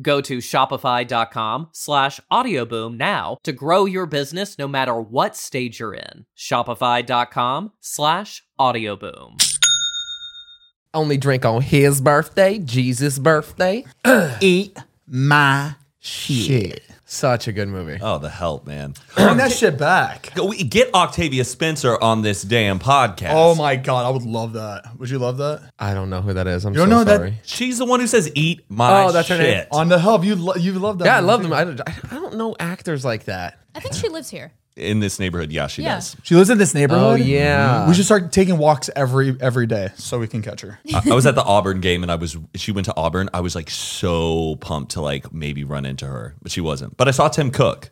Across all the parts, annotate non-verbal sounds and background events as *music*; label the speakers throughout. Speaker 1: Go to shopify.com slash audioboom now to grow your business no matter what stage you're in. Shopify.com slash audioboom.
Speaker 2: Only drink on his birthday, Jesus' birthday.
Speaker 3: Eat my shit.
Speaker 2: Such a good movie.
Speaker 4: Oh, the help, man.
Speaker 3: Bring that shit back.
Speaker 4: Go- we- Get Octavia Spencer on this damn podcast.
Speaker 3: Oh my god, I would love that. Would you love that?
Speaker 2: I don't know who that is. I'm
Speaker 3: You don't
Speaker 2: so
Speaker 3: know that-
Speaker 2: sorry.
Speaker 4: She's the one who says, "Eat my
Speaker 2: Oh, that's her
Speaker 4: shit."
Speaker 2: name.
Speaker 3: On the hub, you lo- you love that.
Speaker 2: Yeah, I
Speaker 3: movie,
Speaker 2: love
Speaker 3: too.
Speaker 2: them. I don't, I don't know actors like that.
Speaker 5: I think she lives here.
Speaker 4: In this neighborhood, yeah, she
Speaker 5: Yeah.
Speaker 4: does.
Speaker 3: She lives in this neighborhood.
Speaker 2: Oh, yeah.
Speaker 3: We should start taking walks every every day so we can catch her.
Speaker 4: I, I was at the Auburn game, and I was she went to Auburn. I was like so pumped to like maybe run into her, but she wasn't. But I saw Tim Cook.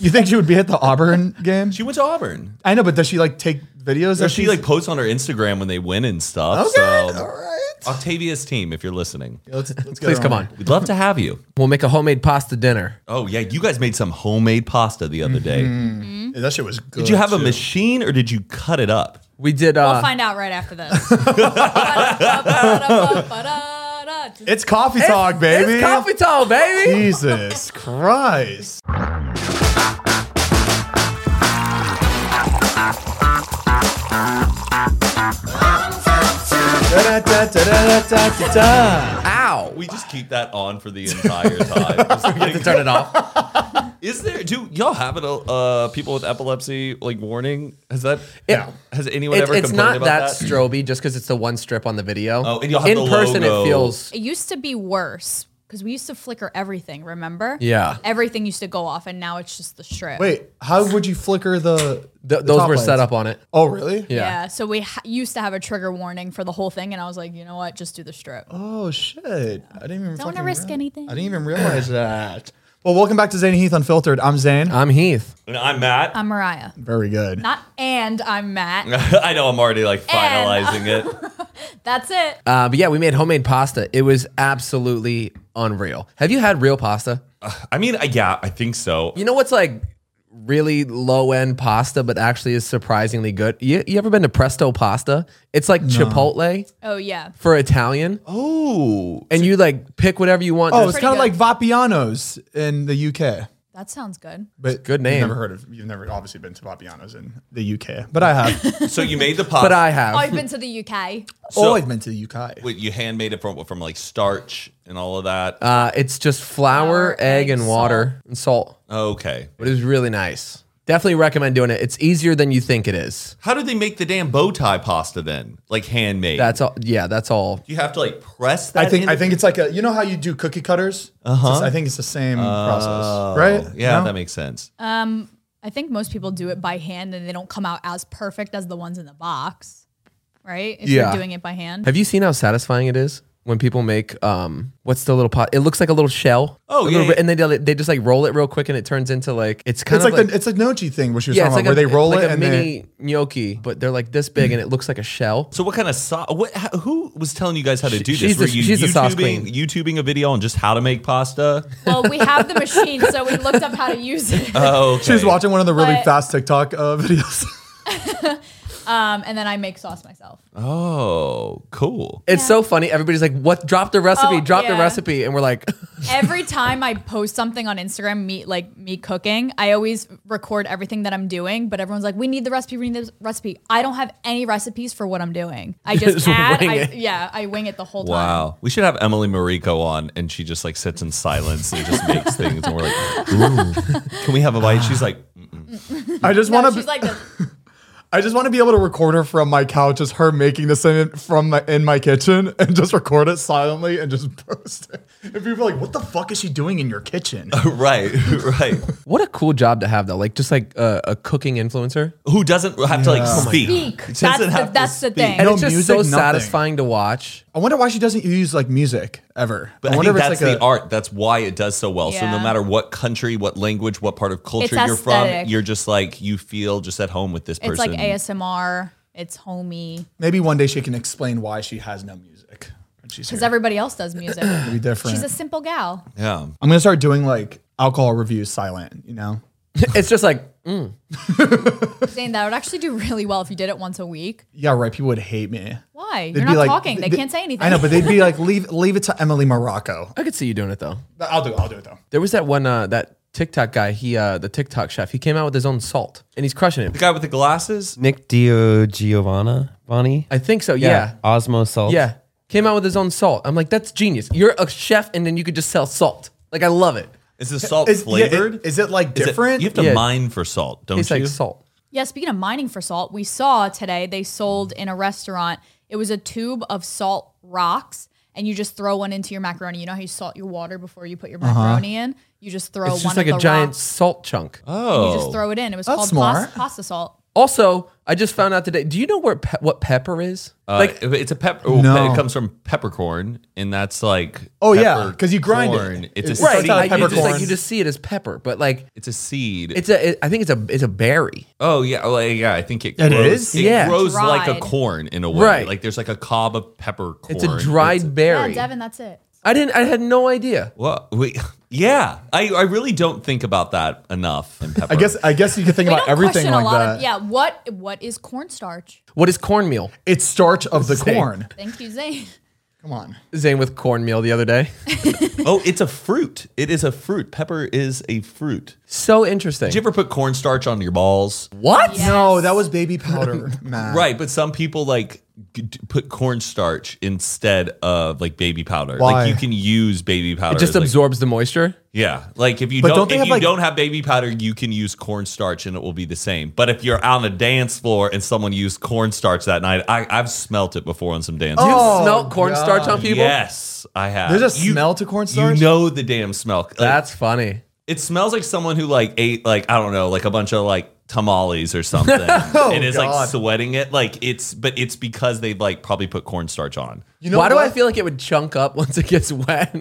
Speaker 3: You think she would be at the Auburn game?
Speaker 4: She went to Auburn.
Speaker 3: I know, but does she like take videos?
Speaker 4: So
Speaker 3: of
Speaker 4: she
Speaker 3: these-
Speaker 4: like posts on her Instagram when they win and stuff.
Speaker 3: Okay,
Speaker 4: so
Speaker 3: all right.
Speaker 4: Octavia's team, if you're listening,
Speaker 3: Let's, let's get
Speaker 2: Please
Speaker 3: her
Speaker 2: come on.
Speaker 4: we'd love to have you.
Speaker 2: We'll make a homemade pasta dinner.
Speaker 4: Oh yeah, you guys made some homemade pasta the other day.
Speaker 3: Yeah, that shit was Mm-hmm. good.
Speaker 4: Did you have a
Speaker 3: too.
Speaker 4: machine or did you cut it up?
Speaker 2: We did.
Speaker 5: We'll
Speaker 2: Uh,
Speaker 5: find out right after this. Ba-da-ba-ba-ba-ba-da-da.
Speaker 3: It's coffee talk, baby.
Speaker 2: It's coffee tall, baby.
Speaker 3: Jesus Christ. Da-da-da-da-da-da-da-da.
Speaker 2: Ow.
Speaker 4: We just keep that on for the
Speaker 2: *laughs*
Speaker 4: entire time. Just
Speaker 2: have to turn it off.
Speaker 4: Is there? Do y'all have an uh, people with epilepsy like warning? Has that?
Speaker 2: Yeah.
Speaker 4: Has anyone
Speaker 2: It,
Speaker 4: ever
Speaker 2: it's
Speaker 4: complained
Speaker 2: not
Speaker 4: about
Speaker 2: that,
Speaker 4: that?
Speaker 2: stroby just because it's the one strip on the video.
Speaker 4: Oh, and you'll have
Speaker 2: In
Speaker 4: the
Speaker 2: person,
Speaker 4: logo.
Speaker 2: it feels.
Speaker 5: It used to be worse because we used to flicker everything, remember?
Speaker 2: Yeah.
Speaker 5: Everything used to go off and now it's just the strip.
Speaker 3: Wait, how would you flicker the?
Speaker 2: Th-
Speaker 3: the
Speaker 2: those
Speaker 3: top
Speaker 2: were
Speaker 3: lights?
Speaker 2: set up on it.
Speaker 3: Oh, really?
Speaker 2: Yeah.
Speaker 5: Yeah. so we ha- used to have a trigger warning for the whole thing, and I was like, you know what, just do the strip.
Speaker 3: Oh shit! I didn't even.
Speaker 5: Don't wanna
Speaker 3: fucking
Speaker 5: risk
Speaker 3: real-
Speaker 5: anything.
Speaker 3: I didn't even realize that. Well, welcome back to Zane Heath Unfiltered. I'm Zane.
Speaker 2: I'm Heath.
Speaker 4: And I'm Matt.
Speaker 5: I'm Mariah.
Speaker 3: Very good.
Speaker 5: Not and I'm Matt.
Speaker 4: *laughs* I know I'm already like finalizing it.
Speaker 5: That's it.
Speaker 2: Uh, but yeah, we made homemade pasta. It was absolutely unreal. Have you had real pasta?
Speaker 4: I mean, I- yeah, I think so.
Speaker 2: You know what's like really low end pasta, but actually is surprisingly good? You, you ever been to Presto Pasta? It's like Chipotle
Speaker 5: Oh yeah.
Speaker 2: for Italian.
Speaker 4: Oh,
Speaker 2: And you like pick whatever you want.
Speaker 3: oh,
Speaker 2: There's-
Speaker 3: it's kind of like
Speaker 5: Pretty
Speaker 3: Vapiano's in the UK.
Speaker 5: That sounds good.
Speaker 3: But
Speaker 2: good name.
Speaker 3: You've never heard of. You've never obviously been to Vapiano's in the UK, but I have.
Speaker 4: so
Speaker 2: *laughs*
Speaker 4: you made the pasta.
Speaker 2: but I
Speaker 5: Oh, I've
Speaker 2: have.
Speaker 5: been to the UK.
Speaker 4: So-
Speaker 3: always been Oh, to the UK.
Speaker 4: Wait, you handmade it from from like starch and all of that.
Speaker 2: Uh, it's just flour,
Speaker 5: Flour,
Speaker 2: egg,
Speaker 5: egg,
Speaker 2: and water and salt.
Speaker 4: okay.
Speaker 2: But it was really nice. Definitely recommend doing it. It's easier than you think it is.
Speaker 4: How did they make the damn bow tie pasta then? Like handmade.
Speaker 2: That's all. Yeah, that's all.
Speaker 4: Do you have to like press that?
Speaker 3: I think I
Speaker 4: into-
Speaker 3: think it's like a. You know how you do cookie cutters? Uh huh. I think it's the same
Speaker 4: Uh-huh. Oh,
Speaker 3: process, right?
Speaker 4: Yeah,
Speaker 3: No?
Speaker 4: that makes sense.
Speaker 5: I think most people do it by hand and they don't come out as perfect as the ones in the box. Right? If
Speaker 2: Yeah.
Speaker 5: you're doing it by hand.
Speaker 2: Have you seen how satisfying it is when people make um what's the little pot? It looks like a little shell.
Speaker 4: Oh,
Speaker 2: A
Speaker 4: yeah,
Speaker 2: little bit-
Speaker 4: yeah.
Speaker 2: and they do- they just like roll it real quick and it turns into like it's kind
Speaker 3: It's
Speaker 2: of
Speaker 3: like,
Speaker 2: like,
Speaker 3: the, it's a nochi thing, which you're
Speaker 2: yeah, it's
Speaker 3: talking
Speaker 2: like
Speaker 3: about, where they roll
Speaker 2: like a
Speaker 3: it and they.
Speaker 2: mini gnocchi, but they're like this big and it looks like a shell.
Speaker 4: So what kind of sauce? What, how- who was telling you guys how to do this?
Speaker 2: she's
Speaker 4: Were
Speaker 2: the-
Speaker 4: you
Speaker 2: she's the sauce
Speaker 4: YouTubing,
Speaker 2: queen.
Speaker 4: YouTubing a video on just how to make pasta?
Speaker 5: well, we have the machine, so we looked up how to use it.
Speaker 4: Oh,
Speaker 3: She was
Speaker 4: okay.
Speaker 3: *laughs* watching one of the really
Speaker 5: But-
Speaker 3: fast TikTok uh, videos.
Speaker 5: Um, and then I make sauce myself.
Speaker 4: Oh, cool.
Speaker 2: It's so funny. Everybody's like, "What? Drop the recipe.
Speaker 5: Oh,
Speaker 2: drop the
Speaker 5: yeah.
Speaker 2: recipe." And we're like, *laughs*
Speaker 5: Every time I post something on Instagram, me like me cooking, I always record everything that I'm doing. But everyone's like, "We need the recipe. We need the recipe." I don't have any recipes for what I'm doing. I just,
Speaker 2: Just
Speaker 5: add.
Speaker 2: wing
Speaker 5: I,
Speaker 2: it.
Speaker 5: yeah, I wing it the whole time.
Speaker 4: Wow. We should have Emily Mariko on and she just like sits in silence and just makes things. And we're like, ooh, can we have a bite? She's like,
Speaker 3: I just
Speaker 5: No,
Speaker 3: want
Speaker 5: she's
Speaker 3: to.
Speaker 5: like,
Speaker 4: *laughs*
Speaker 5: this.
Speaker 3: I just want to be able to record her from my couch, just her making this in from my, in my kitchen, *laughs* and just record it silently and just *laughs* post it. And people are like, "What the fuck is she doing in your
Speaker 4: *laughs*
Speaker 3: kitchen?"
Speaker 4: right, right.
Speaker 2: "What a cool job to have, though! Like, just like a, a cooking influencer."
Speaker 4: Who doesn't have to like speak?
Speaker 5: Speak.
Speaker 4: Doesn't
Speaker 5: That's the-
Speaker 4: have to
Speaker 5: that's the
Speaker 4: speak.
Speaker 5: thing.
Speaker 2: And
Speaker 3: No
Speaker 2: it's just
Speaker 3: music,
Speaker 2: so
Speaker 3: nothing.
Speaker 2: satisfying to watch. *laughs*
Speaker 3: I wonder why she doesn't use like music ever.
Speaker 4: But I,
Speaker 3: wonder
Speaker 4: think that's
Speaker 3: like
Speaker 4: the art. That's why it does so well. So no
Speaker 5: Yeah.
Speaker 4: matter what country, what language, what part of culture
Speaker 5: It's
Speaker 4: you're from,
Speaker 5: aesthetic.
Speaker 4: you're just like you feel just at home with this
Speaker 5: it's
Speaker 4: person.
Speaker 5: like ASMR. It's homey
Speaker 3: Maybe one day she can explain why she has no music. when She's
Speaker 5: because
Speaker 3: here.
Speaker 5: everybody else
Speaker 4: *laughs*
Speaker 5: does music.
Speaker 3: It'll be different.
Speaker 5: She's a simple gal.
Speaker 4: Yeah.
Speaker 3: I'm gonna start doing like alcohol reviews silent. You know,
Speaker 2: It's just like "Mm,
Speaker 5: Saying that would actually do really well if you did it once a week.
Speaker 3: yeah, right. People would hate me.
Speaker 5: Why?
Speaker 3: They'd
Speaker 5: You're
Speaker 3: be
Speaker 5: not
Speaker 3: like-
Speaker 5: talking. They,
Speaker 3: th-
Speaker 5: can't say anything.
Speaker 3: I know, but
Speaker 5: *laughs*
Speaker 3: they'd be like, "Leave, leave it to Emily Morocco."
Speaker 2: I could see you doing it though.
Speaker 3: I'll do it. I'll do it though.
Speaker 2: There was that one uh, that TikTok guy. He uh, the TikTok chef. He came out with his own salt, and he's crushing
Speaker 4: The
Speaker 2: it.
Speaker 4: guy with the glasses.
Speaker 6: Nick Dio Giovanna Bonnie.
Speaker 2: I think so. Yeah.
Speaker 6: Osmo Salt.
Speaker 2: yeah, Came out with his own salt. I'm like, that's genius. You're a chef, and then you could just sell salt. Like, I love it.
Speaker 4: Is the salt
Speaker 3: Is, yeah, it-
Speaker 4: flavored?
Speaker 3: is it like
Speaker 4: Is it-
Speaker 3: different?
Speaker 4: you have to
Speaker 2: Yeah.
Speaker 4: mine for salt, don't
Speaker 2: It's
Speaker 4: you?
Speaker 2: like salt.
Speaker 5: Yeah, speaking of mining for salt, we saw today they sold in a restaurant. It was a tube of salt rocks, and you just throw one into your macaroni. You know how you salt your water before you put your
Speaker 3: Uh-huh.
Speaker 5: macaroni in? You just throw
Speaker 2: It's
Speaker 5: one
Speaker 2: just like
Speaker 5: of
Speaker 2: a
Speaker 5: the
Speaker 2: giant
Speaker 5: rocks.
Speaker 2: salt chunk.
Speaker 5: and you just
Speaker 4: Oh.
Speaker 5: throw it in. It was called pasta,
Speaker 3: smart.
Speaker 5: pasta salt.
Speaker 2: Also, I just found out today. Do you know where pe- what pepper is?
Speaker 4: Uh,
Speaker 2: like,
Speaker 4: it's a pepper. oh,
Speaker 3: No.
Speaker 4: It comes from peppercorn, and that's like
Speaker 3: Oh, yeah, 'cause you grind it.
Speaker 4: peppercorn. It's,
Speaker 3: It's
Speaker 4: a
Speaker 2: right?
Speaker 3: it's
Speaker 4: seed.
Speaker 3: not
Speaker 2: I-
Speaker 3: a
Speaker 2: you just, like,
Speaker 3: peppercorn.
Speaker 2: you just see it as pepper, but like,
Speaker 4: It's a seed.
Speaker 2: it's a. It, I think it's a. It's a berry.
Speaker 4: oh yeah, well, yeah. I think it.
Speaker 3: It
Speaker 4: grows,
Speaker 3: is?
Speaker 4: It
Speaker 2: Yeah.
Speaker 4: grows like a
Speaker 5: Dried.
Speaker 4: corn in a way.
Speaker 2: Right.
Speaker 4: Like there's like a cob of peppercorn.
Speaker 2: It's a dried
Speaker 5: Yeah,
Speaker 2: berry.
Speaker 5: Devin, that's it.
Speaker 2: I didn't. I had no idea.
Speaker 4: Well, we, *laughs* yeah, I, I really don't think about that enough. In pepper.
Speaker 3: I guess. I guess you could think
Speaker 5: We
Speaker 3: about
Speaker 5: don't
Speaker 3: everything
Speaker 5: question
Speaker 3: like
Speaker 5: a lot
Speaker 3: that.
Speaker 5: of yeah. What what is cornstarch?
Speaker 2: What is cornmeal?
Speaker 3: It's starch of the
Speaker 2: Same.
Speaker 3: corn.
Speaker 5: Thank you, Zane.
Speaker 3: Come on.
Speaker 2: Zane with cornmeal the other day.
Speaker 4: Oh, it's a fruit. It is a fruit. Pepper is a fruit.
Speaker 2: So interesting.
Speaker 4: Did you ever put cornstarch on your balls?
Speaker 2: what?
Speaker 5: Yeah.
Speaker 3: No,
Speaker 5: Yes.
Speaker 3: that was baby *laughs* powder, man.
Speaker 4: Right, but some people like g- d- put cornstarch instead of like baby powder.
Speaker 3: Why?
Speaker 4: Like you can use baby powder.
Speaker 2: It just
Speaker 4: as, like-
Speaker 2: absorbs the moisture.
Speaker 4: Yeah, like if you
Speaker 3: But
Speaker 4: don't,
Speaker 3: don't they
Speaker 4: if
Speaker 3: have,
Speaker 4: you
Speaker 3: like-
Speaker 4: don't have baby powder, you can use cornstarch and it will be the same. But if you're on a dance floor and someone used cornstarch that night, I, I've smelt it before on some dance.
Speaker 2: You
Speaker 4: floors.
Speaker 3: Oh,
Speaker 2: smell cornstarch on people.
Speaker 4: yes, I have.
Speaker 3: There's a
Speaker 4: You-
Speaker 3: smell to cornstarch?
Speaker 4: You know the damn smell. Like,
Speaker 2: That's funny.
Speaker 4: it smells like someone who like ate like I don't know like a bunch of like tamales
Speaker 3: *laughs*
Speaker 4: or something and is like
Speaker 3: Oh, God.
Speaker 4: sweating it. Like it's but it's because they've like probably put cornstarch on.
Speaker 3: You know
Speaker 2: Why do I
Speaker 3: what?
Speaker 2: feel like it would chunk up *laughs* once it gets wet?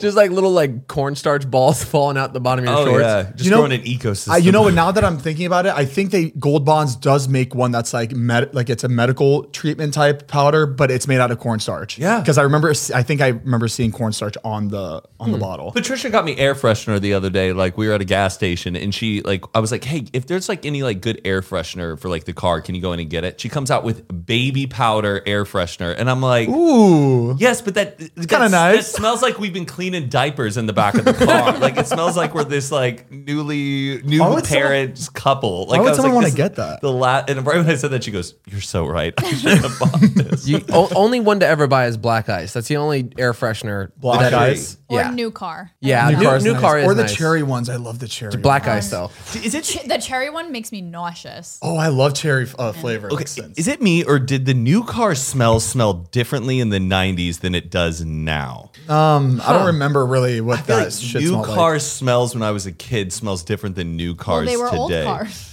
Speaker 2: just like little like cornstarch balls *laughs* falling out the bottom of your shorts.
Speaker 4: just
Speaker 3: Oh, You know-
Speaker 4: throwing an ecosystem.
Speaker 3: I, you know what? Now that I'm thinking about it, I think they Gold Bonds does make one that's like med, like it's a medical treatment type powder, but it's made out of cornstarch.
Speaker 4: Yeah.
Speaker 3: because I remember, I think I remember seeing cornstarch on the on the bottle.
Speaker 4: Patricia got me air freshener the other day. Like we were at a gas station, and she like I was like, "Hey, if there's like any like good air freshener for like the car, can you go in and get it?" She comes out with baby powder air freshener, and I'm like,
Speaker 3: Ooh,
Speaker 4: "Yes, but that that's
Speaker 3: kinda nice."
Speaker 4: That smells like we've been cleaning diapers in the back of
Speaker 3: *laughs*
Speaker 4: the car. like it smells like we're this like newly new
Speaker 3: Why would someone-
Speaker 4: parent couple. Like
Speaker 3: would
Speaker 4: I was
Speaker 3: someone
Speaker 4: like,
Speaker 3: wanna
Speaker 4: this is
Speaker 3: get that?
Speaker 4: The last and right when I said that, she goes, "You're so right. *laughs* I should have bought this."
Speaker 2: You, *laughs* o- only one to ever buy is Black Ice. That's the only air freshener.
Speaker 3: Black
Speaker 2: that-
Speaker 3: Ice?
Speaker 5: Or
Speaker 2: Yeah.
Speaker 5: new car.
Speaker 2: Yeah,
Speaker 3: New
Speaker 2: new,
Speaker 3: car's
Speaker 2: new
Speaker 3: nice.
Speaker 2: car is
Speaker 3: or the
Speaker 2: nice.
Speaker 3: cherry ones. I love the cherry.
Speaker 2: Black
Speaker 3: ones.
Speaker 2: Ice though.
Speaker 3: *laughs*
Speaker 4: Is it
Speaker 5: The cherry one makes me nauseous.
Speaker 3: Oh, I love cherry uh, flavor.
Speaker 4: Okay,
Speaker 3: Makes sense.
Speaker 4: is it me or did the new car smell smell differently in the 90s than it does now?
Speaker 3: I don't remember really what
Speaker 4: I feel
Speaker 3: that
Speaker 4: like
Speaker 3: shit
Speaker 4: new
Speaker 3: smelled
Speaker 4: car
Speaker 3: like.
Speaker 4: smells when I was a kid smells different than new
Speaker 5: Well,
Speaker 4: cars
Speaker 5: they were
Speaker 4: today.
Speaker 5: old cars.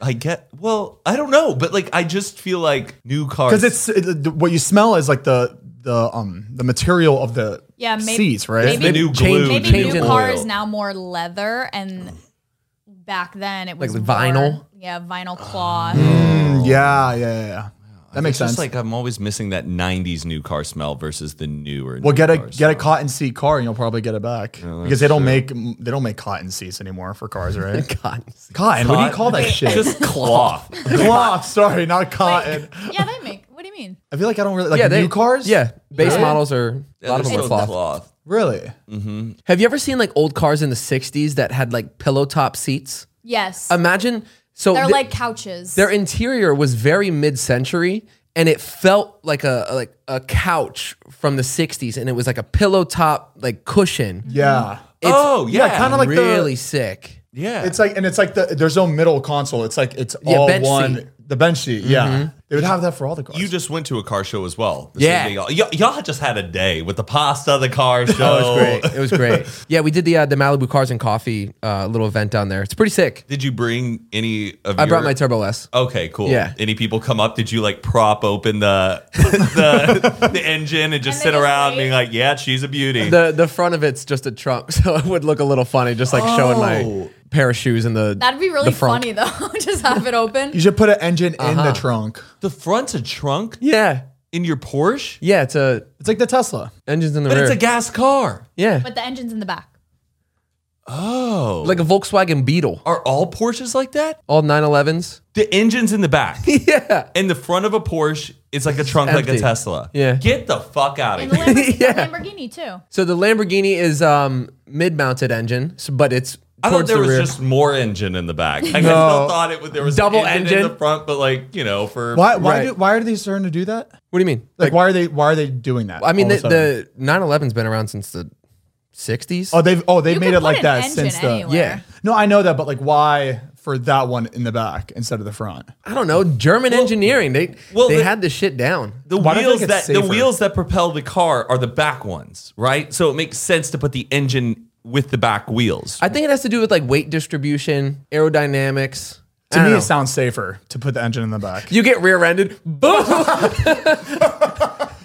Speaker 4: I get well, I don't know, but like I just feel like new cars
Speaker 3: because it's it, the- what you smell is like the the um the material of the
Speaker 5: Yeah, maybe-
Speaker 3: seats, right?
Speaker 5: maybe-
Speaker 4: the new
Speaker 2: change-
Speaker 4: glue,
Speaker 5: Maybe
Speaker 4: the
Speaker 2: Change
Speaker 5: new
Speaker 2: in
Speaker 5: car
Speaker 4: oil.
Speaker 5: is now more leather, and back then it was
Speaker 2: the
Speaker 5: more-
Speaker 2: vinyl? *gasps*
Speaker 5: Yeah, vinyl cloth.
Speaker 3: Mm, yeah, yeah, yeah, yeah. That makes
Speaker 4: It's just
Speaker 3: sense.
Speaker 4: like I'm always missing that '90s new car smell versus the newer.
Speaker 3: well,
Speaker 4: new
Speaker 3: get a
Speaker 4: car
Speaker 3: get a
Speaker 4: smell.
Speaker 3: cotton seed car, and you'll probably get it back because they don't make they don't make cotton seats anymore for
Speaker 2: *laughs*
Speaker 3: cars, right?
Speaker 2: God.
Speaker 3: cotton. What do you call that shit?
Speaker 4: *laughs* Just cloth.
Speaker 3: *laughs* cloth. Sorry, not cotton.
Speaker 5: Yeah, they make. What do you mean?
Speaker 3: I feel like I don't really like
Speaker 2: Yeah,
Speaker 3: new
Speaker 2: they,
Speaker 3: cars.
Speaker 2: Yeah, base models are a lot of them are
Speaker 4: They're still
Speaker 2: cloth.
Speaker 4: cloth.
Speaker 3: really.
Speaker 2: Have you ever seen like old cars in the '60s that had like pillow top seats?
Speaker 5: Yes,
Speaker 2: Imagine so
Speaker 5: they're
Speaker 2: Um, the-
Speaker 5: like couches.
Speaker 2: their interior was very mid-century, and it felt like a like a couch from the '60s, and it was like a pillow top like cushion.
Speaker 3: Yeah.
Speaker 2: It's
Speaker 4: oh yeah,
Speaker 3: kinda like the-
Speaker 2: really sick.
Speaker 4: yeah.
Speaker 3: It's like and it's like the there's no middle console. It's like it's
Speaker 2: Yeah,
Speaker 3: all
Speaker 2: bench
Speaker 3: one
Speaker 2: seat. Mm-hmm.
Speaker 3: the bench seat. Yeah, they would have that for all the cars.
Speaker 4: you just went to a car show as well. The
Speaker 2: Yeah.
Speaker 4: same thing. y'all, y'all just had a day with the pasta,
Speaker 2: *laughs*
Speaker 4: the car show.
Speaker 2: It was great. It was great. yeah, we did the uh, the Malibu Cars and Coffee uh, little event down there. It's pretty sick.
Speaker 4: Did you bring any of?
Speaker 2: I brought
Speaker 4: your-
Speaker 2: my Turbo S.
Speaker 4: Okay, cool.
Speaker 2: Yeah.
Speaker 4: Any people come up? Did you like prop open the *laughs* the, the engine and just
Speaker 5: And they
Speaker 4: sit
Speaker 5: just
Speaker 4: around
Speaker 5: wait?
Speaker 4: being like, "Yeah, she's a beauty."
Speaker 2: The the front of it's just a trunk, *laughs* so it would look a little funny, just like showing my pair of shoes in the.
Speaker 5: That'd be really
Speaker 2: the front.
Speaker 5: funny though. *laughs* Just have it open.
Speaker 3: You should put an engine in
Speaker 2: Uh-huh.
Speaker 3: the trunk.
Speaker 4: the front's a trunk
Speaker 2: Yeah,
Speaker 4: in your Porsche,
Speaker 2: yeah. It's a
Speaker 3: It's like the Tesla.
Speaker 2: engines in the
Speaker 4: but
Speaker 2: rear.
Speaker 4: it's a gas car.
Speaker 2: yeah,
Speaker 5: But the engine's in the back.
Speaker 2: *laughs*
Speaker 4: Oh,
Speaker 2: like a Volkswagen Beetle.
Speaker 4: are all Porsches like that?
Speaker 2: All 911s.
Speaker 4: The engine's in the back.
Speaker 2: *laughs* Yeah.
Speaker 4: in the front of a Porsche, it's like a trunk like
Speaker 2: empty.
Speaker 4: a Tesla.
Speaker 2: Yeah.
Speaker 4: Get the fuck out
Speaker 5: And
Speaker 4: of
Speaker 5: the
Speaker 4: here.
Speaker 5: Lamborghini,
Speaker 2: Yeah.
Speaker 5: Lamborghini too.
Speaker 2: So the Lamborghini is um mid-mounted engine, so, but it's
Speaker 4: I thought
Speaker 2: towards
Speaker 4: there
Speaker 2: the
Speaker 4: was
Speaker 2: rear.
Speaker 4: just more engine in the back. I still
Speaker 3: No.
Speaker 4: thought it was there was
Speaker 2: Double
Speaker 4: an in
Speaker 2: engine?
Speaker 4: the front, but like you know for
Speaker 3: Why? Why?
Speaker 2: Right.
Speaker 3: Do, why are they starting to do that?
Speaker 2: what do you mean?
Speaker 3: Like, why are they? Why are they doing that?
Speaker 2: I mean,
Speaker 3: all
Speaker 2: the,
Speaker 3: of a sudden?
Speaker 2: the 911's been around since the 60s.
Speaker 3: oh they've oh they
Speaker 5: You
Speaker 3: made
Speaker 5: could
Speaker 3: it
Speaker 5: put
Speaker 3: like
Speaker 5: an
Speaker 3: that
Speaker 5: engine
Speaker 3: since the
Speaker 5: anywhere.
Speaker 2: Yeah.
Speaker 3: no I know that but like why for that one in the back instead of the front?
Speaker 2: I don't know. German engineering. They
Speaker 4: well,
Speaker 2: they
Speaker 4: the-
Speaker 2: had this shit down.
Speaker 4: the
Speaker 3: Why don't they
Speaker 4: wheels
Speaker 3: make it
Speaker 4: that the
Speaker 3: safer?
Speaker 4: wheels that propel the car are the back ones, right? So it makes sense to put the engine with the back wheels.
Speaker 2: I think it has to do with like weight distribution, aerodynamics. I
Speaker 3: To me,
Speaker 2: don't know.
Speaker 3: it sounds safer to put the engine in the back.
Speaker 2: you get rear-ended. *laughs* Boom.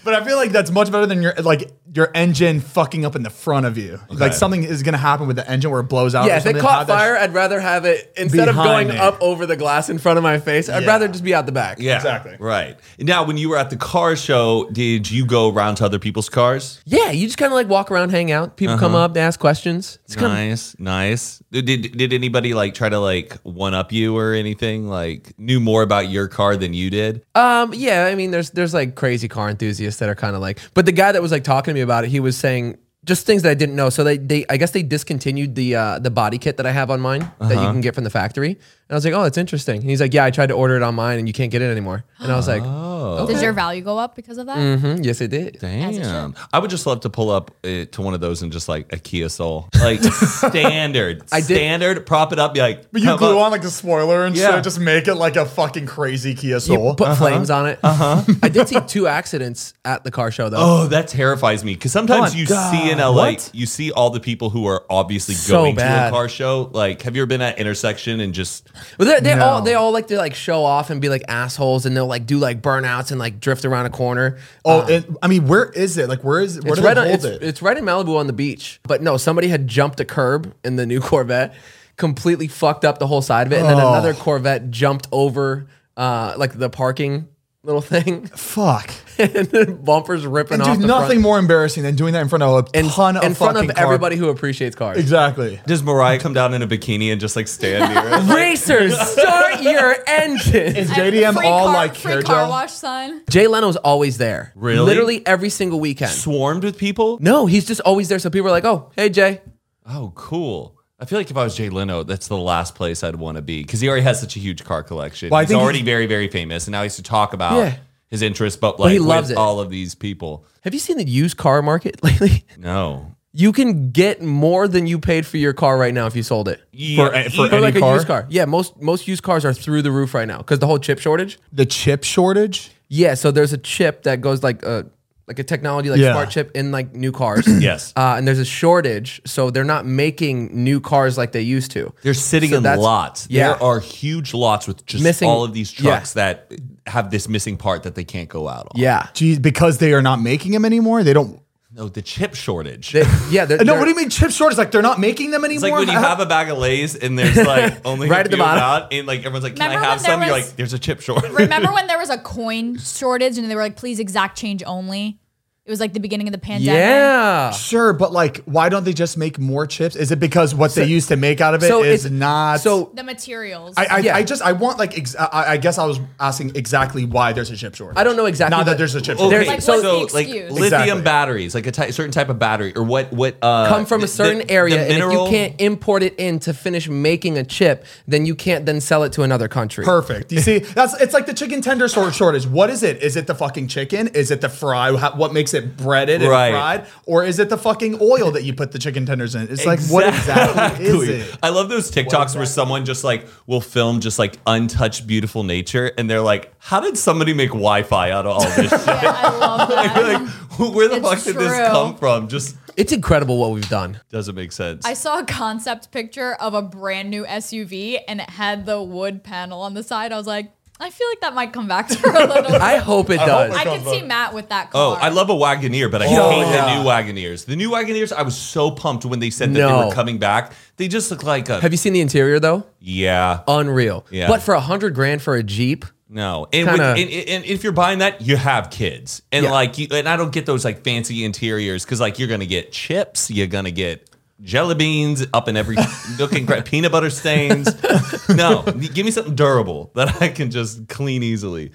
Speaker 3: But I feel like that's much better than your like your engine fucking up in the front of you. Like something is gonna happen with the engine where it blows out. or
Speaker 2: yeah, if it
Speaker 3: something, have
Speaker 2: caught
Speaker 3: that
Speaker 2: fire, I'd rather have it instead of going
Speaker 3: Behind me.
Speaker 2: up over the glass in front of my face. I'd
Speaker 3: Yeah.
Speaker 2: rather just be out the back.
Speaker 4: yeah,
Speaker 3: exactly.
Speaker 4: Right now, when you were at the car show, did you go around to other people's cars?
Speaker 2: Yeah, you just kind of like walk around, hang out. People come up, they ask questions. It's kind
Speaker 4: Nice, nice. Did did anybody like try to like one up you or anything? Like knew more about your car than you did?
Speaker 2: of um yeah, I mean there's there's like crazy car enthusiasts that are kind of like but the guy that was like talking to me about it, he was saying just things that I didn't know. So they they I guess they discontinued the uh the body kit that I have on mine that you can get from the factory. And I was like, "Oh, that's interesting." And he's like, "Yeah, I tried to order it online and you can't get it anymore." And I was like,
Speaker 5: Does your value go up because of that?
Speaker 2: "Hmm, "Yes, it did."
Speaker 5: it should.
Speaker 4: Damn. I would just love to pull up uh, to one of those and just like a Kia Soul.
Speaker 3: *laughs*
Speaker 4: Like standard.
Speaker 2: I did-
Speaker 4: Standard, prop it up, be like,
Speaker 3: But you
Speaker 4: come
Speaker 3: glue
Speaker 4: up.
Speaker 3: on like the spoiler and
Speaker 4: Yeah.
Speaker 3: shit, just make it like a fucking crazy Kia
Speaker 2: You
Speaker 3: Soul.
Speaker 2: put flames on it. Uh-huh. *laughs* I did see two accidents at the car show though.
Speaker 4: Oh, that terrifies me. Cause sometimes
Speaker 3: Oh,
Speaker 4: you
Speaker 3: God.
Speaker 4: see in LA,
Speaker 3: What?
Speaker 4: you see all the people who are obviously
Speaker 2: So
Speaker 4: going to a
Speaker 2: bad.
Speaker 4: car show. Like, have you ever been at intersection and just
Speaker 2: But they, they all
Speaker 3: No.
Speaker 2: they all like to like show off and be like assholes and they'll like do like burnouts and like drift around a corner.
Speaker 3: oh, it, I mean, where is it? Like, where is it? Where
Speaker 2: It's
Speaker 3: do they
Speaker 2: right, on,
Speaker 3: hold
Speaker 2: it's,
Speaker 3: it?
Speaker 2: it's right in Malibu on the beach. But no, somebody had jumped a curb in the new *laughs* Corvette, completely fucked up the whole side of it, and
Speaker 3: Oh.
Speaker 2: then another Corvette jumped over uh, like the parking little *laughs* thing,
Speaker 3: Fuck.
Speaker 2: *laughs* and then bumpers ripping
Speaker 3: And
Speaker 2: off
Speaker 3: dude,
Speaker 2: the
Speaker 3: nothing
Speaker 2: front,
Speaker 3: more embarrassing than doing that in front of a
Speaker 2: in,
Speaker 3: ton of
Speaker 2: in front of
Speaker 3: fucking car-
Speaker 2: everybody who appreciates cars.
Speaker 3: Exactly.
Speaker 4: does Mariah come down in a bikini and just like
Speaker 3: *laughs*
Speaker 4: stand near it?
Speaker 2: Racers, start your engine.
Speaker 3: Is JDM
Speaker 5: Free
Speaker 3: all
Speaker 5: car,
Speaker 3: like
Speaker 5: free
Speaker 3: hair
Speaker 5: car
Speaker 3: gel?
Speaker 5: wash sign.
Speaker 2: Jay Leno's always there.
Speaker 4: Really?
Speaker 2: Literally every single weekend.
Speaker 4: Swarmed with people?
Speaker 2: No, he's just always there. So people are like, oh, hey, Jay.
Speaker 4: Oh, cool. I feel like if I was Jay Leno, that's the last place I'd want to be because he already has such a huge car collection.
Speaker 3: Well, I
Speaker 4: he's
Speaker 3: think
Speaker 4: already
Speaker 3: he's-
Speaker 4: very, very famous, and now he has to talk about
Speaker 2: Yeah.
Speaker 4: his interests, but like
Speaker 2: he loves
Speaker 4: with
Speaker 2: it.
Speaker 4: all of these people.
Speaker 2: Have you seen the used car market *laughs* lately?
Speaker 4: No,
Speaker 2: You can get more than you paid for your car right now if you sold it.
Speaker 4: Yeah,
Speaker 3: for
Speaker 4: yeah.
Speaker 3: Any
Speaker 2: like
Speaker 3: car?
Speaker 2: a used car. Yeah, most most used cars are through the roof right now because the whole chip shortage.
Speaker 3: The chip shortage?
Speaker 2: Yeah, so there's a chip that goes like a like a technology like
Speaker 3: Yeah.
Speaker 2: smart chip in like new
Speaker 3: *clears throat*
Speaker 2: cars.
Speaker 4: yes,
Speaker 2: Uh, and there's a shortage, so they're not making new cars like they used to.
Speaker 4: they're sitting
Speaker 2: so
Speaker 4: in
Speaker 2: that's-
Speaker 4: lots.
Speaker 2: yeah.
Speaker 4: There are huge lots with just
Speaker 2: Missing-
Speaker 4: all of these
Speaker 2: yeah.
Speaker 4: trucks that have this missing part that they can't go out on.
Speaker 2: Yeah,
Speaker 3: Geez, because they are not making them anymore. They don't.
Speaker 4: No, the chip shortage.
Speaker 2: They- yeah, they're,
Speaker 3: *laughs* Uh, No,
Speaker 2: they're-
Speaker 3: what do you mean chip shortage? Like they're not making them
Speaker 4: It's
Speaker 3: anymore. Uh, *laughs*
Speaker 4: like when you
Speaker 3: How-
Speaker 4: have a bag of Lay's and there's like only
Speaker 2: Right
Speaker 4: a
Speaker 2: at the
Speaker 4: few
Speaker 2: bottom.
Speaker 4: out, and like everyone's like, "Can
Speaker 5: Remember
Speaker 4: I have
Speaker 5: when there
Speaker 4: some?" You're
Speaker 5: was-
Speaker 4: like, "There's a chip shortage."
Speaker 5: Remember when there was a coin shortage and they were like, please exact change only? It was like the beginning of the pandemic.
Speaker 2: Yeah.
Speaker 3: Sure, but like, why don't they just make more chips? Is it because what they used to make out of it is
Speaker 2: so it's-
Speaker 3: not?
Speaker 2: So
Speaker 5: The materials.
Speaker 3: I, I,
Speaker 2: Yeah.
Speaker 3: I just I want like ex- I, I guess I was asking exactly why there's a chip shortage.
Speaker 2: I don't know exactly
Speaker 3: Not that
Speaker 2: the-
Speaker 3: there's a chip
Speaker 2: Okay.
Speaker 3: shortage.
Speaker 5: Like,
Speaker 4: so,
Speaker 5: what's the
Speaker 4: like
Speaker 5: excuse?
Speaker 4: lithium
Speaker 3: Exactly.
Speaker 4: batteries, like a ty- certain type of battery, or what? What uh,
Speaker 2: come from a certain area, and if you
Speaker 4: *laughs*
Speaker 2: can't import it in to finish making a chip, then you can't then sell it to another country.
Speaker 3: Perfect. You see, that's it's like the chicken tender sort shortage. What is it? Is it the fucking chicken? Is it the fry? How, what makes it breaded and
Speaker 4: Right.
Speaker 3: fried? Or is it the fucking oil that you put the chicken tenders in? It's like what exactly is
Speaker 4: Exactly.
Speaker 3: it?
Speaker 4: I love those TikToks where someone just like will film just like untouched beautiful nature, and they're like, "How did somebody make Wi-Fi out of all this *laughs* shit?
Speaker 5: Yeah,
Speaker 3: *laughs*
Speaker 5: I love that.
Speaker 4: like, where the
Speaker 5: It's
Speaker 4: fuck did this
Speaker 5: true.
Speaker 4: come from? Just
Speaker 2: It's incredible what we've done.
Speaker 4: doesn't make sense."
Speaker 5: I saw a concept picture of a brand new SUV and it had the wood panel on the side. I was like, I feel like that might come back to her
Speaker 4: *laughs*
Speaker 5: a little bit.
Speaker 2: I hope it does.
Speaker 5: I could see Matt with that
Speaker 4: Oh,
Speaker 5: car.
Speaker 4: I love a Wagoneer, but I
Speaker 2: Oh,
Speaker 4: hate
Speaker 3: yeah.
Speaker 4: the new Wagoneers. The new Wagoneers, I was so pumped when they said that they
Speaker 2: No.
Speaker 4: were coming back. They just look like a
Speaker 2: Have you seen the interior though?
Speaker 4: yeah,
Speaker 2: Unreal.
Speaker 4: Yeah.
Speaker 2: But for a hundred grand for a Jeep, *laughs*
Speaker 4: no. And, when,
Speaker 2: Kinda-
Speaker 4: and, and- and if you're buying that, you have kids, and
Speaker 2: Yeah.
Speaker 4: like you, and I don't get those like fancy interiors because like you're gonna get chips, you're gonna get jelly beans up in
Speaker 2: *laughs*
Speaker 4: every nook and crack, peanut butter stains. no, give me something durable that I can just clean easily.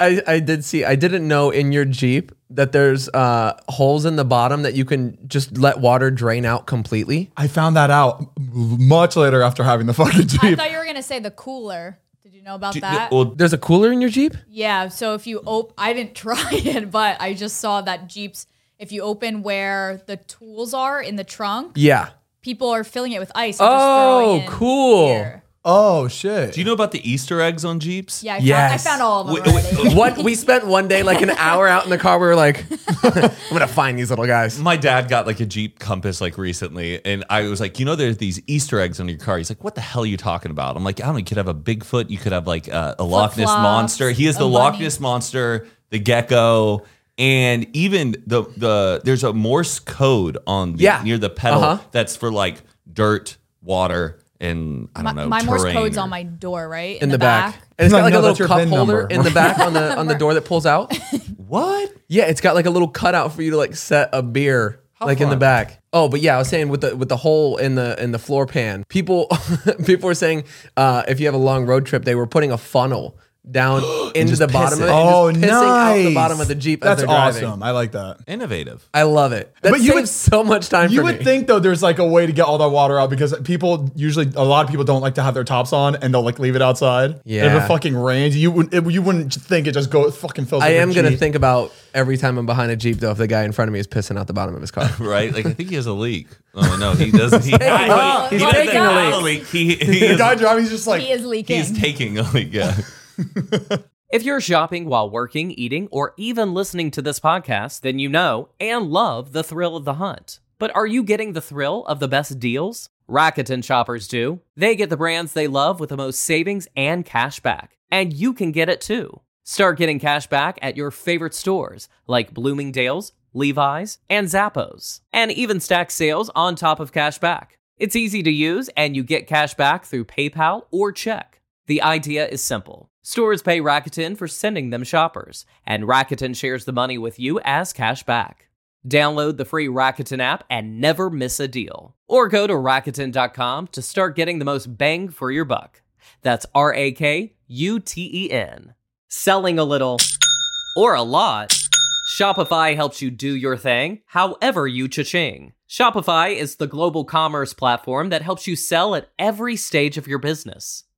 Speaker 2: I, I did see. I didn't know in your Jeep that there's uh, holes in the bottom that you can just let water drain out completely.
Speaker 3: I found that out much later after having the *laughs* fucking
Speaker 5: I
Speaker 3: Jeep.
Speaker 5: thought you were going to say the cooler. Did you know about that?
Speaker 4: Well,
Speaker 2: There's a cooler in your Jeep.
Speaker 5: Yeah, so if you op I didn't *laughs* try it, but I just saw that Jeeps if you open where the tools are in the trunk,
Speaker 2: Yeah.
Speaker 5: people are filling it with ice. and just throwing
Speaker 2: Oh,
Speaker 5: in
Speaker 2: cool.
Speaker 5: beer.
Speaker 3: Oh shit.
Speaker 4: do you know about the Easter eggs on Jeeps?
Speaker 5: Yeah, I,
Speaker 2: Yes.
Speaker 5: found, I found all of them.
Speaker 4: Wait, wait,
Speaker 5: already.
Speaker 2: What we spent one day, like an hour out in the car. We were like, *laughs* I'm gonna find these little guys.
Speaker 4: My dad got like a Jeep Compass like recently, and I was like, you know, there's these Easter eggs on your car. He's like, what the hell are you talking about? I'm like, I don't know. You could have a Bigfoot. You could have like uh, a Loch Ness
Speaker 5: Flip-flops,
Speaker 4: monster. He is
Speaker 5: a
Speaker 4: the Loch
Speaker 5: bunny.
Speaker 4: Ness monster, the gecko, and even the the there's a Morse code on the,
Speaker 2: Yeah.
Speaker 4: near the pedal
Speaker 2: Uh-huh.
Speaker 4: that's for like dirt, water, and I
Speaker 5: my,
Speaker 4: don't know.
Speaker 5: my Morse
Speaker 4: terrain
Speaker 5: code's
Speaker 4: or-
Speaker 5: on my door, right?
Speaker 2: In the, back. and it's
Speaker 3: No,
Speaker 2: got like
Speaker 3: no,
Speaker 2: a
Speaker 3: that's
Speaker 2: little
Speaker 3: your
Speaker 2: cup
Speaker 3: VIN
Speaker 2: holder
Speaker 3: number.
Speaker 2: in the back on the on
Speaker 3: *laughs*
Speaker 2: the door that pulls out.
Speaker 4: what?
Speaker 2: Yeah, it's got like a little cutout for you to like set a beer like in the
Speaker 4: fun.
Speaker 2: back. Oh, but yeah, I was saying with the with the hole in the in the floor pan, people *laughs* people were saying uh, if you have a long road trip, they were putting a funnel
Speaker 3: *gasps*
Speaker 2: down into the bottom of it. and
Speaker 3: Oh,
Speaker 2: just
Speaker 3: nice.
Speaker 2: pissing out the bottom of the jeep.
Speaker 3: That's
Speaker 2: as they're
Speaker 3: awesome.
Speaker 2: driving.
Speaker 3: I like that.
Speaker 4: Innovative.
Speaker 2: I love it. That
Speaker 3: But you
Speaker 2: saves
Speaker 3: would-
Speaker 2: so much time.
Speaker 3: You
Speaker 2: for
Speaker 3: would
Speaker 2: me.
Speaker 3: think though there's like a way to get all that water out because people usually a lot of people don't like to have their tops on and they'll like leave it outside. And if
Speaker 2: Yeah.
Speaker 3: it fucking rains, you wouldn't it, you wouldn't think it just go fucking fills.
Speaker 2: I
Speaker 3: up your
Speaker 2: am gonna
Speaker 3: Jeep.
Speaker 2: think about every time I'm behind a jeep though if the guy in front of me is pissing out the bottom of his
Speaker 3: *laughs*
Speaker 2: car.
Speaker 4: Right, like I think he has a leak. Oh no,
Speaker 5: *laughs*
Speaker 4: he doesn't. He,
Speaker 5: up.
Speaker 4: he
Speaker 5: He's
Speaker 4: doesn't
Speaker 5: taking a
Speaker 4: have He, he
Speaker 3: the
Speaker 5: *laughs*
Speaker 4: is
Speaker 3: guy driving is just like
Speaker 5: He is leaking.
Speaker 4: He's taking *laughs* oh a leak. Yeah.
Speaker 1: If you're shopping while working, eating, or even listening to this podcast, then you know and love the thrill of the hunt. But are you getting the thrill of the best deals? Rakuten shoppers do. They get the brands they love with the most savings and cash back. And you can get it too. Start getting cash back at your favorite stores like Bloomingdale's, Levi's, and Zappos. And even stack sales on top of cash back. It's easy to use, and you get cash back through PayPal or check. The idea is simple. Stores pay Rakuten for sending them shoppers, and Rakuten shares the money with you as cash back. Download the free Rakuten app and never miss a deal. Or go to Rakuten.com to start getting the most bang for your buck. That's R A K U T E N. Selling a little or a lot, Shopify helps you do your thing, however you cha-ching. Shopify is the global commerce platform that helps you sell at every stage of your business.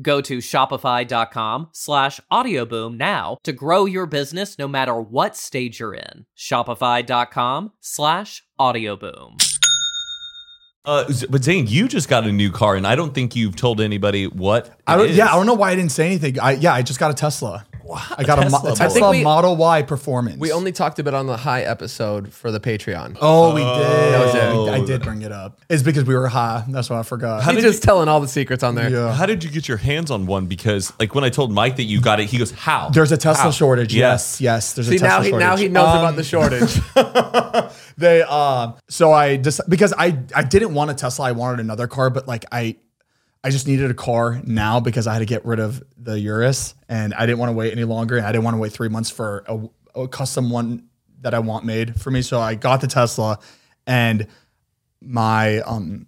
Speaker 1: Go to shopify.com slash audioboom now to grow your business no matter what stage you're in. Shopify.com slash audioboom.
Speaker 4: Uh, Z- but Zane, you just got a new car, and I don't think you've told anybody what. it
Speaker 3: I don't,
Speaker 4: is.
Speaker 3: yeah, I don't know why I didn't say anything. I yeah, I just got a Tesla. I got a, mo-
Speaker 4: Tesla.
Speaker 3: Tesla,
Speaker 4: I
Speaker 2: think we-
Speaker 3: Model Y Performance.
Speaker 2: We only talked about it on the high episode for the Patreon.
Speaker 3: Oh, we did.
Speaker 2: That was it.
Speaker 3: We- I did bring it up. It's because we were high. That's why I forgot.
Speaker 2: He's just telling all the secrets on there.
Speaker 3: yeah.
Speaker 4: How did you get your hands on one? Because like when I told Mike that you got it, he goes, "How?"
Speaker 3: There's a Tesla
Speaker 4: How?"
Speaker 3: shortage.
Speaker 4: Yeah.
Speaker 3: Yes, yes. There's
Speaker 2: See
Speaker 3: a Tesla
Speaker 2: now he
Speaker 3: shortage. Um,
Speaker 2: now he knows about the
Speaker 3: *laughs*
Speaker 2: shortage.
Speaker 3: they um so i just because i i didn't want a tesla i wanted another car but like i i just needed a car now because i had to get rid of the urus and i didn't want to wait any longer and i didn't want to wait three months for a, a custom one that i want made for me so i got the tesla and my um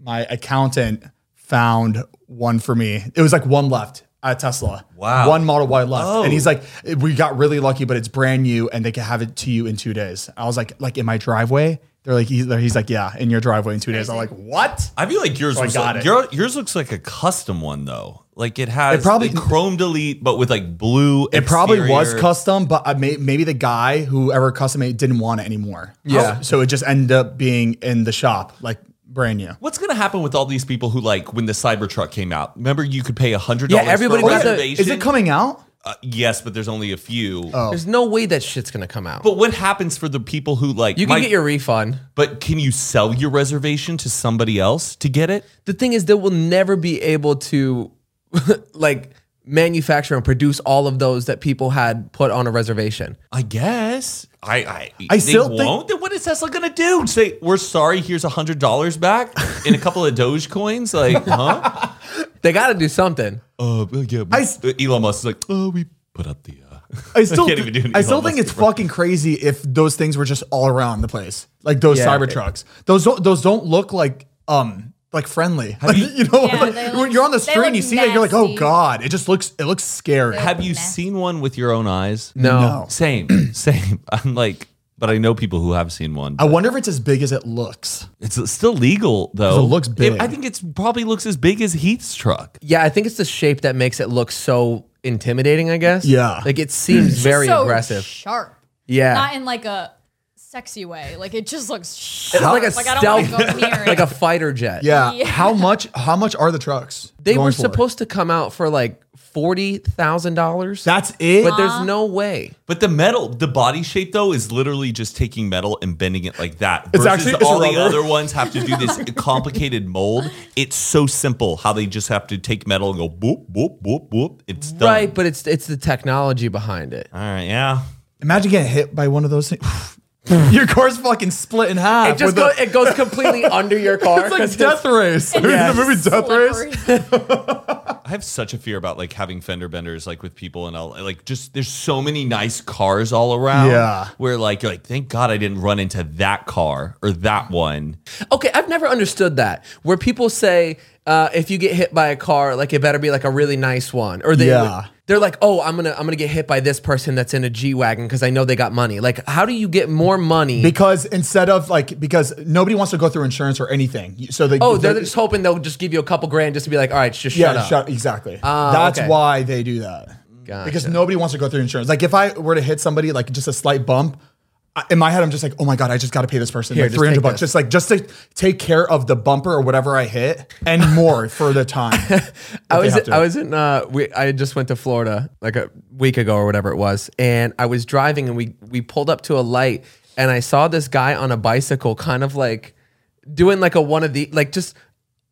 Speaker 3: my accountant found one for me it was like one left at tesla
Speaker 4: Wow.
Speaker 3: one model y left
Speaker 4: Oh.
Speaker 3: and he's like we got really lucky but it's brand new and they can have it to you in two days i was like like in my driveway they're like he's, he's like yeah in your driveway in two days i'm like what
Speaker 4: I feel like yours.
Speaker 3: So I
Speaker 4: was
Speaker 3: got it.
Speaker 4: like- your- yours looks like a custom one though. Like it has
Speaker 3: It probably-
Speaker 4: the chrome delete, but with like blue.
Speaker 3: it probably was
Speaker 4: exterior.
Speaker 3: custom but I may, maybe the guy whoever custom made didn't want it anymore
Speaker 2: Yeah.
Speaker 3: so it just ended up being in the shop like brand new
Speaker 4: What's gonna happen with all these people who like when the Cybertruck came out? Remember, you could pay a hundred
Speaker 2: Yeah,
Speaker 4: dollars.
Speaker 2: everybody
Speaker 4: for a
Speaker 2: got the-
Speaker 4: reservation?
Speaker 3: is it coming out
Speaker 4: Uh, yes, but there's only a few.
Speaker 3: Oh.
Speaker 2: There's no way that shit's gonna come out.
Speaker 4: But what happens for the people who like?
Speaker 2: you can
Speaker 4: Mike,
Speaker 2: get your refund.
Speaker 4: But can you sell your reservation to somebody else to get it?
Speaker 2: The thing is, they will never be able to *laughs* like manufacture and produce all of those that people had put on a reservation.
Speaker 4: I guess. I I,
Speaker 3: I still
Speaker 4: they
Speaker 3: think-
Speaker 4: won't. Then what is Tesla gonna do? Say we're sorry. Here's a hundred dollars *laughs* back in a couple of Doge coins. *laughs* Like, huh?
Speaker 2: They got to do something.
Speaker 4: Oh yeah. we-
Speaker 3: I s-
Speaker 4: Elon Musk is like, oh, we put up the. Uh,
Speaker 3: I still,
Speaker 4: can't even do an
Speaker 3: I still
Speaker 4: Elon
Speaker 3: think
Speaker 4: Musk
Speaker 3: it's fucking crazy if those things were just all around the place, like those
Speaker 2: Yeah.
Speaker 3: cyber trucks. Those don't, those don't look like um like friendly. Like, you know,
Speaker 5: Yeah,
Speaker 3: like,
Speaker 5: they
Speaker 3: when
Speaker 5: look-
Speaker 3: you're on the
Speaker 5: they
Speaker 3: street and
Speaker 5: look
Speaker 3: you see it, you're like, oh
Speaker 5: nasty.
Speaker 3: god, it just looks it looks scary.
Speaker 4: *laughs* Have you seen one with your own eyes?
Speaker 2: No.
Speaker 4: *clears throat* Same, same. *laughs* I'm like, but I know people who have seen one.
Speaker 3: I wonder if it's as big as it looks.
Speaker 4: It's still legal though.
Speaker 3: it looks big.
Speaker 4: I think it's probably looks as big as Heath's truck.
Speaker 2: Yeah, I think it's the shape that makes it look so intimidating. I guess.
Speaker 3: Yeah.
Speaker 2: Like it
Speaker 3: *laughs*
Speaker 2: seems very
Speaker 5: so
Speaker 2: aggressive.
Speaker 5: sharp.
Speaker 2: Yeah.
Speaker 5: not in like a sexy way. Like it just looks sharp.
Speaker 2: like a
Speaker 5: I don't want to
Speaker 2: stealth- *laughs*
Speaker 5: go near
Speaker 2: like
Speaker 3: *laughs*
Speaker 5: it.
Speaker 2: a fighter jet.
Speaker 3: Yeah.
Speaker 5: Yeah.
Speaker 3: How much? How much are the trucks?
Speaker 2: They
Speaker 3: going
Speaker 2: were
Speaker 3: for?
Speaker 2: supposed to come out for like forty thousand dollars.
Speaker 3: That's it.
Speaker 2: But there's no way.
Speaker 4: But the metal, the body shape though, is literally just taking metal and bending it like that.
Speaker 3: It's
Speaker 4: versus
Speaker 3: actually- it's
Speaker 4: all the
Speaker 3: rubber.
Speaker 4: other ones have to
Speaker 3: *laughs*
Speaker 4: do this complicated mold. It's so simple how they just have to take metal and go boop boop boop boop. It's done.
Speaker 2: Right, but it's it's the technology behind it.
Speaker 4: All right. Yeah.
Speaker 3: Imagine getting hit by one of those things. *laughs* Your car's fucking split in half.
Speaker 2: It just
Speaker 3: with
Speaker 2: go,
Speaker 3: a-
Speaker 2: it goes
Speaker 3: *laughs*
Speaker 2: completely under your car.
Speaker 3: it's like
Speaker 2: 'cause
Speaker 3: Death Race.
Speaker 2: Yeah.
Speaker 3: the movie Death Race.
Speaker 5: Slippery.
Speaker 4: I have such a fear about like having fender benders like with people and I'll like just there's so many nice cars all around.
Speaker 3: Yeah.
Speaker 4: Where like you're like, thank God I didn't run into that car or that one.
Speaker 2: Okay, I've never understood that. Where people say uh, if you get hit by a car, like it better be like a really nice one, or they
Speaker 3: Yeah.
Speaker 2: they're like, oh, I'm gonna I'm gonna get hit by this person that's in a G wagon because I know they got money. Like, how do you get more money?
Speaker 3: Because instead of like, because nobody wants to go through insurance or anything, You- so they
Speaker 2: oh, they're, just hoping they'll just give you a couple grand just to be like, all right, just shut
Speaker 3: yeah,
Speaker 2: up. Ah,
Speaker 3: shut, exactly. That's
Speaker 2: okay.
Speaker 3: why they do that because nobody wants to go through insurance. Like if I were to hit somebody, like just a slight bump. I- In my head, I'm just like, oh my god, I just got to pay this person
Speaker 2: Here,
Speaker 3: like
Speaker 2: just
Speaker 3: 300
Speaker 2: take
Speaker 3: bucks,
Speaker 2: this.
Speaker 3: just like just to take care of the bumper or whatever I hit
Speaker 2: *laughs*
Speaker 3: and more for the time.
Speaker 2: I was
Speaker 3: have to.
Speaker 2: I was in uh we I just went to Florida like a week ago or whatever it was and I was driving and we we pulled up to a light and I saw this guy on a bicycle, kind of like doing like a one of the like just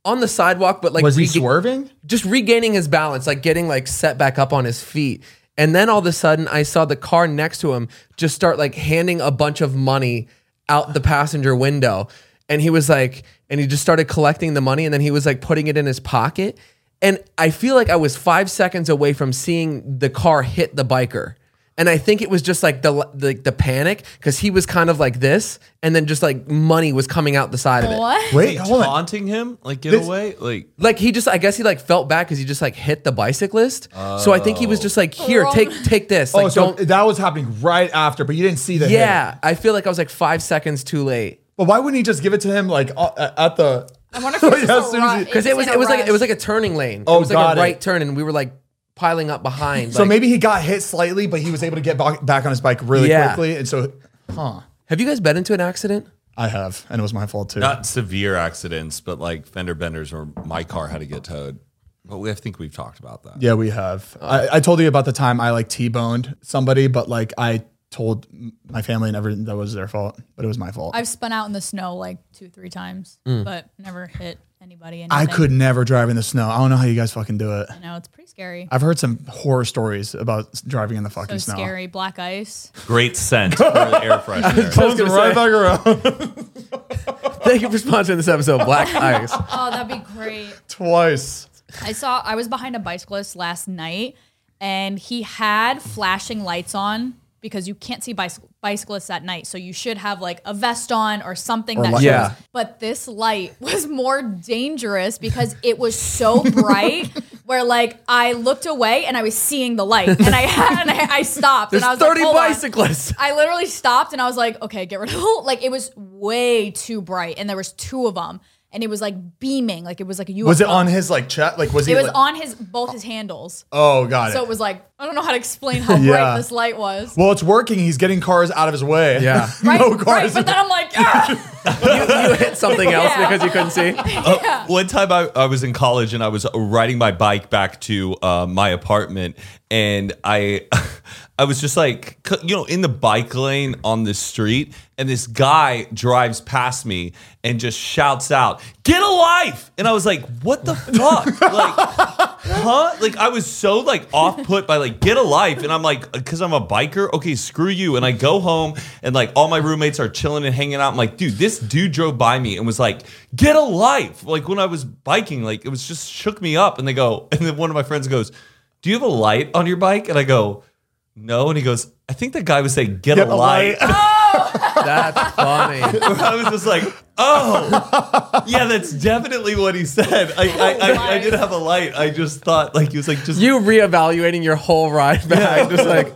Speaker 2: on the sidewalk, but like
Speaker 3: Was he
Speaker 2: rega-
Speaker 3: swerving?
Speaker 2: just regaining his balance, like getting like set back up on his feet. And then all of a sudden, I saw the car next to him just start like handing a bunch of money out the passenger window. And he was like, and he just started collecting the money and then he was like putting it in his pocket. And I feel like I was five seconds away from seeing the car hit the biker. And I think it was just like the the, the panic because he was kind of like this, and then just like money was coming out the side of it.
Speaker 5: *laughs* What?
Speaker 3: Wait, hold on.
Speaker 4: Taunting him, like get
Speaker 3: This-
Speaker 4: away, like
Speaker 2: Like he just, I guess he like felt bad because he just like hit the bicyclist. So I think he was just like, here,
Speaker 5: Wrong.
Speaker 2: take take this. Like
Speaker 3: oh, so
Speaker 2: don't.
Speaker 3: that was happening right after, but you didn't see the hit.
Speaker 2: Yeah, I feel like I was like five seconds too late
Speaker 3: But why wouldn't he just give it to him like uh, at the?
Speaker 5: I
Speaker 2: *laughs*
Speaker 5: wonder if it was
Speaker 3: Yeah,
Speaker 5: just
Speaker 3: as
Speaker 5: a
Speaker 3: soon as
Speaker 5: ru-
Speaker 3: he-
Speaker 2: because it was
Speaker 5: in
Speaker 2: it
Speaker 5: a
Speaker 2: was like it
Speaker 5: rush.
Speaker 2: was like a turning lane.
Speaker 3: Oh,
Speaker 2: it was like
Speaker 3: got
Speaker 2: a
Speaker 3: it.
Speaker 2: right turn, and we were like piling up behind.
Speaker 3: So
Speaker 2: like-
Speaker 3: maybe he got hit slightly, but he was able to get back, back on his bike really
Speaker 2: Yeah.
Speaker 3: quickly, and so, huh?
Speaker 2: have you guys been into an accident?
Speaker 3: I have, and it was my fault too.
Speaker 4: not severe accidents, but like fender benders or my car had to get towed. But we, I think we've talked about that.
Speaker 3: Yeah, we have. I, I told you about the time I like T-boned somebody, but like I told m- my family and everything that was their fault, but it was my fault. i
Speaker 5: I've spun out in the snow like two, three times,
Speaker 2: Mm.
Speaker 5: but never hit anybody. Anything.
Speaker 3: could never drive in the snow. I don't know how you guys fucking do it.
Speaker 5: I know it's pretty scary.
Speaker 3: I've heard some horror stories about s- driving in the
Speaker 5: So
Speaker 3: fucking snow.
Speaker 5: scary. Black ice.
Speaker 4: Great scent *laughs* for the air
Speaker 2: *laughs*
Speaker 4: freshener.
Speaker 3: Comes right back around
Speaker 2: Thank you for sponsoring this episode,
Speaker 5: *laughs*
Speaker 2: Black Ice.
Speaker 5: Oh, that'd be great.
Speaker 3: twice.
Speaker 5: I saw I was behind a bicyclist last night and he had flashing lights on because you can't see bicy- bicyclists at night. So you should have like a vest on or something that
Speaker 3: light-
Speaker 5: shows.
Speaker 2: Yeah.
Speaker 5: But this light was more dangerous because it was so *laughs* bright where like I looked away and I was seeing the light and I had, and I, I stopped
Speaker 2: There's
Speaker 5: and I was
Speaker 2: thirty
Speaker 5: like, "Hold on."
Speaker 2: bicyclists. *laughs*
Speaker 5: I literally stopped and I was like, okay, get rid of it. like it was way too bright and there was two of them and it was like beaming like it was like a UFO.
Speaker 3: Was it on his like chat? Like was he?
Speaker 5: It was
Speaker 3: like- uh,
Speaker 5: on his both his handles.
Speaker 3: Oh, got
Speaker 5: So
Speaker 3: it.
Speaker 5: it was like I don't know how
Speaker 3: *laughs*
Speaker 5: to explain how
Speaker 3: Yeah.
Speaker 5: bright this light
Speaker 3: *laughs*
Speaker 5: was.
Speaker 3: well, it's working. He's getting cars out of his way.
Speaker 2: Yeah.
Speaker 5: Right,
Speaker 3: *laughs* no
Speaker 5: right.
Speaker 3: cars.
Speaker 5: But then
Speaker 3: *laughs*
Speaker 5: I'm like, ah!
Speaker 2: you, you hit something else
Speaker 5: *laughs* Yeah.
Speaker 2: because you couldn't see.
Speaker 4: Uh, One time I, I was in college and I was riding my bike back to uh, my apartment and I *laughs* I was just like c- you know in the bike lane on the street and this guy drives past me and just shouts out get a life and I was like what the fuck *laughs* like huh like I was so like off put by like get a life and I'm like because I'm a biker okay screw you and I go home and like all my roommates are chilling and hanging out I'm like dude this dude drove by me and was like get a life like when I was biking like it was just shook me up and they go *laughs* and then one of my friends goes do you have a light on your bike and I go no and he goes I think that guy was saying get,
Speaker 3: Get
Speaker 4: a, light, *laughs*
Speaker 5: *laughs*
Speaker 2: That's funny.
Speaker 4: I was just like oh yeah that's definitely what he said I I, I, I did have a light I just thought like he was like just
Speaker 2: You reevaluating your whole ride back, just
Speaker 3: *laughs*
Speaker 2: like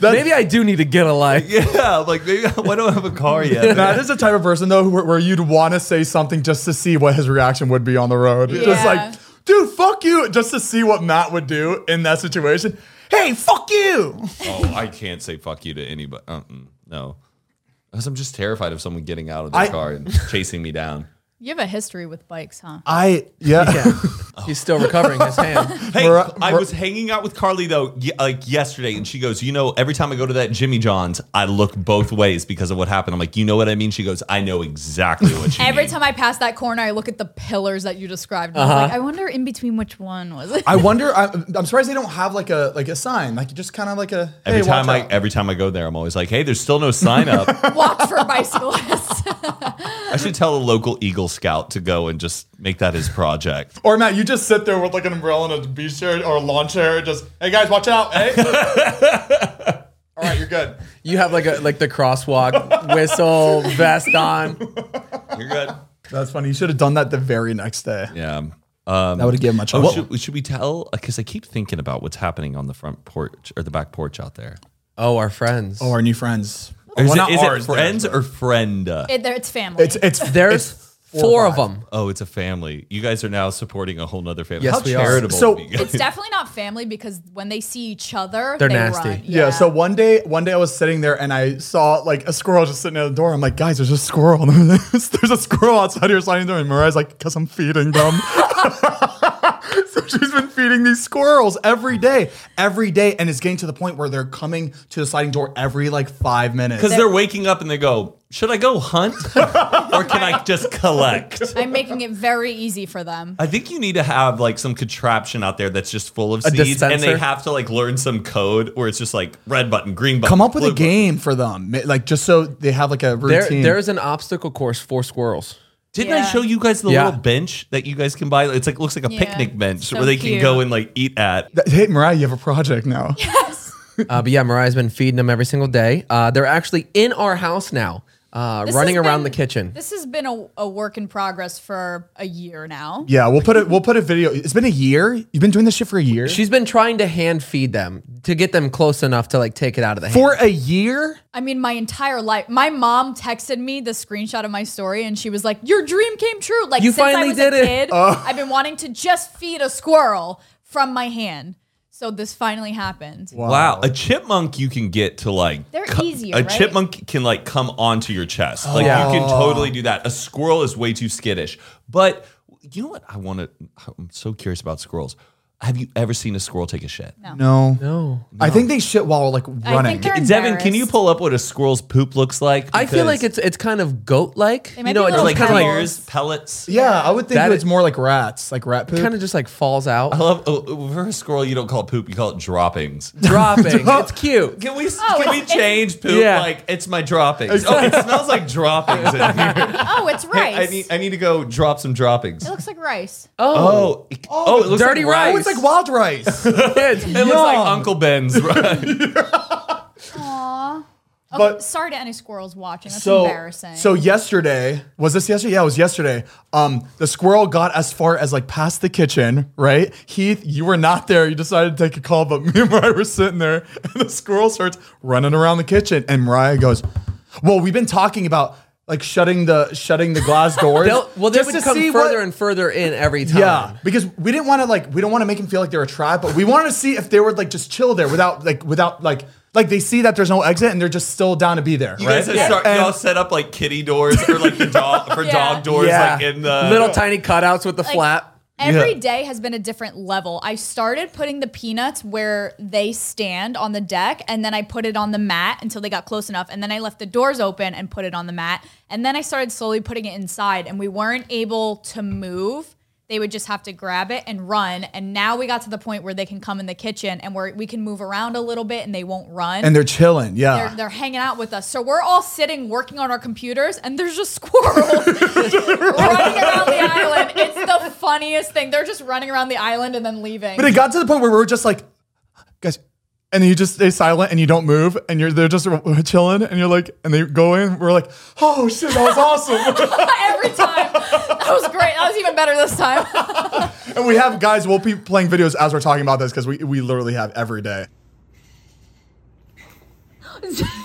Speaker 2: maybe I do need to get a life.
Speaker 4: *laughs* Yeah, I'm like maybe why don't I have a
Speaker 3: *laughs*
Speaker 4: car yet?
Speaker 3: That is the type of person though where, where you'd want to say something just to see what his reaction would be on the road. Just
Speaker 5: Yeah.
Speaker 3: like, dude, fuck you, just to see what Matt would do in that situation. Hey, fuck you.
Speaker 4: oh, I can't say fuck you to anybody. Uh-uh, no, because I'm just terrified of someone getting out of their
Speaker 3: I-
Speaker 4: car *laughs* and chasing me down.
Speaker 5: You have a history with bikes, huh?
Speaker 3: I yeah.
Speaker 2: He's still recovering his hand.
Speaker 4: Hey,
Speaker 3: Mar-
Speaker 4: I
Speaker 3: Mar-
Speaker 4: was hanging out with Carly though, y- like yesterday, and she goes, "You know, every time I go to that Jimmy John's, I look both ways because of what happened." I'm like, "You know what I mean?" She goes, "I know exactly what you mean."
Speaker 5: *laughs* Every time I pass that corner, I look at the pillars that you described. and I'm
Speaker 3: Uh-huh.
Speaker 5: like, I wonder in between which one was it. *laughs*
Speaker 3: I wonder. I, I'm surprised they don't have like a like a sign, like just kind of like a.
Speaker 4: Every
Speaker 3: hey,
Speaker 4: time
Speaker 3: watch
Speaker 4: I
Speaker 3: out.
Speaker 4: every time I go there, I'm always like, "Hey, there's still no
Speaker 3: *laughs*
Speaker 4: sign up."
Speaker 5: Walked for bicyclists.
Speaker 4: I should tell a local Eagle Scout to go and just make that his project.
Speaker 3: or Matt, you just sit there with like an umbrella and a beach chair or a lawn chair, and just hey guys, watch out,
Speaker 4: *laughs*
Speaker 3: hey. All right, you're good.
Speaker 2: You have like a like the
Speaker 5: *laughs*
Speaker 2: crosswalk whistle vest on.
Speaker 4: You're good.
Speaker 3: That's funny. You should have done that the very next day.
Speaker 4: Yeah. Um,
Speaker 3: That would have given much.
Speaker 4: Oh, should, should we tell? Because I keep thinking about what's happening on the front porch or the back porch out there.
Speaker 2: Oh, our friends.
Speaker 3: our new friends.
Speaker 4: Is,
Speaker 3: Well,
Speaker 4: it-
Speaker 3: not
Speaker 4: is
Speaker 3: ours,
Speaker 4: it friends
Speaker 3: theirs.
Speaker 4: or friend?
Speaker 5: It- there- it's family.
Speaker 3: It's it's
Speaker 2: There's
Speaker 3: it's
Speaker 2: four,
Speaker 3: or
Speaker 2: of
Speaker 3: five.
Speaker 2: them.
Speaker 4: oh, it's a family. You guys are now supporting a whole nother family.
Speaker 2: Yes,
Speaker 4: How
Speaker 2: we are.
Speaker 4: charitable.
Speaker 3: So-
Speaker 4: of
Speaker 5: *laughs*
Speaker 4: you guys.
Speaker 5: It's definitely not family because when they see each other,
Speaker 2: They're
Speaker 5: they
Speaker 2: nasty.
Speaker 5: Run.
Speaker 3: Yeah. So one day, one day I was sitting there and I saw like a squirrel just sitting at the door. I'm like, guys, there's a squirrel. *laughs* there's a squirrel outside your sliding door. And Mariah's like, cause I'm feeding them. *laughs* So she's been feeding these squirrels every day, every day, and it's getting to the point where they're coming to the sliding door every like five minutes.
Speaker 4: Because they're waking up and they go, should I go hunt *laughs* or can I just collect?
Speaker 5: I'm making it very easy for them.
Speaker 4: I think you need to have like some contraption out there that's just full of
Speaker 2: A
Speaker 4: seeds, and they
Speaker 2: dispenser?
Speaker 4: have to like learn some code where it's just like red button, green button.
Speaker 3: Come up with a
Speaker 4: blue button.
Speaker 3: game for them, ma- like just so they have like a
Speaker 2: There,
Speaker 3: routine.
Speaker 2: there is an obstacle course for squirrels.
Speaker 4: Didn't I
Speaker 5: Yeah.
Speaker 4: show you guys the
Speaker 2: Yeah.
Speaker 4: little bench that you guys can buy? It's like looks like a
Speaker 5: Yeah.
Speaker 4: picnic bench
Speaker 5: So
Speaker 4: where they can
Speaker 5: cute.
Speaker 4: go and like eat at.
Speaker 3: Th- hey, Mariah, you have a project now.
Speaker 2: Uh, but yeah, Mariah's been feeding them every single day. Uh, they're actually in our house now, uh,
Speaker 5: This
Speaker 2: running
Speaker 5: has
Speaker 2: around
Speaker 5: been-
Speaker 2: the kitchen.
Speaker 5: This has been a, a work in progress for a year now.
Speaker 3: Yeah, we'll put it. We'll put a video. It's been a year. You've been doing this shit for a year.
Speaker 2: She's been trying to hand feed them to get them close enough to like take it out of the hand.
Speaker 3: for a year.
Speaker 5: I mean, my entire life. My mom texted me the screenshot of my story, and she was like, "Your dream came true." Like
Speaker 2: You
Speaker 5: since
Speaker 2: finally
Speaker 5: I was
Speaker 2: did
Speaker 5: a
Speaker 2: it.
Speaker 5: kid, I've been wanting to just feed a squirrel from my hand. So this finally happened.
Speaker 4: Wow. a chipmunk you can get to like.
Speaker 5: They're easier,
Speaker 4: A
Speaker 5: right?
Speaker 4: chipmunk can like come onto your chest. Like
Speaker 2: Yeah.
Speaker 4: you can totally do that. A squirrel is way too skittish. But you know what? I want to. I'm so curious about squirrels. Have you ever seen a squirrel take a shit?
Speaker 3: No.
Speaker 2: No.
Speaker 3: I think they shit while like running.
Speaker 5: they're-
Speaker 4: Devin, can you
Speaker 5: Embarrassed.
Speaker 4: pull up what a squirrel's poop looks like?
Speaker 2: I feel like
Speaker 4: Because-
Speaker 2: it's it's kind of goat like.
Speaker 5: might
Speaker 2: You know,
Speaker 5: be
Speaker 2: it just
Speaker 5: little
Speaker 4: like
Speaker 2: kind of like
Speaker 5: pebbles.
Speaker 4: ears, pellets.
Speaker 3: yeah, I would think
Speaker 2: That
Speaker 3: it's
Speaker 2: is-
Speaker 3: more like rats, like rat poop.
Speaker 2: kind of just like falls out,
Speaker 4: I love oh, for a squirrel. You don't call it poop. You call
Speaker 2: *laughs*
Speaker 4: it droppings.
Speaker 2: dropping. it's cute.
Speaker 5: *laughs*
Speaker 4: Can we can
Speaker 5: Oh, it's-
Speaker 4: we change poop?
Speaker 2: Yeah.
Speaker 4: Like it's my droppings.
Speaker 2: *laughs*
Speaker 4: Oh, it smells like droppings in here.
Speaker 5: Oh, it's rice.
Speaker 4: I need I need to go drop some droppings.
Speaker 5: it looks like rice.
Speaker 2: Oh,
Speaker 4: Oh, it- oh, it looks
Speaker 2: dirty
Speaker 4: like rice.
Speaker 3: oh, it's like wild rice.
Speaker 2: it's
Speaker 4: It looks like
Speaker 3: Yum.
Speaker 4: Uncle Ben's. Right?
Speaker 5: Oh,
Speaker 3: But-
Speaker 5: sorry to any squirrels watching. That's
Speaker 3: so
Speaker 5: embarrassing.
Speaker 3: so yesterday was this yesterday? Yeah, it was yesterday. Um, the squirrel got as far as like past the kitchen, right? Heath, you were not there. You decided to take a call, but *laughs* me and Mariah were sitting there, and the squirrel starts running around the kitchen, and Mariah goes, "Well, we've been talking about." Like shutting the shutting the glass doors. *laughs*
Speaker 2: They'll, well, they
Speaker 3: just
Speaker 2: would
Speaker 3: to
Speaker 2: come
Speaker 3: see
Speaker 2: further
Speaker 3: what-
Speaker 2: and further in every time.
Speaker 3: Yeah, because we didn't want to like we don't want to make him feel like they're a tribe, but we wanted to see if they were like just chill there without like without like like they see that there's no exit and they're just still down to be there.
Speaker 4: You
Speaker 3: right?
Speaker 4: guys have start,
Speaker 3: And-
Speaker 4: y'all set up like kitty doors or like the
Speaker 5: *laughs*
Speaker 4: dog for
Speaker 5: Yeah.
Speaker 4: dog doors
Speaker 3: Yeah.
Speaker 4: like in the
Speaker 5: *laughs*
Speaker 2: Little tiny cutouts with the flap.
Speaker 5: Every day
Speaker 3: Yeah.
Speaker 5: has been a different level. I started putting the peanuts where they stand on the deck, and then I put it on the mat until they got close enough, and then I left the doors open and put it on the mat, and then I started slowly putting it inside, and we weren't able to move. They would just have to grab it and run, and now we got to the point where they can come in the kitchen and where we can move around a little bit, and they won't run.
Speaker 3: and they're chilling.
Speaker 5: they're,
Speaker 3: Yeah,
Speaker 5: they're hanging out with us. So we're all sitting working on our computers, and there's just *laughs* squirrels running around the island. It's the funniest thing. They're just running around the island and then leaving.
Speaker 3: but it got to the point where we were just like, guys, and you just stay silent and you don't move and you're they're just chilling and you're like and they go in. We're like, oh shit, that was awesome. *laughs*
Speaker 5: Every time. That was great. That was even better this time. *laughs*
Speaker 3: and we have guys, we'll be playing videos as we're talking about this because we we literally have every day.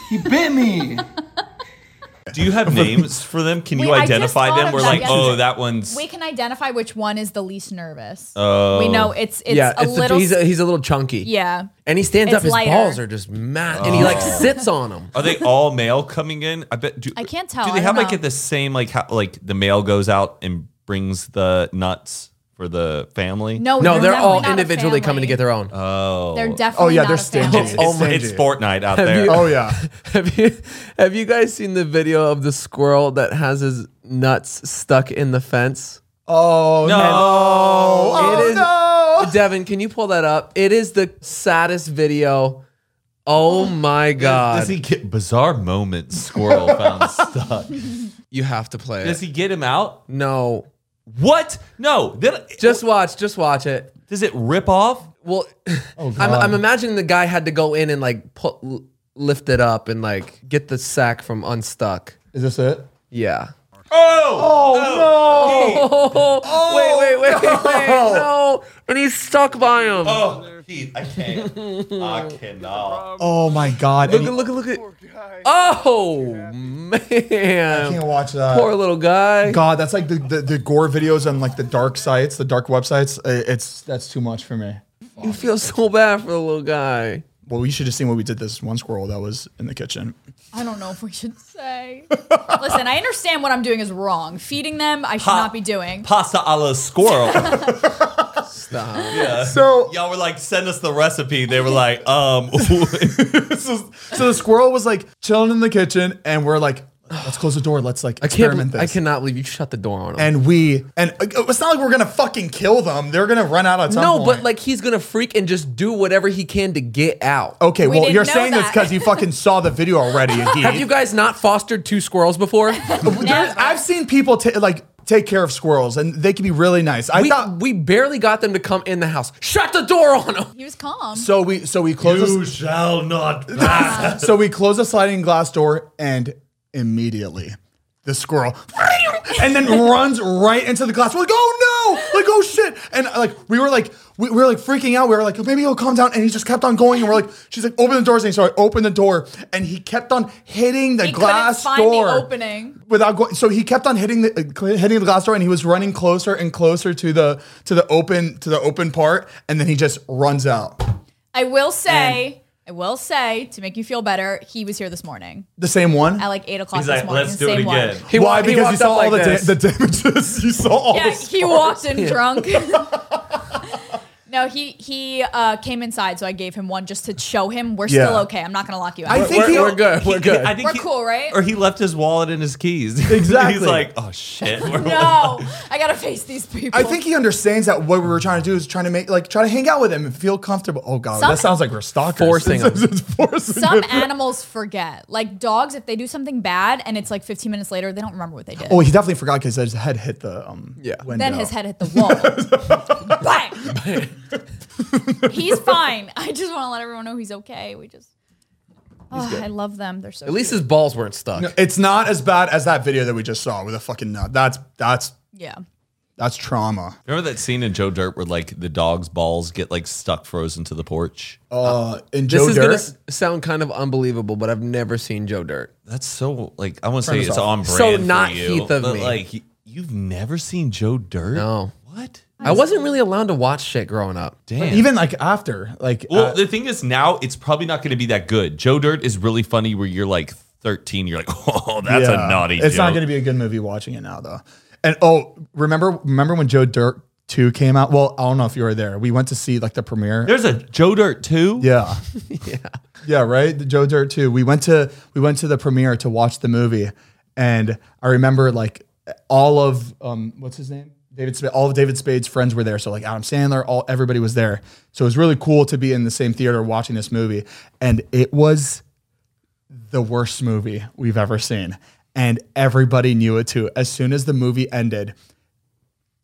Speaker 7: He bit me.
Speaker 4: Do
Speaker 2: *laughs*
Speaker 4: you have names for them? Can you
Speaker 5: Wait, I just
Speaker 4: identify
Speaker 5: thought
Speaker 4: them?
Speaker 5: of
Speaker 4: We're
Speaker 5: that
Speaker 4: like, oh,
Speaker 5: yesterday.
Speaker 4: that one's
Speaker 5: we can identify which one is the least nervous. Oh. We know it's it's
Speaker 2: yeah,
Speaker 5: a
Speaker 2: it's the-
Speaker 5: little
Speaker 2: he's, a, he's a little chunky.
Speaker 5: yeah.
Speaker 2: And he stands
Speaker 5: It's
Speaker 2: up, his
Speaker 5: lighter.
Speaker 2: balls are just mad. And he like
Speaker 4: Oh.
Speaker 2: sits on them.
Speaker 5: *laughs*
Speaker 4: Are they all male coming in? I bet. Do,
Speaker 5: I can't tell.
Speaker 4: Do they
Speaker 5: I
Speaker 4: have
Speaker 5: don't
Speaker 4: like
Speaker 5: know.
Speaker 4: at the same like how like the male goes out and brings the nuts for the family?
Speaker 5: No,
Speaker 2: No, they're
Speaker 5: definitely
Speaker 2: all
Speaker 5: Oh, not a
Speaker 2: individually coming
Speaker 5: family.
Speaker 2: to get their own.
Speaker 4: Oh.
Speaker 5: They're definitely.
Speaker 3: Oh, yeah,
Speaker 5: not
Speaker 3: they're
Speaker 5: a
Speaker 3: stingy.
Speaker 5: family.
Speaker 4: It's,
Speaker 3: Oh my
Speaker 4: it's
Speaker 3: God.
Speaker 4: Fortnite out
Speaker 2: Have
Speaker 4: there.
Speaker 2: you- *laughs*
Speaker 3: Oh yeah.
Speaker 2: *laughs* Have you have you guys seen the video of the squirrel that has his nuts stuck in the fence?
Speaker 3: Oh
Speaker 4: no.
Speaker 2: it
Speaker 4: Oh,
Speaker 2: is
Speaker 3: no.
Speaker 2: Devin, can you pull that up? It is the saddest video.
Speaker 4: *gasps*
Speaker 2: Oh my god.
Speaker 4: Does he get bizarre moments? Squirrel found
Speaker 2: *laughs*
Speaker 4: stuck.
Speaker 2: you have to play
Speaker 4: Does
Speaker 2: it.
Speaker 4: he get him out?
Speaker 2: no.
Speaker 4: What? No. Then-
Speaker 2: Just watch, just watch it.
Speaker 4: does it rip off?
Speaker 2: Well, *laughs* I'm, I'm imagining the guy had to go in and like put, l- lift it up and like get the sack from unstuck.
Speaker 3: Is this it?
Speaker 2: Yeah.
Speaker 4: Oh,
Speaker 2: Oh, wait, wait, wait, wait, no. And he's stuck by him.
Speaker 4: oh, Pete, I can't. I cannot.
Speaker 3: Oh my god.
Speaker 2: Look
Speaker 3: And
Speaker 2: at, look at, look at. Oh,
Speaker 3: you
Speaker 2: man.
Speaker 3: can't watch that.
Speaker 2: Poor little guy.
Speaker 3: God, that's like the, the, the gore videos on like the dark sites, the dark websites. Uh, It's that's too much for me.
Speaker 2: You feel so bad for the little guy.
Speaker 3: Well, we should have seen what we did this one squirrel that was in the kitchen.
Speaker 5: *laughs* I don't know if we should say. Listen, I understand what I'm doing is wrong. Feeding them, I should
Speaker 4: Pa-
Speaker 5: not be doing.
Speaker 4: Pasta a la squirrel.
Speaker 3: So
Speaker 4: Y'all were like, send us the recipe. They were like, um, *laughs*
Speaker 3: so, so the squirrel was like chilling in the kitchen, and we're like, let's close the door. Let's like
Speaker 2: I can't.
Speaker 3: experiment
Speaker 2: bel-
Speaker 3: this.
Speaker 2: I cannot believe you shut the door on him.
Speaker 3: And we and uh, it's not like we're gonna fucking kill them. They're gonna run out of time.
Speaker 2: no, but like he's gonna freak and just do whatever he can to get out.
Speaker 3: okay,
Speaker 5: We
Speaker 3: well
Speaker 5: didn't
Speaker 3: you're
Speaker 5: know
Speaker 3: saying this
Speaker 5: that.
Speaker 3: because you fucking saw the video already.
Speaker 2: *laughs* Have you guys not fostered two squirrels
Speaker 3: *laughs*
Speaker 2: before?
Speaker 3: There, I've seen people ta- like take care of squirrels, and they can be really nice. I
Speaker 2: we,
Speaker 3: thought
Speaker 2: we barely got them to come in the house. Shut the door on them.
Speaker 5: He was calm.
Speaker 3: so. We so we close. a-
Speaker 4: shall *laughs* not pass.
Speaker 3: so we close a sliding glass door and immediately the squirrel *laughs* and then runs right into the glass. We're like, oh no! Like, oh shit! And like we were like we, we were like freaking out. We were like, maybe he'll calm down. And he just kept on going. And we're like, she's like, open the doors. And so I opened the door and he kept on hitting the
Speaker 5: he
Speaker 3: glass
Speaker 5: couldn't find
Speaker 3: door
Speaker 5: the opening.
Speaker 3: without going. So he kept on hitting the uh, cl- hitting the glass door, and he was running closer and closer to the to the open to the open part, and then he just runs out.
Speaker 5: I will say, I will say, to make you feel better, he was here this morning
Speaker 3: The same one.
Speaker 5: at like eight o'clock
Speaker 4: He's
Speaker 5: this
Speaker 4: like,
Speaker 5: morning.
Speaker 4: let's
Speaker 5: the
Speaker 4: do it
Speaker 5: same
Speaker 4: again.
Speaker 5: One.
Speaker 2: He
Speaker 3: Why?
Speaker 2: wa- he
Speaker 3: because you
Speaker 2: walked
Speaker 3: saw
Speaker 2: up
Speaker 3: all
Speaker 2: like
Speaker 3: the, da-
Speaker 2: this.
Speaker 3: the damages. *laughs* You saw all
Speaker 5: Yeah,
Speaker 3: the
Speaker 5: he walked in drunk.
Speaker 3: *laughs*
Speaker 5: *laughs* no, he he uh, came inside, so I gave him one just to show him we're still
Speaker 3: Yeah.
Speaker 5: okay. I'm not gonna lock you
Speaker 3: I
Speaker 5: out.
Speaker 3: think he,
Speaker 2: We're good. We're good.
Speaker 4: I think
Speaker 5: We're
Speaker 4: he-
Speaker 5: cool, right?
Speaker 4: Or he left his wallet and his keys. *laughs*
Speaker 3: Exactly.
Speaker 4: He's like, oh shit.
Speaker 3: *laughs*
Speaker 4: We're
Speaker 5: no, I gotta face these people.
Speaker 3: I think he understands that what we were trying to do is trying to make like try to hang out with him and feel comfortable. Oh god,
Speaker 5: Some-
Speaker 3: that sounds like we're stalkers. *laughs*
Speaker 2: Forcing him.
Speaker 3: It's- it's forcing
Speaker 5: some
Speaker 3: him.
Speaker 5: animals forget. Like dogs, if they do something bad and it's like 15 minutes later, they don't remember what they did.
Speaker 3: Oh, he definitely forgot because his head hit the um.
Speaker 2: Yeah. Then
Speaker 3: Window.
Speaker 5: then his head hit *laughs* the wall. *laughs* Bang! he's fine. I just want to let everyone know he's okay. We just, oh, I love them. They're so.
Speaker 2: At least his balls weren't stuck.
Speaker 3: It's not as bad as that video that we just saw with a fucking nut. That's that's
Speaker 5: yeah.
Speaker 2: er
Speaker 3: that's trauma.
Speaker 4: Remember that scene in Joe Dirt where like the dog's balls get like stuck frozen to the porch?
Speaker 3: Uh, and
Speaker 2: This
Speaker 3: Joe
Speaker 2: is
Speaker 3: Dirt.
Speaker 2: gonna s- sound kind of unbelievable, but I've never seen Joe Dirt.
Speaker 4: That's so like I want to say
Speaker 3: us
Speaker 4: it's
Speaker 3: off.
Speaker 4: on brand.
Speaker 2: So not
Speaker 4: for you,
Speaker 2: Heath of
Speaker 4: but,
Speaker 2: me.
Speaker 4: Like y- you've never seen Joe Dirt?
Speaker 2: No.
Speaker 4: What?
Speaker 2: I wasn't really allowed to watch shit growing up.
Speaker 4: Damn.
Speaker 3: even like after like
Speaker 4: well,
Speaker 3: uh,
Speaker 4: the thing is now it's probably not going to be that good. Joe Dirt is really funny where you're like 13. You're like, *laughs* oh, that's
Speaker 3: yeah.
Speaker 4: a naughty.
Speaker 3: It's not
Speaker 4: joke."
Speaker 3: going to be a good movie watching it now though. And oh, remember remember when Joe Dirt two came out? Well, I don't know if you were there. We went to see like the premiere.
Speaker 4: There's a Joe Dirt too.
Speaker 3: Yeah. *laughs* yeah. Yeah, right? The Joe Dirt too. We went to we went to the premiere to watch the movie and I remember like all of um what's his name? David Spade, all of David Spade's friends were there. So like Adam Sandler, all everybody was there. So it was really cool to be in the same theater watching this movie and it was the worst movie we've ever seen. And everybody knew it too. As soon as the movie ended,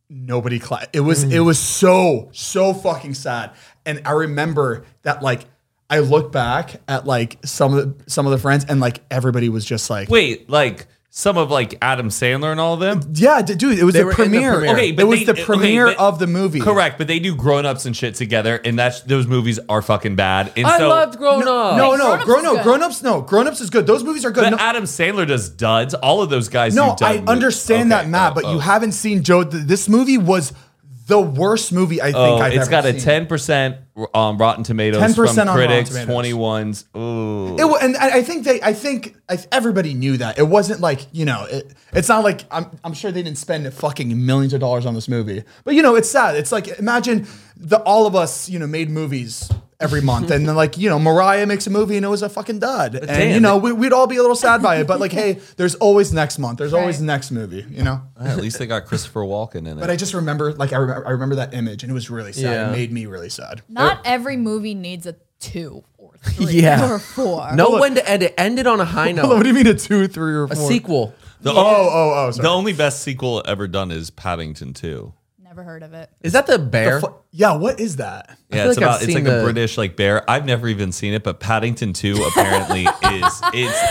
Speaker 3: nobody clapped. It was it was so so fucking sad. And I remember that like I look back at like some of the, some of the friends and like everybody was just like
Speaker 4: Wait, like some of like Adam Sandler and all of them.
Speaker 3: yeah, d- dude, it was the
Speaker 2: were in the
Speaker 3: premiere.
Speaker 2: premiere.
Speaker 4: Okay, but
Speaker 3: it was
Speaker 4: they- okay,
Speaker 3: the premiere
Speaker 4: but-
Speaker 3: of the movie.
Speaker 4: Correct, but they do grown ups and shit together, and that's those movies are fucking bad. And
Speaker 2: I
Speaker 4: so,
Speaker 2: loved growing
Speaker 1: Oh.
Speaker 2: up.
Speaker 3: No,
Speaker 5: Wait,
Speaker 3: no,
Speaker 5: Grown Ups
Speaker 3: grown
Speaker 5: is
Speaker 3: no,
Speaker 5: good.
Speaker 3: grown ups. No, grown ups is good. Those movies are good.
Speaker 4: But
Speaker 3: No,
Speaker 4: Adam Sandler does duds. All of those guys.
Speaker 3: no,
Speaker 4: do dud
Speaker 3: I
Speaker 4: moves.
Speaker 3: understand
Speaker 4: Okay,
Speaker 3: that, Matt.
Speaker 4: oh,
Speaker 3: but
Speaker 4: oh.
Speaker 3: you haven't seen Joe. Th- this movie was the worst movie I think
Speaker 4: Oh,
Speaker 3: I've
Speaker 4: it's
Speaker 3: ever
Speaker 4: got a
Speaker 3: seen.
Speaker 4: ten percent um, Rotten Tomatoes
Speaker 3: 10% on
Speaker 4: from
Speaker 3: Rotten
Speaker 4: critics,
Speaker 3: Tomatoes.
Speaker 4: twenty ones. Ooh,
Speaker 3: It, wa- and I I think they, I think I, everybody knew that. It wasn't like you know, it, it's not like I'm, I'm sure they didn't spend fucking millions of dollars on this movie. But you know, it's sad. It's like imagine the all of us, you know, made movies every month, and then like you know, Mariah makes a movie and it was a fucking dud, and
Speaker 4: damn,
Speaker 3: you know,
Speaker 4: they-
Speaker 3: we, we'd all be a little sad by it. But like, hey, there's always next month. There's always
Speaker 5: Right.
Speaker 3: next movie. You know.
Speaker 4: *laughs* at least they got Christopher Walken in it.
Speaker 3: But I just remember, like, I remember, I remember that image, and it was really sad.
Speaker 2: Yeah.
Speaker 3: It made me really sad.
Speaker 5: Not every movie needs a two or three *laughs*
Speaker 2: Yeah.
Speaker 5: or four.
Speaker 2: Know when to end it. Ended on a
Speaker 3: *laughs*
Speaker 2: high
Speaker 3: What
Speaker 2: note.
Speaker 3: do you mean a two, three, or
Speaker 2: A
Speaker 3: four?
Speaker 2: sequel.
Speaker 4: the,
Speaker 3: Oh, oh, oh,
Speaker 4: the
Speaker 3: sorry.
Speaker 4: only best sequel ever done is Paddington Two.
Speaker 5: Never heard of it.
Speaker 2: Is that the bear?
Speaker 3: Fu- Yeah, what is that?
Speaker 4: Yeah,
Speaker 2: feel
Speaker 4: it's
Speaker 2: like I've
Speaker 4: about it's
Speaker 2: seen
Speaker 4: like
Speaker 2: the-
Speaker 4: a British like bear. I've never even seen it, but Paddington Two *laughs* apparently is it's.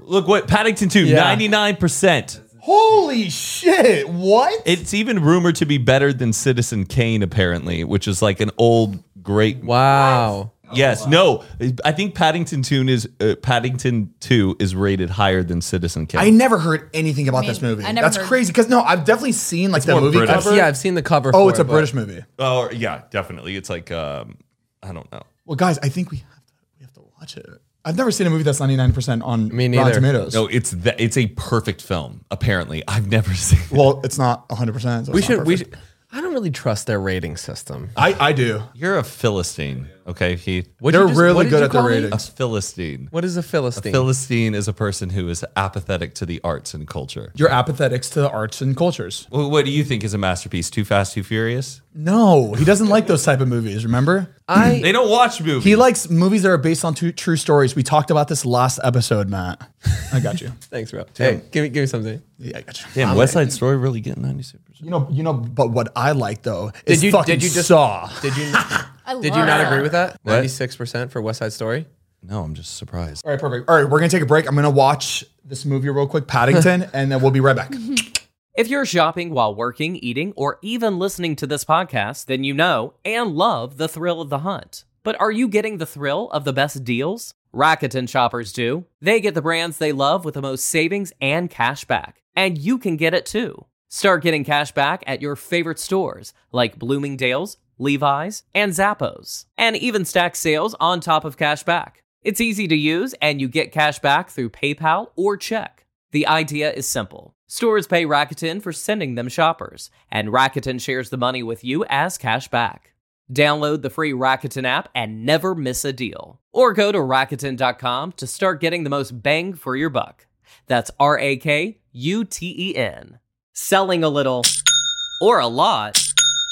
Speaker 4: Look what Paddington Two
Speaker 2: Yeah.
Speaker 4: ninety nine percent.
Speaker 3: Holy shit! What?
Speaker 4: It's even rumored to be better than Citizen Kane, apparently, which is like an old great.
Speaker 2: wow.
Speaker 4: Yes, no, I think Paddington Two is uh, Paddington Two is rated higher than Citizen Kane.
Speaker 3: I never heard anything about this
Speaker 5: mean,
Speaker 3: movie.
Speaker 5: I never
Speaker 3: That's
Speaker 5: heard-
Speaker 3: crazy because no, I've definitely seen like the
Speaker 4: more
Speaker 3: movie
Speaker 4: British.
Speaker 3: cover.
Speaker 2: Yeah, I've seen the cover.
Speaker 3: Oh,
Speaker 2: for
Speaker 3: it's a
Speaker 2: it, but-
Speaker 3: British movie.
Speaker 4: Oh yeah, definitely. It's like um, I don't know.
Speaker 3: Well, guys, I think we have to we have to watch it. I've never seen a movie that's ninety nine percent on
Speaker 2: Me
Speaker 3: Rotten
Speaker 2: neither.
Speaker 3: Tomatoes.
Speaker 4: No, it's the, it's a perfect film. Apparently, I've never *laughs* seen.
Speaker 3: Well, it's not hundred percent.
Speaker 2: We should. We should. I don't really trust their rating system.
Speaker 3: I, I do.
Speaker 4: You're a philistine, okay, Keith?
Speaker 2: What'd you
Speaker 3: They're
Speaker 2: just-
Speaker 3: really
Speaker 2: what did
Speaker 3: good
Speaker 2: you
Speaker 3: at their
Speaker 2: call me?
Speaker 3: rating.
Speaker 4: A philistine.
Speaker 2: What is a philistine?
Speaker 4: Philistine is a person who is apathetic to the arts and culture.
Speaker 3: You're apathetics to the arts and cultures.
Speaker 4: Well, What do you think is a masterpiece? Too Fast, Too Furious?
Speaker 3: No, he doesn't like those type of movies. Remember,
Speaker 4: They
Speaker 2: I
Speaker 4: don't watch movies.
Speaker 3: he likes movies that are based on two, true stories. We talked about this last episode, Matt. I got you.
Speaker 2: thanks, bro. Hey, give me give me something.
Speaker 3: *laughs* Yeah, I got you.
Speaker 4: Damn, West Side Story really getting 96%.
Speaker 3: You know, you know. But what I like though is
Speaker 2: Did you-
Speaker 3: fucking
Speaker 2: did you just-
Speaker 3: saw.
Speaker 2: Did you
Speaker 5: I love
Speaker 2: did you not
Speaker 5: it.
Speaker 2: agree with that? Ninety six percent for West Side Story.
Speaker 4: No, I'm just surprised.
Speaker 3: All right, perfect. All right, we're gonna take a break. I'm gonna watch this movie real
Speaker 2: *laughs*
Speaker 3: quick, Paddington, and then we'll be right back.
Speaker 1: If you're shopping while working, eating, or even listening to this podcast, then you know and love the thrill of the hunt. But are you getting the thrill of the best deals? Rakuten shoppers do. They get the brands they love with the most savings and cash back. And you can get it too. Start getting cash back at your favorite stores like Bloomingdale's, Levi's, and Zappos, and even stack sales on top of cash back. It's easy to use, and you get cash back through PayPal or check. The idea is simple. Stores pay Rakuten for sending them shoppers, and Rakuten shares the money with you as cash back. Download the free Rakuten app and never miss a deal. Or go to Rakuten.com to start getting the most bang for your buck. That's R A K U T E N. Selling a little or a lot.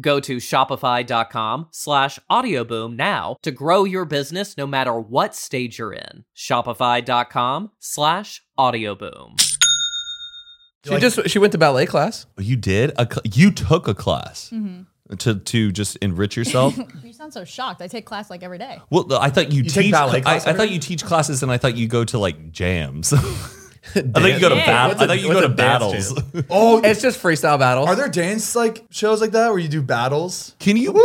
Speaker 1: Go to shopify.com slash audioboom now to grow your business no matter what stage you're in. Shopify.com slash audioboom.
Speaker 2: She just she went to ballet class.
Speaker 4: Oh, You did? A cl- you took a class
Speaker 2: Mm-hmm.
Speaker 4: to, to just
Speaker 2: *laughs*
Speaker 4: enrich yourself?
Speaker 5: You sound so shocked. I take class like every day.
Speaker 4: well, I thought you,
Speaker 3: take
Speaker 4: teach.
Speaker 3: ballet
Speaker 4: I, I
Speaker 3: class every
Speaker 4: thought you teach classes and I thought you go to like jams. *laughs* I thought you go to
Speaker 5: Yeah.
Speaker 4: battle.
Speaker 5: What's
Speaker 4: I thought you
Speaker 2: what's
Speaker 4: go to
Speaker 2: a dance
Speaker 4: battles.
Speaker 3: Oh,
Speaker 2: It's just freestyle battles.
Speaker 3: are there dance like shows like that where you do battles?
Speaker 4: Can you? Woo!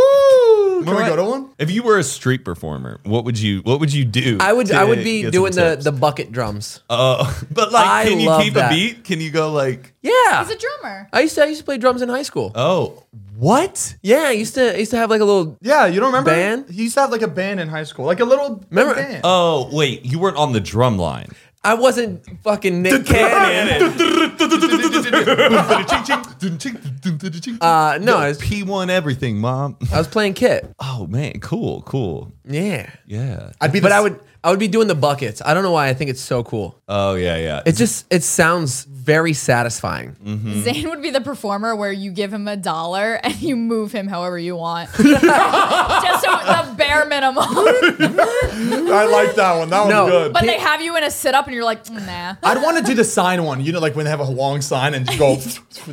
Speaker 3: Can we go to one?
Speaker 4: If you were a street performer, what would you what would you do?
Speaker 2: I would
Speaker 4: to
Speaker 2: I would
Speaker 4: get
Speaker 2: be
Speaker 4: some
Speaker 2: doing the
Speaker 4: tips?
Speaker 2: the bucket drums.
Speaker 4: Uh, *laughs* but like,
Speaker 2: I
Speaker 4: can you
Speaker 2: love
Speaker 4: keep
Speaker 2: that.
Speaker 4: a beat? Can you go like?
Speaker 2: yeah,
Speaker 5: He's a drummer.
Speaker 2: I used to I used to play drums in high school.
Speaker 4: Oh, what?
Speaker 2: yeah, I used to I used to have like a little.
Speaker 3: Yeah, you don't remember?
Speaker 2: Band?
Speaker 3: He used to have like a band in high school, like a little
Speaker 2: Remember- *laughs*
Speaker 3: band.
Speaker 4: Oh, wait, you weren't on the drum line.
Speaker 2: I wasn't fucking Nick Cannon. Uh, no, I was,
Speaker 4: P one everything, mom. *laughs*
Speaker 2: I was playing kit.
Speaker 4: Oh man, cool, cool,
Speaker 2: Yeah,
Speaker 4: yeah.
Speaker 3: I'd be
Speaker 2: but
Speaker 3: the-
Speaker 2: I would I would be doing the buckets. I don't know why. I think it's so cool.
Speaker 4: Oh yeah, yeah.
Speaker 2: It just it sounds very satisfying.
Speaker 3: Mm.
Speaker 5: Hmm. Zane would be the performer where you give him a dollar and you move him however you
Speaker 2: *laughs*
Speaker 5: want. *laughs* Just so the bare minimum.
Speaker 3: I like that one. That
Speaker 2: No.
Speaker 3: one's good.
Speaker 5: *laughs* But they have you in a sit up and you're like, "Mm, nah.
Speaker 3: I'd want to do the sign one. You know, like when they have a long sign and
Speaker 5: *laughs*
Speaker 3: just go,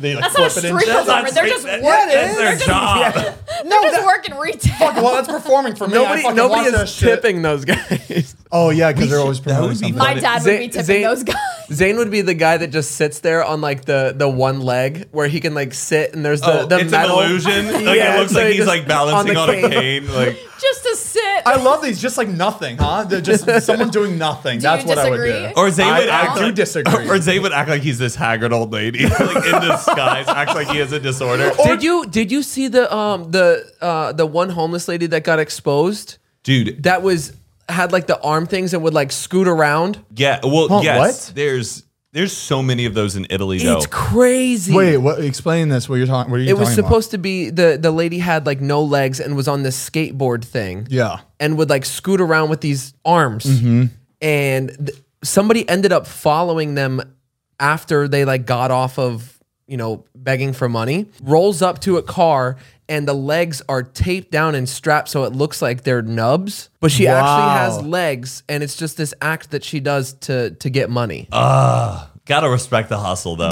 Speaker 3: *laughs* they like
Speaker 5: That's not a
Speaker 3: flip it in.
Speaker 5: street performer. They're just working.
Speaker 4: That's their job.
Speaker 5: They're just working retail.
Speaker 3: Well, that's performing for me. I
Speaker 2: Nobody
Speaker 3: fucking
Speaker 2: nobody
Speaker 3: love that
Speaker 2: is
Speaker 3: shit.
Speaker 2: tipping those guys.
Speaker 3: Oh yeah, because they're always
Speaker 4: should- that would
Speaker 3: promoting
Speaker 4: be
Speaker 3: something.
Speaker 4: fun.
Speaker 5: My dad would be tipping
Speaker 2: Zane-
Speaker 5: those guys. *laughs*
Speaker 2: Zane would be the guy that just sits there on like the the one leg where he can like sit and there's the
Speaker 4: Oh,
Speaker 2: the
Speaker 4: it's
Speaker 2: metal. *laughs*
Speaker 4: an illusion. Like
Speaker 2: Yeah,
Speaker 4: it looks
Speaker 2: so
Speaker 4: like
Speaker 2: he
Speaker 4: he's
Speaker 2: just-
Speaker 4: like balancing
Speaker 2: on
Speaker 4: on,
Speaker 2: the
Speaker 4: a cane. Like
Speaker 5: Just to sit.
Speaker 3: I love these, just like nothing, huh? They're just *laughs* someone doing nothing. That's
Speaker 5: you
Speaker 3: what I
Speaker 5: disagree?
Speaker 3: would do.
Speaker 4: *laughs* or Zay
Speaker 3: I-
Speaker 4: would
Speaker 3: I
Speaker 4: act
Speaker 3: do
Speaker 4: like,
Speaker 3: disagree.
Speaker 4: Or Zay would act like he's this haggard old lady *laughs* like in disguise, acts like he has a disorder.
Speaker 2: Did you did you see the um the uh the one homeless lady that got exposed
Speaker 4: Dude,
Speaker 2: that was had like the arm things and would like scoot around?
Speaker 4: Yeah. Well,
Speaker 3: Huh,
Speaker 4: yes.
Speaker 3: what?
Speaker 4: There's There's so many of those in Italy though.
Speaker 2: It's crazy.
Speaker 3: Wait, what? Explain this. What you're talking? What are you?
Speaker 2: It was
Speaker 3: talking about?
Speaker 2: supposed to be the the lady had like no legs and was on this skateboard thing.
Speaker 3: Yeah.
Speaker 2: and would like scoot around with these arms.
Speaker 3: Mm-hmm.
Speaker 2: And th- somebody ended up following them after they like got off of, you know, begging for money, rolls up to a car and the legs are taped down and strapped so it looks like they're nubs, but she actually has
Speaker 3: Wow.
Speaker 2: legs and it's just this act that she does to to get money.
Speaker 3: Uh,
Speaker 4: Gotta respect the hustle though.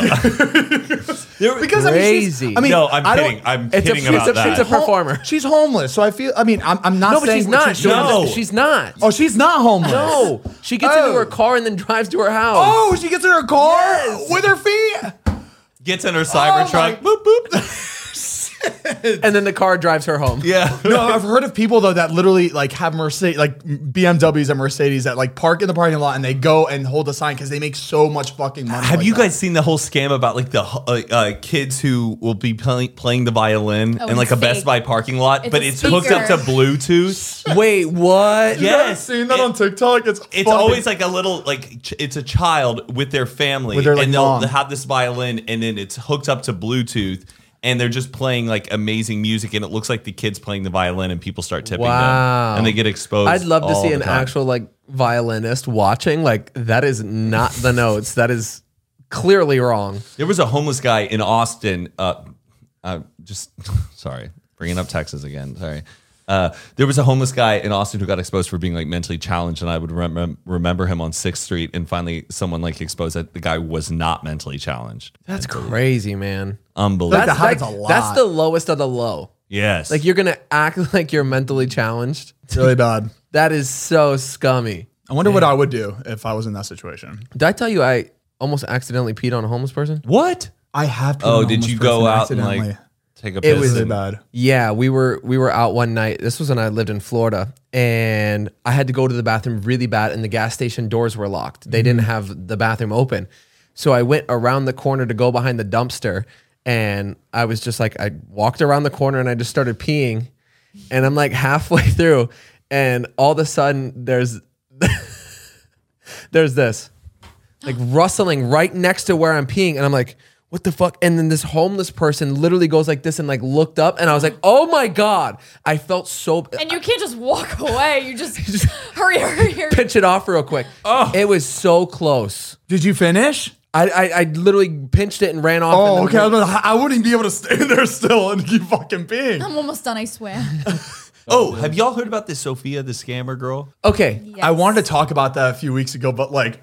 Speaker 3: because I mean,
Speaker 2: Crazy.
Speaker 3: she's, I mean,
Speaker 4: no, I'm
Speaker 3: I don't-
Speaker 4: kidding. I'm
Speaker 2: It's a-
Speaker 4: kidding
Speaker 2: it's
Speaker 4: about
Speaker 2: a-
Speaker 4: that.
Speaker 2: it's a
Speaker 3: hol-
Speaker 2: performer.
Speaker 3: She's homeless, so I feel. I mean, I'm, I'm not.
Speaker 2: no, but
Speaker 3: saying
Speaker 2: she's
Speaker 3: what
Speaker 2: not.
Speaker 3: she's
Speaker 2: She-
Speaker 3: doing.
Speaker 4: No.
Speaker 2: She's not.
Speaker 3: Oh, she's not homeless.
Speaker 2: no. She gets
Speaker 3: Oh.
Speaker 2: into her car and then *laughs* drives to her house.
Speaker 3: Oh, she gets in her car with her feet. Oh,
Speaker 4: Gets in her Cybertruck.
Speaker 3: my-
Speaker 4: boop boop.
Speaker 2: And then the car drives her home.
Speaker 4: Yeah.
Speaker 3: No, I've heard of people though that literally like have Mercedes, like BMWs and Mercedes that like park in the parking lot and they go and hold a sign because they make so much fucking money.
Speaker 4: Have
Speaker 3: like
Speaker 4: you
Speaker 3: that.
Speaker 4: guys seen the whole scam about like the uh, uh, kids who will be play- playing the violin
Speaker 5: Oh,
Speaker 4: in like
Speaker 5: it's
Speaker 4: a Best
Speaker 5: fake.
Speaker 4: Buy parking lot,
Speaker 5: It's
Speaker 4: but
Speaker 5: a
Speaker 4: it's hooked up to
Speaker 5: speaker.
Speaker 4: Bluetooth?
Speaker 2: Wait, what?
Speaker 3: You guys
Speaker 4: Yes.
Speaker 3: seen that
Speaker 4: It-
Speaker 3: on TikTok? It's
Speaker 4: It's
Speaker 3: funny.
Speaker 4: always like a little like ch- it's a child with their family,
Speaker 3: With their, like,
Speaker 4: and they'll
Speaker 3: mom.
Speaker 4: have this violin, and then it's hooked up to Bluetooth, and they're just playing like amazing music, and it looks like the kids playing the violin, and people start tipping
Speaker 2: Wow.
Speaker 4: them, and they get exposed.
Speaker 2: I'd love to
Speaker 4: all
Speaker 2: see
Speaker 4: the
Speaker 2: an
Speaker 4: time.
Speaker 2: actual like violinist watching. Like that is not the notes. That is clearly wrong.
Speaker 4: There was a homeless guy in Austin. Uh, uh, just *laughs* sorry, bringing up Texas again. Sorry. Uh, there was a homeless guy in Austin who got exposed for being like mentally challenged, and I would remem- remember him on Sixth Street. And finally, someone like exposed that the guy was not mentally challenged.
Speaker 2: That's crazy, man.
Speaker 4: Unbelievable.
Speaker 3: That
Speaker 2: like,
Speaker 3: hides a lot.
Speaker 2: that's the lowest of the low.
Speaker 4: yes.
Speaker 2: Like you're gonna act *laughs* like you're mentally challenged.
Speaker 3: It's really bad.
Speaker 2: That is so scummy.
Speaker 3: I wonder what I would do if I was in that situation.
Speaker 2: Did I tell you I almost accidentally peed on a homeless person?
Speaker 4: what?
Speaker 3: I have. peed on
Speaker 4: Oh,
Speaker 3: a
Speaker 4: did
Speaker 3: homeless
Speaker 4: you go
Speaker 3: person
Speaker 4: out and
Speaker 3: accidentally.
Speaker 4: like take a
Speaker 2: It
Speaker 4: piss?
Speaker 2: was-
Speaker 3: really
Speaker 4: and-
Speaker 3: bad?
Speaker 2: Yeah, we were we were out one night. This was when I lived in Florida, and I had to go to the bathroom really bad, and the gas station doors were locked. They didn't have the bathroom open, so I went around the corner to go behind the dumpster, and I was just like, I walked around the corner and I just started peeing, and I'm like halfway *laughs* through, and all of a sudden there's *laughs* there's this like rustling right next to where I'm peeing, and I'm like, what the fuck? And then this homeless person literally goes like this and like looked up, and I was like, oh my god, I felt so.
Speaker 5: And you can't just walk *laughs* away.
Speaker 3: *laughs*
Speaker 5: You just hurry, hurry, hurry.
Speaker 2: *laughs* Pinch it off real quick. Oh. It was so close.
Speaker 3: Did you finish?
Speaker 2: I, I I literally pinched it and ran off.
Speaker 3: Oh,
Speaker 2: and
Speaker 3: okay.
Speaker 2: then-
Speaker 3: I, was about to- I wouldn't be able to stand *laughs* there still and keep fucking being.
Speaker 5: I'm almost done, I swear.
Speaker 4: Oh, have y'all heard about this Sophia, the scammer girl?
Speaker 2: Okay.
Speaker 5: Yes.
Speaker 3: I wanted to talk about that a few weeks ago, but like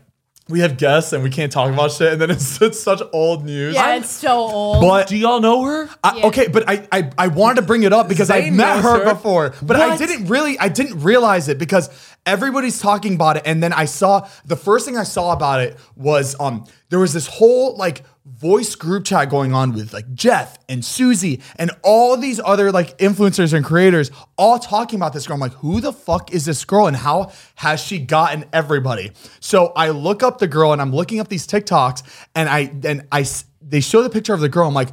Speaker 3: we have guests and we can't talk about shit, and then it's, it's such old news.
Speaker 5: Yeah, it's so old.
Speaker 3: But
Speaker 4: Do y'all know her?
Speaker 3: I,
Speaker 5: Yeah.
Speaker 3: okay, but I, I I wanted to bring it up because I
Speaker 2: Zayn
Speaker 3: met
Speaker 2: knows
Speaker 3: her,
Speaker 2: her.
Speaker 3: before, but I didn't really I didn't realize it because everybody's talking about it, and then I saw the first thing I saw about it was um there was this whole like voice group chat going on with like Jeff and Susie and all these other like influencers and creators all talking about this girl. I'm like, who the fuck is this girl and how has she gotten everybody? So I look up the girl and I'm looking up these TikToks and I and I s- they show the picture of the girl. I'm like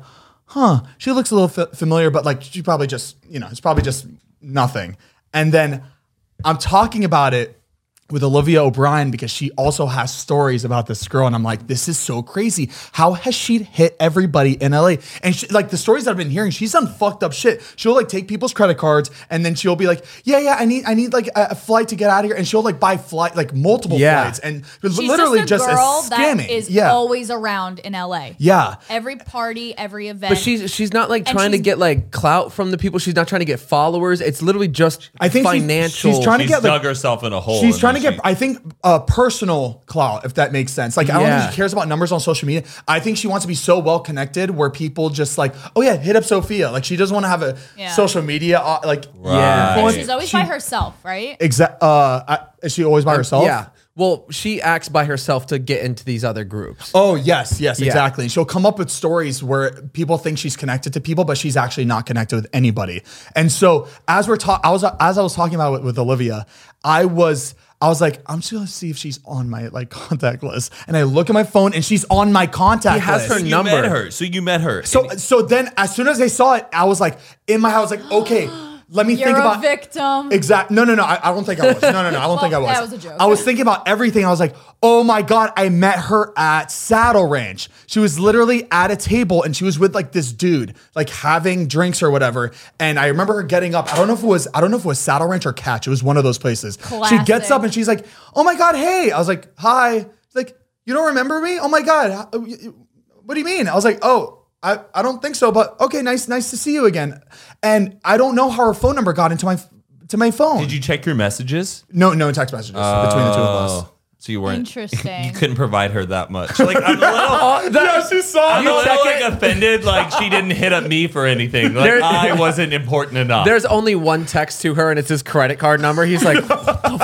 Speaker 3: huh, she looks a little fa- familiar, but like she probably just, you know, it's probably just nothing. And then I'm talking about it with Olivia O'Brien because she also has stories about this girl. And I'm like, this is so crazy. How has she hit everybody in LA? And she, like the stories that I've been hearing, she's done fucked up shit. She'll like take people's credit cards and then she'll be like, yeah, yeah, I need, I need like a, a flight to get out of here. And she'll like buy flight, like multiple
Speaker 2: Yeah.
Speaker 3: flights and
Speaker 5: She's
Speaker 3: literally just,
Speaker 5: just a girl
Speaker 3: a scamming.
Speaker 5: that is
Speaker 3: yeah.
Speaker 5: always around in LA.
Speaker 3: yeah.
Speaker 5: Every party, every event.
Speaker 2: But she's she's not like
Speaker 5: And
Speaker 2: trying to
Speaker 5: she's-
Speaker 2: get like clout from the people. She's not trying to get followers. It's literally just
Speaker 3: I think she's-
Speaker 2: financial.
Speaker 3: she's trying to
Speaker 4: She's
Speaker 3: get,
Speaker 4: dug
Speaker 3: like-
Speaker 4: herself in a hole.
Speaker 3: She's
Speaker 4: and
Speaker 3: trying to
Speaker 4: then
Speaker 3: get,
Speaker 4: she-
Speaker 3: I think, uh, personal clout, if that makes sense. Like, I don't
Speaker 2: Yeah.
Speaker 3: think she cares about numbers on social media. I think she wants to be so well connected where people just like, oh yeah, hit up Sophia. Like, she doesn't want to have a
Speaker 5: Yeah.
Speaker 3: social media uh, like.
Speaker 2: Yeah.
Speaker 5: And
Speaker 4: Right.
Speaker 5: she's always
Speaker 3: She-
Speaker 5: by herself, right?
Speaker 3: Exact. Uh, I, is she always by herself?
Speaker 2: Yeah. Well, she acts by herself to get into these other groups.
Speaker 3: Oh yes, yes,
Speaker 2: Yeah.
Speaker 3: exactly. And she'll come up with stories where people think she's connected to people, but she's actually not connected with anybody. And so as we're talking, I was as I was talking about with, with Olivia, I was I was like, I'm just gonna see if she's on my like *laughs* contact list. And I look at my phone, and she's on my contact
Speaker 2: He has
Speaker 3: list.
Speaker 2: her
Speaker 4: you
Speaker 2: number.
Speaker 4: met her. So you met her.
Speaker 3: So so then as soon as they saw it, I was like in my house, like, okay,
Speaker 2: *gasps*
Speaker 3: let me
Speaker 5: You're
Speaker 3: think
Speaker 5: a
Speaker 3: about *laughs*
Speaker 5: victim.
Speaker 3: Exact. No, no, no. I, I don't think I was. No, no, no. I don't think I
Speaker 5: Well,
Speaker 3: was.
Speaker 5: that was a joke.
Speaker 3: I was thinking about everything. I was like, oh my god, I met her at Saddle Ranch. She was literally at a table and she was with like this dude, like having drinks or whatever. And I remember her getting up. I don't know if it was. I don't know if it was Saddle Ranch or Catch. It was one of those places. She gets
Speaker 5: Classic.
Speaker 3: up and she's like, oh my god, hey. I was like, hi. She's like, you don't remember me? Oh my god. What do you mean? I was like, oh, I, I don't think so, but okay, nice, nice to see you again. And I don't know how her phone number got into my to my phone.
Speaker 4: Did you check your messages?
Speaker 3: No, no text messages between the two of us.
Speaker 4: Oh, so you weren't. *laughs*
Speaker 5: *laughs* Interesting.
Speaker 3: *laughs*
Speaker 5: Oh,
Speaker 4: You couldn't provide her that much. Like I'm a little,
Speaker 3: Yes, you saw
Speaker 4: I'm a little like offended. Like she didn't hit up me for anything. Like
Speaker 2: There's-
Speaker 4: I wasn't important
Speaker 2: *laughs*
Speaker 4: enough.
Speaker 2: There's only one text to her, and it's his credit card number. He's
Speaker 3: *laughs*
Speaker 2: like, *laughs*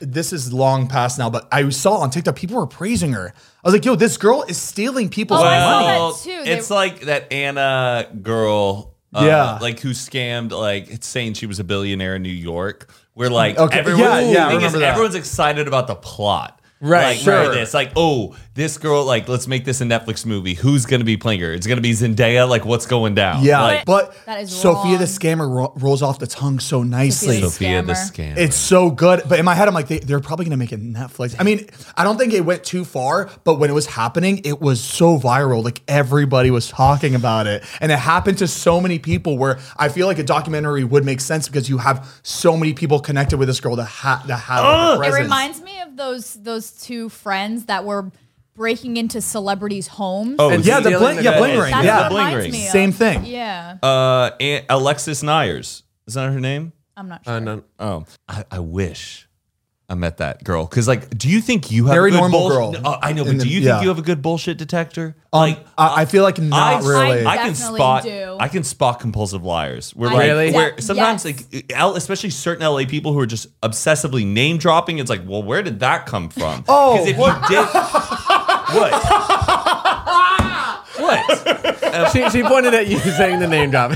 Speaker 3: This is long past now, but I saw on TikTok people were praising her. I was like, yo, this girl is stealing people's
Speaker 5: Oh, I saw
Speaker 3: money.
Speaker 5: that
Speaker 4: Well,
Speaker 5: too. They-
Speaker 4: Uh, it's like that Anna girl, uh,
Speaker 3: Yeah.
Speaker 4: like who scammed, like it's saying she was a billionaire in New York. Where like
Speaker 3: Okay,
Speaker 4: everyone,
Speaker 3: yeah, yeah, I
Speaker 4: the thing is
Speaker 3: remember that.
Speaker 4: everyone's excited about the plot.
Speaker 2: Right,
Speaker 4: like,
Speaker 2: sure.
Speaker 4: for This like, oh, this girl, like, let's make this a Netflix movie. Who's gonna be playing her? It's gonna be Zendaya. Like, what's going down?
Speaker 3: Yeah,
Speaker 4: like,
Speaker 3: but
Speaker 5: That is
Speaker 3: Sophia the
Speaker 5: wrong.
Speaker 3: scammer ro- rolls off the tongue so nicely.
Speaker 5: Sophia the
Speaker 4: Sophia the
Speaker 5: Scammer.
Speaker 4: scam.
Speaker 3: It's so good. But in my head, I'm like, they, they're probably going to make it Netflix. I mean, I don't think it went too far, but when it was happening, it was so viral. Like everybody was talking about it. And it happened to so many people where I feel like a documentary would make sense because you have so many people connected with this girl that, ha- that had her
Speaker 5: It
Speaker 3: presence.
Speaker 5: reminds me of those those two friends that were breaking into celebrities' homes.
Speaker 4: oh,
Speaker 2: And
Speaker 3: yeah, the
Speaker 2: Stealing
Speaker 3: bling,
Speaker 2: the
Speaker 3: yeah,
Speaker 2: guy.
Speaker 3: bling ring.
Speaker 5: That's
Speaker 3: yeah.
Speaker 5: what it
Speaker 4: bling
Speaker 5: reminds
Speaker 4: ring.
Speaker 5: me of.
Speaker 3: Same thing.
Speaker 5: Yeah,
Speaker 4: uh, Aunt Alexis Nyers. Is that her name?
Speaker 5: I'm not sure.
Speaker 2: oh, no.
Speaker 4: Oh, I, I wish I met that girl. Cause like, do you think you have
Speaker 3: Very
Speaker 4: a good
Speaker 3: normal
Speaker 4: bullsh-
Speaker 3: girl.
Speaker 4: No, uh, I know, but
Speaker 3: In the-
Speaker 4: do you
Speaker 3: yeah.
Speaker 4: think you have a good bullshit detector? like,
Speaker 3: I, I feel like not
Speaker 4: I-
Speaker 3: really.
Speaker 4: I can
Speaker 5: Definitely
Speaker 4: spot.
Speaker 5: do.
Speaker 4: I can spot compulsive liars. Where
Speaker 5: I
Speaker 4: like,
Speaker 2: Really?
Speaker 4: where
Speaker 5: de-
Speaker 4: sometimes
Speaker 5: yes.
Speaker 4: like L, especially certain LA people who are just obsessively name dropping. It's like, well, where did that come from?
Speaker 3: Oh,
Speaker 4: because if you did,
Speaker 3: *laughs*
Speaker 4: what?
Speaker 5: *laughs*
Speaker 4: what?
Speaker 2: she, she pointed at you saying the name
Speaker 4: *laughs*
Speaker 2: drop.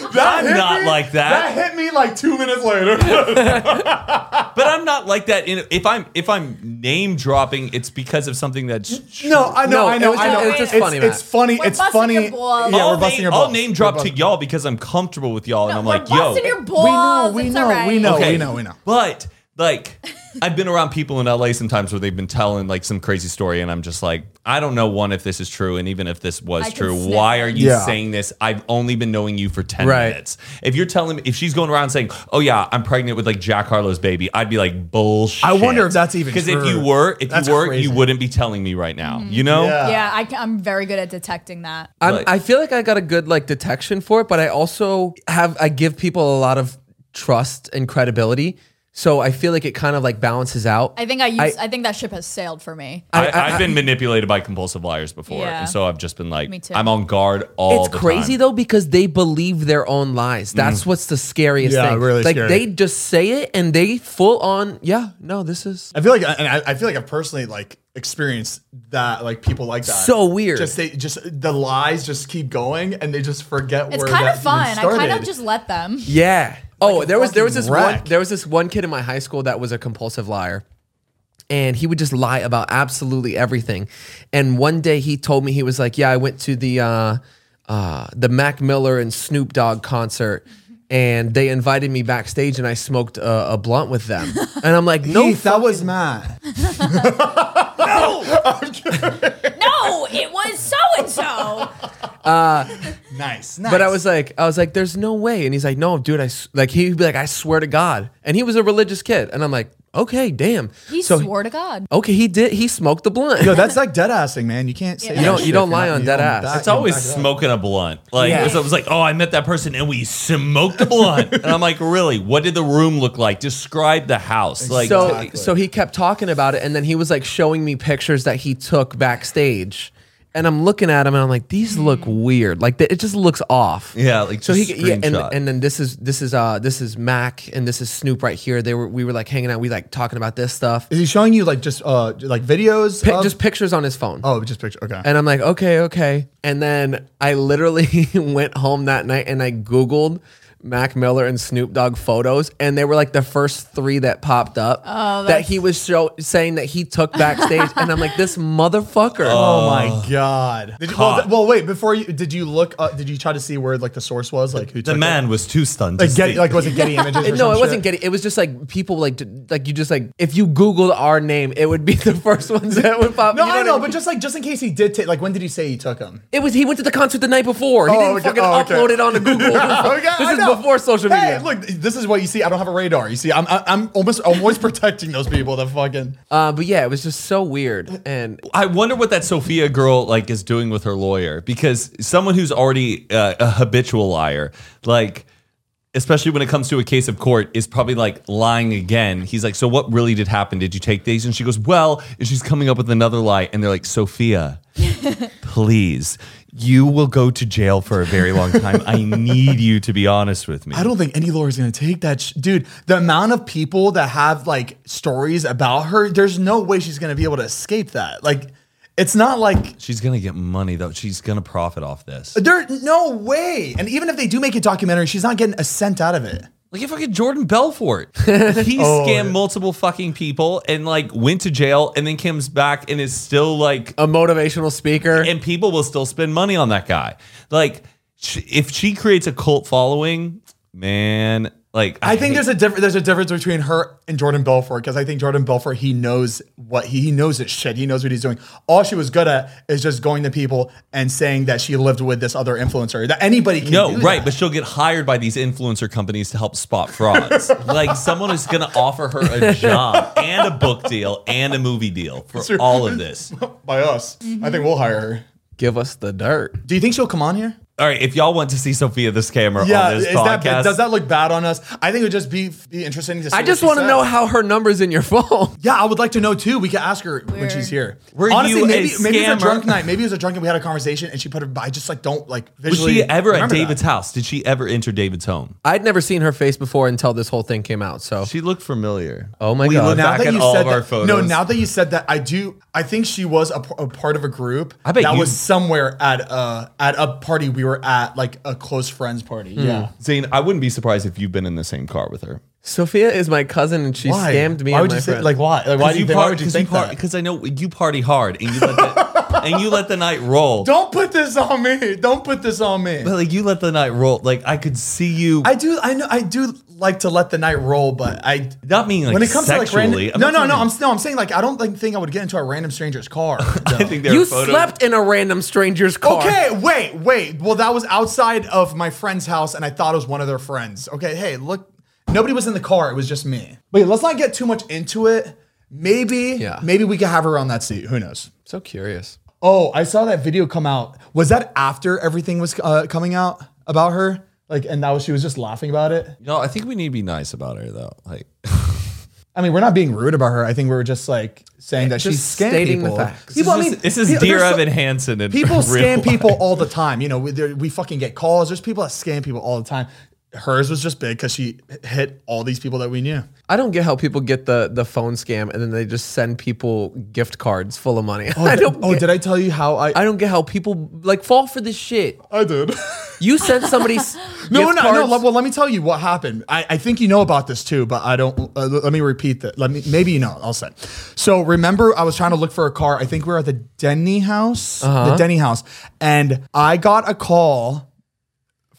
Speaker 4: I'm not like that.
Speaker 3: hit me like two minutes later.
Speaker 4: But I'm not like that. In, if I'm if I'm name dropping, it's because of something that's
Speaker 3: No, I
Speaker 2: No,
Speaker 3: know, I
Speaker 2: it
Speaker 3: know,
Speaker 2: was
Speaker 3: I
Speaker 2: just-
Speaker 3: know.
Speaker 2: it was just
Speaker 3: it's,
Speaker 2: funny,
Speaker 3: It's
Speaker 2: Matt.
Speaker 3: funny.
Speaker 5: We're
Speaker 3: it's
Speaker 5: busting
Speaker 3: funny.
Speaker 5: your balls.
Speaker 3: Yeah,
Speaker 4: I'll
Speaker 3: we're busting
Speaker 4: name,
Speaker 3: your
Speaker 4: I'll
Speaker 3: balls.
Speaker 4: name
Speaker 3: We're
Speaker 4: drop to
Speaker 3: busting-
Speaker 4: y'all because I'm comfortable with y'all, and I'm
Speaker 5: We're
Speaker 4: like, yo,
Speaker 5: busting your balls.
Speaker 3: we
Speaker 5: it's
Speaker 3: know,
Speaker 5: all right.
Speaker 3: Oh, we know. we know.
Speaker 4: But like, I've been around people in LA sometimes where they've been telling like some crazy story, and I'm just like, I don't know one if this is true, and even if this was
Speaker 5: I can
Speaker 4: true,
Speaker 5: sniff
Speaker 4: why
Speaker 5: it.
Speaker 4: are you
Speaker 3: Yeah.
Speaker 4: saying this? I've only been knowing you for ten
Speaker 2: Right.
Speaker 4: minutes. If you're telling me, if she's going around saying, oh yeah, I'm pregnant with like Jack Harlow's baby, I'd be like, bullshit.
Speaker 3: I wonder if that's even
Speaker 4: because if
Speaker 3: true.
Speaker 4: you were, if
Speaker 3: That's
Speaker 4: you were,
Speaker 3: crazy.
Speaker 4: you wouldn't be telling me right now. You know?
Speaker 3: Yeah.
Speaker 5: Yeah, I can, I'm very good at detecting that.
Speaker 2: I'm,
Speaker 4: Like-
Speaker 2: I feel like I got a good like detection for it, but I also have I give people a lot of trust and credibility, so I feel like it kind of like balances out.
Speaker 5: I think I use. I, think that ship has sailed for me.
Speaker 4: I, I, have been manipulated by compulsive liars before,
Speaker 5: Yeah.
Speaker 4: and so I've just been like,
Speaker 5: Me too.
Speaker 4: I'm on guard all
Speaker 2: it's
Speaker 4: the
Speaker 2: crazy
Speaker 4: time. Mm.
Speaker 2: though because they believe their own lies. That's what's the scariest
Speaker 3: Yeah,
Speaker 2: thing.
Speaker 3: really
Speaker 2: like
Speaker 3: scary.
Speaker 2: they just say it and they full on. Yeah, no, this is
Speaker 3: I feel like, and I, I feel like I've personally like experienced that, like people like that.
Speaker 2: So weird.
Speaker 3: Just they, just the lies just keep going, and they just forget
Speaker 5: It's
Speaker 3: where
Speaker 5: kind
Speaker 3: that
Speaker 5: of
Speaker 3: even
Speaker 5: fun. I kind of
Speaker 3: started.
Speaker 5: just let them.
Speaker 2: Yeah. Oh, there was there was
Speaker 3: fucking
Speaker 2: this
Speaker 3: wreck.
Speaker 2: one there was this one kid in my high school that was a compulsive liar. And he would just lie about absolutely everything. And one day he told me he was like, "Yeah, I went to the uh uh the Mac Miller and Snoop Dogg concert." And they invited me backstage, and I smoked a, a blunt with them.
Speaker 3: *laughs*
Speaker 2: And I'm like, no,
Speaker 3: Keith, that was Matt.
Speaker 5: No, it was so and so.
Speaker 3: Nice, nice.
Speaker 2: But I was like, I was like, there's no way. And he's like, no, dude, I s-" like he'd be like, I swear to God. And he was a religious kid, and I'm like, okay, damn.
Speaker 5: He
Speaker 2: So-
Speaker 5: swore to God.
Speaker 2: Okay, he did. He smoked the blunt.
Speaker 3: yo, that's like dead assing, man. You can't say
Speaker 5: You
Speaker 3: that
Speaker 5: don't-
Speaker 2: you
Speaker 3: shit
Speaker 2: don't
Speaker 3: if you're
Speaker 2: lie
Speaker 3: not-
Speaker 2: on
Speaker 3: you
Speaker 2: dead
Speaker 3: don't
Speaker 2: ass.
Speaker 3: back-
Speaker 4: It's always
Speaker 3: back it up.
Speaker 4: smoking a blunt. Like
Speaker 2: Yeah.
Speaker 4: so it was like, oh, I met that person and we smoked a blunt. and I'm like, really? What did the room look like? Describe the house. Like,
Speaker 2: so
Speaker 3: Exactly.
Speaker 2: so he kept talking about it and then he was like showing me pictures that he took backstage and i'm looking at him and i'm like these look weird like th- it just looks off
Speaker 4: yeah, like
Speaker 2: so he yeah, and,
Speaker 4: screenshot.
Speaker 2: and then this is this is uh this is mac and this is snoop right here they were we were like hanging out we like talking about this stuff
Speaker 3: Is he showing you like just uh like videos?
Speaker 2: Pic-
Speaker 3: of-
Speaker 2: just pictures on his phone
Speaker 3: oh, just picture. Okay.
Speaker 2: and i'm like *laughs* okay okay and then i literally went home that night and i googled Mac Miller and Snoop Dogg photos, and they were like the first three that popped up that he was show, saying that he took backstage, and I'm like, this motherfucker.
Speaker 3: Oh my god! Did you, well, th- well, wait. Before you, did you look? Up, did you try to see where like the source was? Like who?
Speaker 4: The
Speaker 3: took
Speaker 4: man
Speaker 3: It?
Speaker 4: was too stunned. To
Speaker 3: Like Getty,
Speaker 4: speak.
Speaker 3: like was it
Speaker 2: *laughs*
Speaker 3: Getty Images? Or
Speaker 2: no,
Speaker 3: some
Speaker 2: it wasn't
Speaker 3: shit?
Speaker 2: getting. It was just like people like d- like you just like if you Googled our name, it would be *laughs* the first ones that would pop.
Speaker 3: No,
Speaker 2: you
Speaker 3: I
Speaker 2: what
Speaker 3: know,
Speaker 2: mean?
Speaker 3: but just like just in case he did take, like when did he say he took him?
Speaker 2: It was he went to the concert the night before. He
Speaker 3: Oh,
Speaker 2: didn't
Speaker 3: okay.
Speaker 2: fucking
Speaker 3: Oh, *laughs* okay.
Speaker 2: upload it onto Google. *laughs* this
Speaker 3: I
Speaker 2: is
Speaker 3: know.
Speaker 2: before social
Speaker 3: Hey,
Speaker 2: media.
Speaker 3: look, this is what you see. I don't have a radar. You see, I'm I- I'm almost I'm always *laughs* protecting those people that fucking.
Speaker 2: Uh, but yeah, it was just so weird. And
Speaker 4: I wonder what that Sophia girl like is doing with her lawyer because someone who's already uh, a habitual liar, like especially when it comes to a case of court, is probably like lying again. He's like, "So what really did happen? Did you take these?" And she goes, "Well," and she's coming up with another lie, and they're like, "Sophia, please." You will go to jail for a very long time. I need you to be honest with me.
Speaker 3: I don't think any lawyer is gonna take that, sh- dude. The amount of people that have like stories about her, there's no way she's gonna be able to escape that. Like, it's not like
Speaker 4: She's gonna get money though. She's gonna profit off this.
Speaker 3: there, no way. And even if they do make a documentary, she's not getting a cent out of it.
Speaker 4: Look at fucking
Speaker 3: *laughs*
Speaker 4: Jordan Belfort. He
Speaker 3: Oh.
Speaker 4: scammed multiple fucking people and like went to jail and then comes back and is still
Speaker 3: Oh.
Speaker 4: like,
Speaker 2: a motivational speaker.
Speaker 4: and people will still spend money on that guy. Like, sh- if she creates a cult following, man, like,
Speaker 3: I think there's a different there's a difference between her and Jordan Belfort because I think Jordan Belfort he knows what he, he knows his shit he knows what he's doing. All she was good at is just going to people and saying that she lived with this other influencer that anybody can
Speaker 4: No,
Speaker 3: do
Speaker 4: right,
Speaker 3: that.
Speaker 4: but she'll get hired by these influencer companies to help
Speaker 3: *laughs*
Speaker 4: spot frauds. like someone is going to offer her a job and a book deal and a movie deal for all of this.
Speaker 3: *laughs* by us. I think we'll hire her.
Speaker 2: Give us the dirt.
Speaker 3: Do you think she'll come on here?
Speaker 4: All right, if y'all want to see Sophia this camera
Speaker 3: Yeah,
Speaker 4: on
Speaker 3: is
Speaker 4: this
Speaker 3: that
Speaker 4: podcast,
Speaker 3: does that look bad on us? I think it would just be, be interesting to see.
Speaker 2: I
Speaker 3: what
Speaker 2: just
Speaker 3: she
Speaker 2: want to
Speaker 3: says.
Speaker 2: know how her number's in your *laughs* phone.
Speaker 3: Yeah, I would like to know too. We could ask her when
Speaker 5: Where-
Speaker 3: she's here.
Speaker 4: Were
Speaker 3: Honestly,
Speaker 4: you a
Speaker 3: maybe maybe it was
Speaker 4: scammer?
Speaker 3: a drunk night. Maybe it was a drunk and we had a conversation and she put her. I just like don't like
Speaker 4: Was
Speaker 3: visually.
Speaker 4: she ever at
Speaker 3: remember that.
Speaker 4: David's house? Did she ever enter David's home?
Speaker 2: I'd never seen her face before until this whole thing came out. So
Speaker 4: She looked familiar.
Speaker 2: Oh my
Speaker 4: we
Speaker 2: God.
Speaker 4: Look
Speaker 2: Now
Speaker 4: back at all
Speaker 3: said
Speaker 4: of our
Speaker 3: that-
Speaker 4: photos.
Speaker 3: No, now that you said that, I do. I think she was a, p- a part of a group
Speaker 4: I bet
Speaker 3: that
Speaker 4: you-
Speaker 3: was somewhere at a at a party we were at, like a close friends party. Yeah.
Speaker 4: Zane, I wouldn't be surprised if you've been in the same car with her.
Speaker 2: Sophia is my cousin, and she scammed me.
Speaker 3: Why
Speaker 2: and
Speaker 3: would
Speaker 2: my
Speaker 3: you say
Speaker 2: friend.
Speaker 3: like why? Like why do you, think- why would you think that?
Speaker 4: Because I know you party hard and you let the, *laughs* and you let the night roll.
Speaker 3: Don't put this on me. Don't put this on me.
Speaker 4: But like you let the night roll. Like I could see you.
Speaker 3: I do. I know. I do like to let the night roll, but I.
Speaker 4: not mean like
Speaker 3: when it comes to like
Speaker 4: sexually.
Speaker 3: random, no,
Speaker 4: not
Speaker 3: no,
Speaker 4: talking-
Speaker 3: no. I'm no. I'm saying like I don't like, think I would get into a random stranger's
Speaker 4: *laughs*
Speaker 3: car. though.
Speaker 4: I think there
Speaker 2: you
Speaker 4: are photos.
Speaker 2: slept in a random stranger's car.
Speaker 3: Okay, wait, wait. Well, that was outside of my friend's house, and I thought it was one of their friends. Okay, hey, look, nobody was in the car. It was just me. But yeah, let's not get too much into it. Maybe,
Speaker 2: Yeah.
Speaker 3: maybe we could have her on that seat. Who knows?
Speaker 2: So curious.
Speaker 3: Oh, I saw that video come out. Was that after everything was uh, coming out about her? Like, and that was she was just laughing about it.
Speaker 4: No, I think we need to be nice about her though. Like
Speaker 3: I mean, we're not being rude about her. I think we were just like saying that
Speaker 2: Eh,
Speaker 3: she's
Speaker 2: Just
Speaker 3: scam
Speaker 2: stating the
Speaker 3: people.
Speaker 2: facts.
Speaker 3: People, I mean,
Speaker 4: this is
Speaker 3: pe-
Speaker 4: dear
Speaker 3: there's so-
Speaker 4: Evan Hansen
Speaker 3: *laughs*
Speaker 4: and *laughs*
Speaker 3: People scam people all the time. You know, we, there, we fucking get calls. There's people that scam people all the time. Hers was just big because she hit all these people that we knew.
Speaker 2: I don't get how people get the the phone scam and then they just send people gift cards full of money. *laughs* I don't.
Speaker 3: Oh,
Speaker 2: get,
Speaker 3: did I tell you how I?
Speaker 2: I don't get how people like fall for this shit.
Speaker 3: I did.
Speaker 2: You sent somebody. s-
Speaker 3: *laughs* no, no,
Speaker 2: gift
Speaker 3: no,
Speaker 2: cards.
Speaker 3: le- Well, let me tell you what happened. I, I think you know about this too, but I don't. Uh, let me repeat that. Let me. Maybe you know. I'll say. So remember, I was trying to look for a car. I think we were at the Denny house.
Speaker 2: Uh-huh.
Speaker 3: The Denny house, and I got a call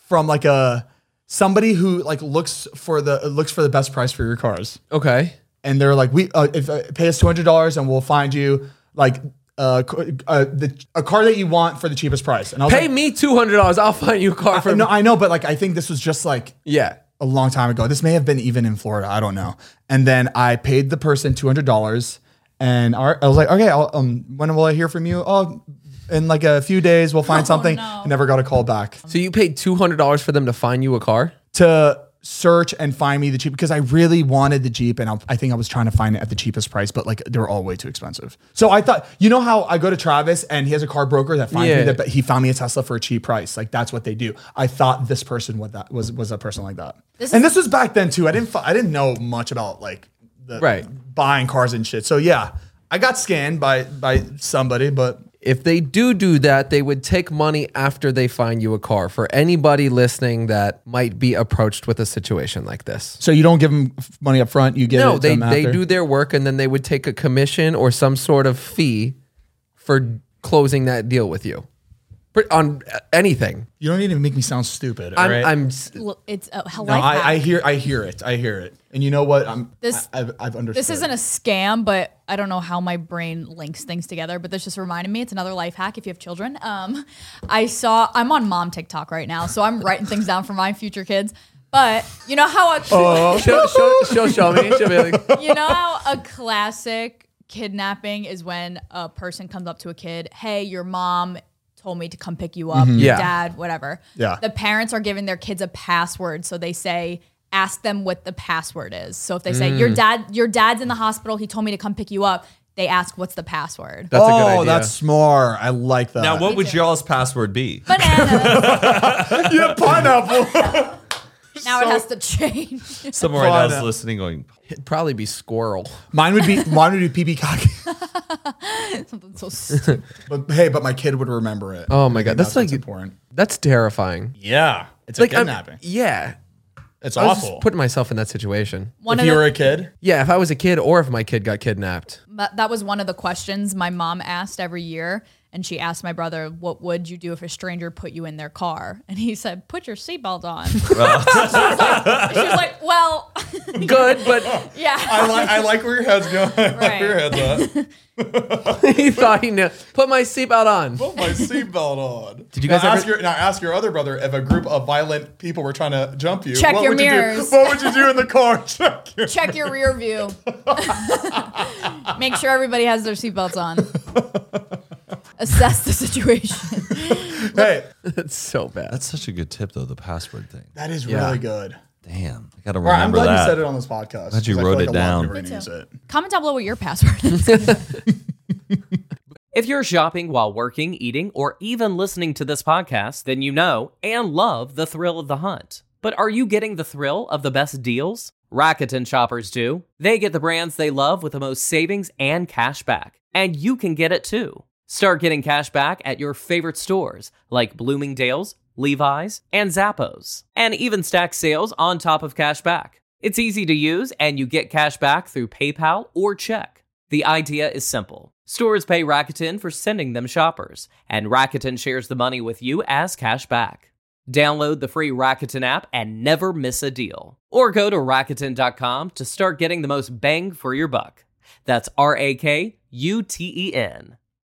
Speaker 3: from like a somebody who like looks for the looks for the best price for your cars.
Speaker 2: Okay.
Speaker 3: and they're like, "We uh, if uh, pay us two hundred dollars and we'll find you like uh, c- uh the a car that you want for the cheapest price." And I was
Speaker 2: Pay
Speaker 3: like,
Speaker 2: me two hundred dollars. I'll find you a car for.
Speaker 3: "No, I know, but like I think this was just like
Speaker 2: yeah.
Speaker 3: a long time ago. This may have been even in Florida. I don't know." And then I paid the person two hundred dollars, and our, I was like, "Okay, I'll, um, when will I hear from you?" Oh. In like a few days, we'll find something.
Speaker 5: no.
Speaker 3: I never got a call back
Speaker 2: So you paid two hundred dollars for them to find you a car.
Speaker 3: to search and find me the Jeep because I really wanted the Jeep and I, I think I was trying to find it at the cheapest price, but like they were all way too expensive. So I thought, you know how I go to Travis and he has a car broker that finds
Speaker 2: Yeah.
Speaker 3: me that but he found me a Tesla for a cheap price. Like that's what they do. I thought this person was that was was a person like that.
Speaker 5: This
Speaker 3: and
Speaker 5: is-
Speaker 3: this was back then too. I didn't fi- I didn't know much about like the
Speaker 2: Right.
Speaker 3: buying cars and shit. So yeah, I got scanned by by somebody, but
Speaker 2: if they do do that, they would take money after they find you a car. For anybody listening that might be approached with a situation like this.
Speaker 3: So you don't give them f- money up front. You get
Speaker 2: No,
Speaker 3: it to
Speaker 2: they,
Speaker 3: them
Speaker 2: they
Speaker 3: after?
Speaker 2: do their work and then they would take a commission or some sort of fee for closing that deal with you But on uh, anything.
Speaker 3: You don't need to make me sound stupid. all
Speaker 2: I'm,
Speaker 3: right?
Speaker 2: I'm s-
Speaker 5: L- It's a a
Speaker 3: no,
Speaker 5: life hack.
Speaker 3: I, I hear I hear it. I hear it. And you know what? I'm
Speaker 5: This-
Speaker 3: I, I've, I've understood.
Speaker 5: This isn't a scam, but I don't know how my brain links things together. But this just reminded me. It's another life hack if you have children. Um, I saw I'm on mom TikTok right now, so I'm writing things down for my future kids. But you know how a
Speaker 2: *laughs*
Speaker 3: Oh.
Speaker 2: she'll, she'll, she'll show me. She'll be like,
Speaker 5: you know how a classic kidnapping is when a person comes up to a kid, hey, your mom told me to come pick you up, your
Speaker 2: Yeah.
Speaker 5: dad, whatever.
Speaker 3: Yeah.
Speaker 5: The parents are giving their kids a password, so they say ask them what the password is. So if they say your dad your dad's in the hospital, he told me to come pick you up, they ask what's the password.
Speaker 2: that's a good
Speaker 3: oh,
Speaker 2: idea.
Speaker 3: that's smart. I like that.
Speaker 4: Now, what would y'all's password be?
Speaker 5: Bananas.
Speaker 3: Yeah, *laughs* pineapple.
Speaker 5: now it has to change. *laughs*
Speaker 4: Someone right now is
Speaker 3: Fun.
Speaker 4: listening, going,
Speaker 2: It'd probably be squirrel.
Speaker 3: mine would be mine would be PB cock.
Speaker 5: Something so stupid.
Speaker 3: but hey, but my kid would remember it.
Speaker 2: Oh my God,
Speaker 3: that's,
Speaker 2: that's
Speaker 3: that's
Speaker 2: like-
Speaker 3: important.
Speaker 2: That's terrifying.
Speaker 3: Yeah, it's
Speaker 2: Like I'm- yeah,
Speaker 3: it's
Speaker 2: I was just putting myself in that situation.
Speaker 5: One of the-
Speaker 3: a kid,
Speaker 2: Yeah, if I was a kid or if my kid got kidnapped.
Speaker 5: But that was one of the questions my mom asked every year. And she asked my brother, What would you do if a stranger put you in their car? And he said, Put your
Speaker 3: *laughs*
Speaker 5: seatbelt on. she, was like, she was like, Well,
Speaker 2: Good,
Speaker 3: *laughs*
Speaker 2: but
Speaker 5: yeah.
Speaker 3: I like I like where your head's going.
Speaker 5: Right.
Speaker 3: Your head's
Speaker 5: *laughs*
Speaker 3: at.
Speaker 2: he thought he knew. Put my seatbelt on.
Speaker 3: Put my seatbelt on. Did
Speaker 2: you guys
Speaker 3: now
Speaker 2: ever-
Speaker 3: ask your now ask your other brother if a group of violent people were trying to jump you?
Speaker 5: Check
Speaker 3: what
Speaker 5: your
Speaker 3: would You
Speaker 5: mirrors.
Speaker 3: do? What would you do in the car? *laughs* Check your
Speaker 5: Check your rear view. *laughs* Make sure everybody has their seatbelts on. Assess the situation.
Speaker 3: *laughs* hey.
Speaker 2: That's so bad.
Speaker 4: that's such a good tip, though, the password thing.
Speaker 3: That is
Speaker 2: Yeah.
Speaker 3: really good.
Speaker 4: Damn. I got to
Speaker 3: All right, I'm
Speaker 4: remember
Speaker 3: glad
Speaker 4: that.
Speaker 3: you said it on this podcast.
Speaker 4: Glad you
Speaker 3: 'cause I feel
Speaker 4: wrote
Speaker 3: like
Speaker 4: it
Speaker 3: a lot of
Speaker 4: down.
Speaker 3: people are
Speaker 5: Me
Speaker 3: gonna use
Speaker 5: too.
Speaker 3: it.
Speaker 5: Comment down below what your password is.
Speaker 1: If you're shopping while working, eating, or even listening to this podcast, then you know and love the thrill of the hunt. But are you getting the thrill of the best deals? Rakuten shoppers do. They get the brands they love with the most savings and cash back. And you can get it too. Start getting cash back at your favorite stores like Bloomingdale's, Levi's, and Zappos. And even stack sales on top of cash back. It's easy to use, and you get cash back through PayPal or check. The idea is simple. Stores pay Rakuten for sending them shoppers, and Rakuten shares the money with you as cash back. Download the free Rakuten app and never miss a deal. Or go to Rakuten.com to start getting the most bang for your buck. That's R A K U T E N.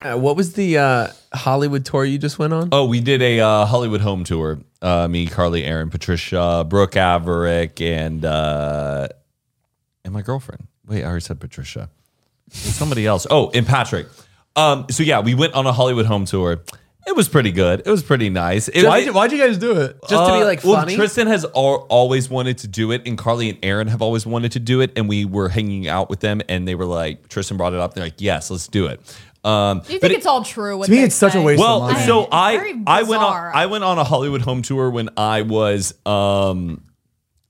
Speaker 2: Uh, what was the uh, Hollywood tour you just went on?
Speaker 4: Oh, we did a uh, Hollywood home tour. Uh, me, Carly, Aaron, Patricia, Brooke Averick, and uh, and my girlfriend. Wait, I already said Patricia. There's somebody else. Oh, and Patrick. Um, so yeah, we went on a Hollywood home tour, It was pretty good. It was pretty nice. It,
Speaker 3: Why'd
Speaker 4: it-
Speaker 3: you, why'd you guys do it?
Speaker 2: Just to be like
Speaker 4: Uh, well,
Speaker 2: funny.
Speaker 4: Tristan has al- always wanted to do it, and Carly and Aaron have always wanted to do it, and we were hanging out with them, and they were like, Tristan brought it up. They're like, yes, let's do it. Um,
Speaker 5: Do you
Speaker 4: but
Speaker 5: think
Speaker 4: it-
Speaker 5: it's all true? What
Speaker 3: To me,
Speaker 5: they
Speaker 3: it's such a
Speaker 5: say?
Speaker 3: waste of
Speaker 4: well,
Speaker 3: money.
Speaker 4: so
Speaker 5: It's very
Speaker 4: I I went on
Speaker 5: bizarre.
Speaker 4: I went on a Hollywood home tour when I was um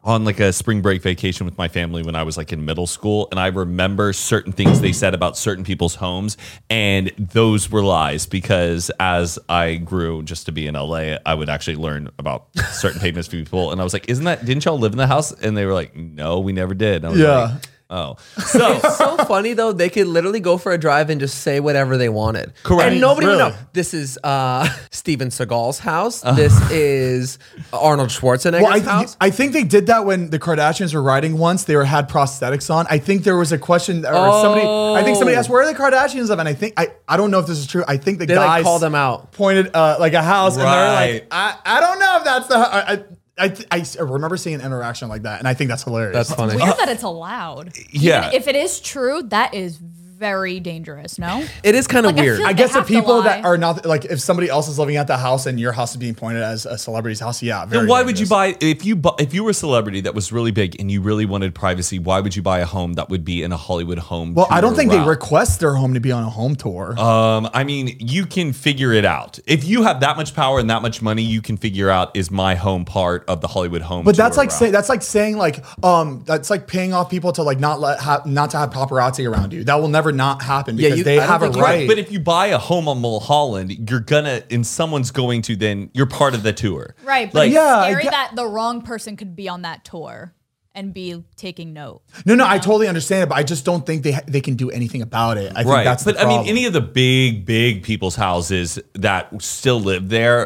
Speaker 4: on like a spring break vacation with my family when I was like in middle school and I remember certain things they said about certain people's homes and those were lies because as I grew just to be in LA I would actually learn about certain famous people and I was like isn't that didn't y'all live in the house and they were like no we never did And I was
Speaker 3: Yeah.
Speaker 4: like, oh
Speaker 5: *laughs*
Speaker 4: so
Speaker 2: so funny though. They could literally go for a drive and just say whatever they wanted.
Speaker 4: Correct.
Speaker 2: And nobody
Speaker 3: Really?
Speaker 2: would know. This is uh, *laughs* Steven Seagal's house.
Speaker 4: Uh.
Speaker 2: This is Arnold Schwarzenegger's
Speaker 3: Well, I,
Speaker 2: house.
Speaker 3: I think they did that when the Kardashians were riding once. They were had prosthetics on. I think there was a question or somebody. I think somebody asked,
Speaker 4: Oh.
Speaker 3: "Where are the Kardashians of?" And I think I, I don't know if this is true. I think the
Speaker 2: They, like,
Speaker 3: guys
Speaker 2: call them out.
Speaker 3: pointed uh, like a house, and they're
Speaker 4: Right.
Speaker 3: like, "I I don't know if that's the." I, I- I, th- I s- remember seeing an interaction like that, and I think that's hilarious.
Speaker 2: That's funny.
Speaker 5: Weird that it's allowed.
Speaker 4: yeah.
Speaker 5: Even if it is true, that is very dangerous. No,
Speaker 2: it is kind of
Speaker 5: Like, I
Speaker 2: weird.
Speaker 5: feel-
Speaker 3: I
Speaker 4: *laughs*
Speaker 5: They
Speaker 3: guess the
Speaker 5: have to
Speaker 3: people
Speaker 5: lie.
Speaker 3: that are not like if somebody else is living at the house and your house is being pointed as a celebrity's house, yeah.
Speaker 4: Then
Speaker 3: very
Speaker 4: why would you
Speaker 3: dangerous.
Speaker 4: buy if you bu- if you were a celebrity that was really big and you really wanted privacy? Why would you buy a home that would be in a Hollywood home?
Speaker 3: Well, I don't
Speaker 4: tour
Speaker 3: think
Speaker 4: route?
Speaker 3: they request their home to be on a home tour.
Speaker 4: Um, I mean, you can figure it out if you have that much power and that much money. You can figure out is my home part of the Hollywood home.
Speaker 3: But that's
Speaker 4: tour
Speaker 3: like
Speaker 4: route?
Speaker 3: say, that's like saying like um that's like paying off people to like not let ha- not to have paparazzi around you. That will never not happen because
Speaker 2: you- I
Speaker 3: they
Speaker 2: don't
Speaker 3: have a
Speaker 2: think you-
Speaker 3: right.
Speaker 4: But if you buy a home on Mulholland, you're gonna and someone's going to then you're part of the tour,
Speaker 5: right? But
Speaker 4: Like
Speaker 5: it's
Speaker 3: Yeah, I
Speaker 5: scary
Speaker 3: get-
Speaker 5: that the wrong person could be on that tour and be taking
Speaker 4: *gasps*
Speaker 5: note.
Speaker 3: no, no, I totally understand it, but I just don't think they ha- they can do anything about it. I think that's
Speaker 4: but
Speaker 3: the
Speaker 4: I mean,
Speaker 3: problem.
Speaker 4: any of the big, big people's houses that still live there,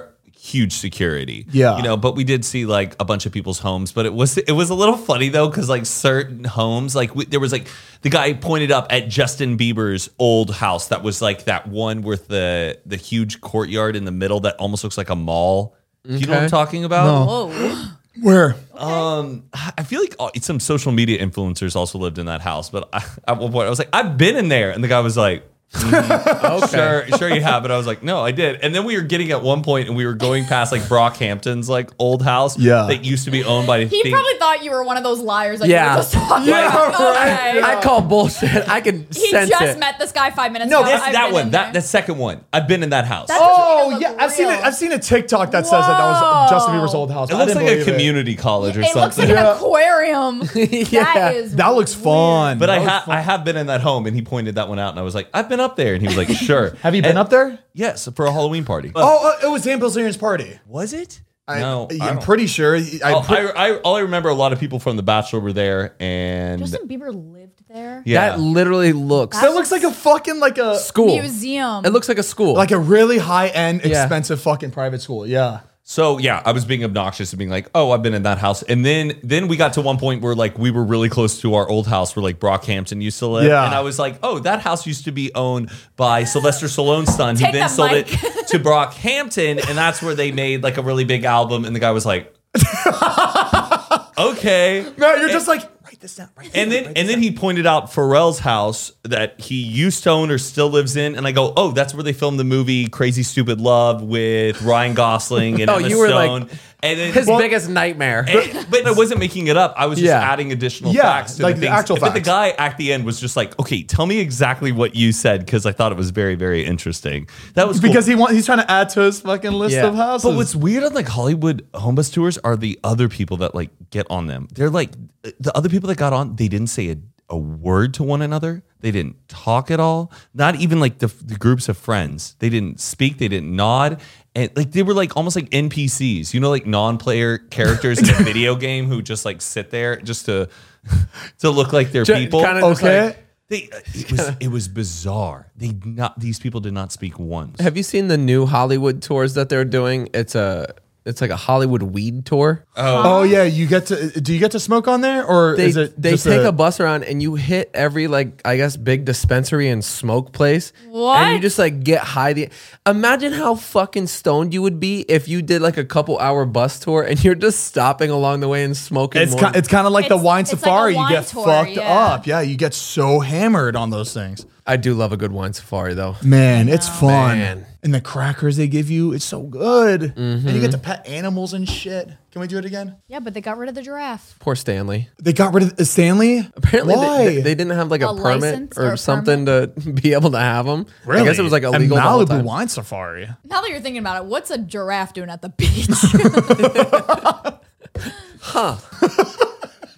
Speaker 4: huge security.
Speaker 3: Yeah.
Speaker 4: you know. But we did see like a bunch of people's homes, but it was it was a little funny though because like certain homes, like we, there was like the guy pointed up at Justin Bieber's old house that was like that one with the the huge courtyard in the middle that almost looks like a mall. Do You know what I'm
Speaker 2: Okay.
Speaker 4: talking about?
Speaker 5: Whoa,
Speaker 3: where
Speaker 4: Um, I feel like all- some social media influencers also lived in that house, but I, at one point I was like, I've been in there, and the guy was like,
Speaker 2: okay.
Speaker 4: sure, sure you have. And I was like, no, I did. And then we were getting at one point and we were going past like Brockhampton's like old house
Speaker 3: Yeah.
Speaker 4: that used to be owned by
Speaker 5: he
Speaker 4: thing-
Speaker 5: probably thought you were one of those liars. Like
Speaker 2: Yeah.
Speaker 5: we were just talking
Speaker 2: Yeah,
Speaker 3: *laughs*
Speaker 5: about.
Speaker 3: right,
Speaker 5: Okay.
Speaker 2: *laughs* I call bullshit. I can
Speaker 5: He
Speaker 2: sense
Speaker 5: just
Speaker 2: it.
Speaker 5: met this guy five minutes
Speaker 4: No,
Speaker 5: ago.
Speaker 4: that's
Speaker 5: I've
Speaker 4: that
Speaker 5: been
Speaker 4: one.
Speaker 5: in
Speaker 4: That
Speaker 5: there.
Speaker 4: that second one. I've been in that house.
Speaker 5: That's-
Speaker 3: Oh
Speaker 5: Doesn't even
Speaker 3: yeah,
Speaker 5: look
Speaker 3: I've seen it.
Speaker 5: real.
Speaker 3: I've seen a TikTok that says that that was oh, Justin Bieber's old house.
Speaker 4: it
Speaker 3: I
Speaker 4: looks
Speaker 3: didn't
Speaker 4: like a
Speaker 3: believe it.
Speaker 4: community college or
Speaker 5: it looks
Speaker 4: something.
Speaker 5: like
Speaker 3: *laughs*
Speaker 5: an aquarium.
Speaker 2: Yeah.
Speaker 5: That is
Speaker 3: That looks fun.
Speaker 4: *laughs* but I,
Speaker 3: That looks
Speaker 4: ha-
Speaker 3: fun.
Speaker 4: I have been in that home, and he pointed that one out, and I was like, "I've been up there," and he was like, "Sure."
Speaker 3: *laughs* have you been
Speaker 4: And-
Speaker 3: up there?
Speaker 4: Yes, for a Halloween party.
Speaker 3: Oh, uh, it was Dan Bilzerian's party.
Speaker 4: was it?
Speaker 3: I,
Speaker 4: no, I
Speaker 3: I'm
Speaker 4: don't-
Speaker 3: pretty sure. I,
Speaker 4: Oh,
Speaker 3: pre-
Speaker 4: I, I all I remember a lot of people from The Bachelor were there, and
Speaker 5: Justin Bieber lived there.
Speaker 4: yeah,
Speaker 2: That literally looks
Speaker 3: that looks like a fucking like a
Speaker 2: school.
Speaker 5: Museum.
Speaker 2: It looks like a school.
Speaker 3: like a really high end,
Speaker 2: Yeah.
Speaker 3: expensive fucking private school. Yeah.
Speaker 4: So yeah, I was being obnoxious and being like, "Oh, I've been in that house." And then then we got to one point where like we were really close to our old house where like Brockhampton used to live,
Speaker 3: Yeah.
Speaker 4: and I was like, "Oh, that house used to be owned by Sylvester Stallone's son, who
Speaker 5: Take
Speaker 4: then
Speaker 5: that
Speaker 4: sold
Speaker 5: mic.
Speaker 4: it to Brockhampton, and that's where they made like a really big album." And the guy was like, "Okay."
Speaker 3: No, you're just like write this down. Write this down,
Speaker 4: And then
Speaker 3: write
Speaker 4: and then he pointed out Pharrell's house that he used to own or still lives in, and I go, "Oh, that's where they filmed the movie Crazy Stupid Love with Ryan Gosling
Speaker 2: *laughs*
Speaker 4: and
Speaker 2: Oh,
Speaker 4: Emma
Speaker 2: you were like-
Speaker 4: Stone." and then
Speaker 2: his biggest nightmare.
Speaker 4: *laughs* but, but I wasn't making it up. I was just
Speaker 2: Yeah.
Speaker 4: adding additional
Speaker 3: Yeah,
Speaker 4: facts to
Speaker 3: like
Speaker 4: the
Speaker 3: the
Speaker 4: things.
Speaker 3: actual
Speaker 4: but the
Speaker 3: facts.
Speaker 4: guy at the end was just like, "Okay, tell me exactly what you said because I thought it was very, very interesting." That was
Speaker 3: down.
Speaker 4: cool.
Speaker 3: because he wants he's trying to add to his fucking list
Speaker 2: Yeah.
Speaker 3: of houses.
Speaker 4: But what's weird on like Hollywood home bus tours are the other people that like get on them. They're like the other people that got on. They didn't say a, a word to one another. They didn't talk at all. Not even like the, the groups of friends. They didn't speak. They didn't nod. And like they were like almost like NPCs. You know, like non-player characters in a
Speaker 2: *laughs*
Speaker 4: video game who just like sit there just to *laughs* to look like they're
Speaker 2: Ju-
Speaker 4: people. Oh,
Speaker 2: kinda just
Speaker 3: okay?
Speaker 2: like-
Speaker 4: they, uh,
Speaker 2: *laughs*
Speaker 4: it was it was bizarre. They not these people did not speak once.
Speaker 2: Have you seen the new Hollywood tours that they're doing? It's a it's like a Hollywood weed tour.
Speaker 3: oh yeah, you get to do you get to smoke on there or
Speaker 2: they
Speaker 3: is it
Speaker 2: they
Speaker 3: just
Speaker 2: take a, bus around and you hit every like I guess big dispensary and smoke place. And you
Speaker 5: What?
Speaker 2: just like get high. The imagine how fucking stoned you would be if you did like a couple hour bus tour and you're just stopping along the way and smoking.
Speaker 3: it's
Speaker 2: more.
Speaker 3: kind, it's kind of like the
Speaker 5: It's-
Speaker 3: wine
Speaker 5: it's like a
Speaker 3: safari.
Speaker 5: wine
Speaker 3: you get
Speaker 5: tour,
Speaker 3: fucked
Speaker 5: yeah.
Speaker 3: up. Yeah, you get so hammered on those things.
Speaker 2: I do love a good wine safari though.
Speaker 3: Man, it's fun.
Speaker 2: Man.
Speaker 3: And the crackers they give you, it's so good. And you get to pet animals and shit. Can we do it again?
Speaker 5: Yeah, but they got rid of the giraffe.
Speaker 2: Poor Stanley.
Speaker 3: They got rid of uh, Stanley.
Speaker 2: Apparently,
Speaker 3: Why?
Speaker 2: They, they didn't have like a,
Speaker 5: A
Speaker 2: permit
Speaker 5: license
Speaker 2: or,
Speaker 5: or a
Speaker 2: something to *laughs* be able to have them. I guess it was like
Speaker 3: a
Speaker 2: illegal. the whole
Speaker 3: Malibu
Speaker 2: time.
Speaker 3: wine safari.
Speaker 5: Now that you're thinking about it, what's a giraffe doing at the beach? *laughs*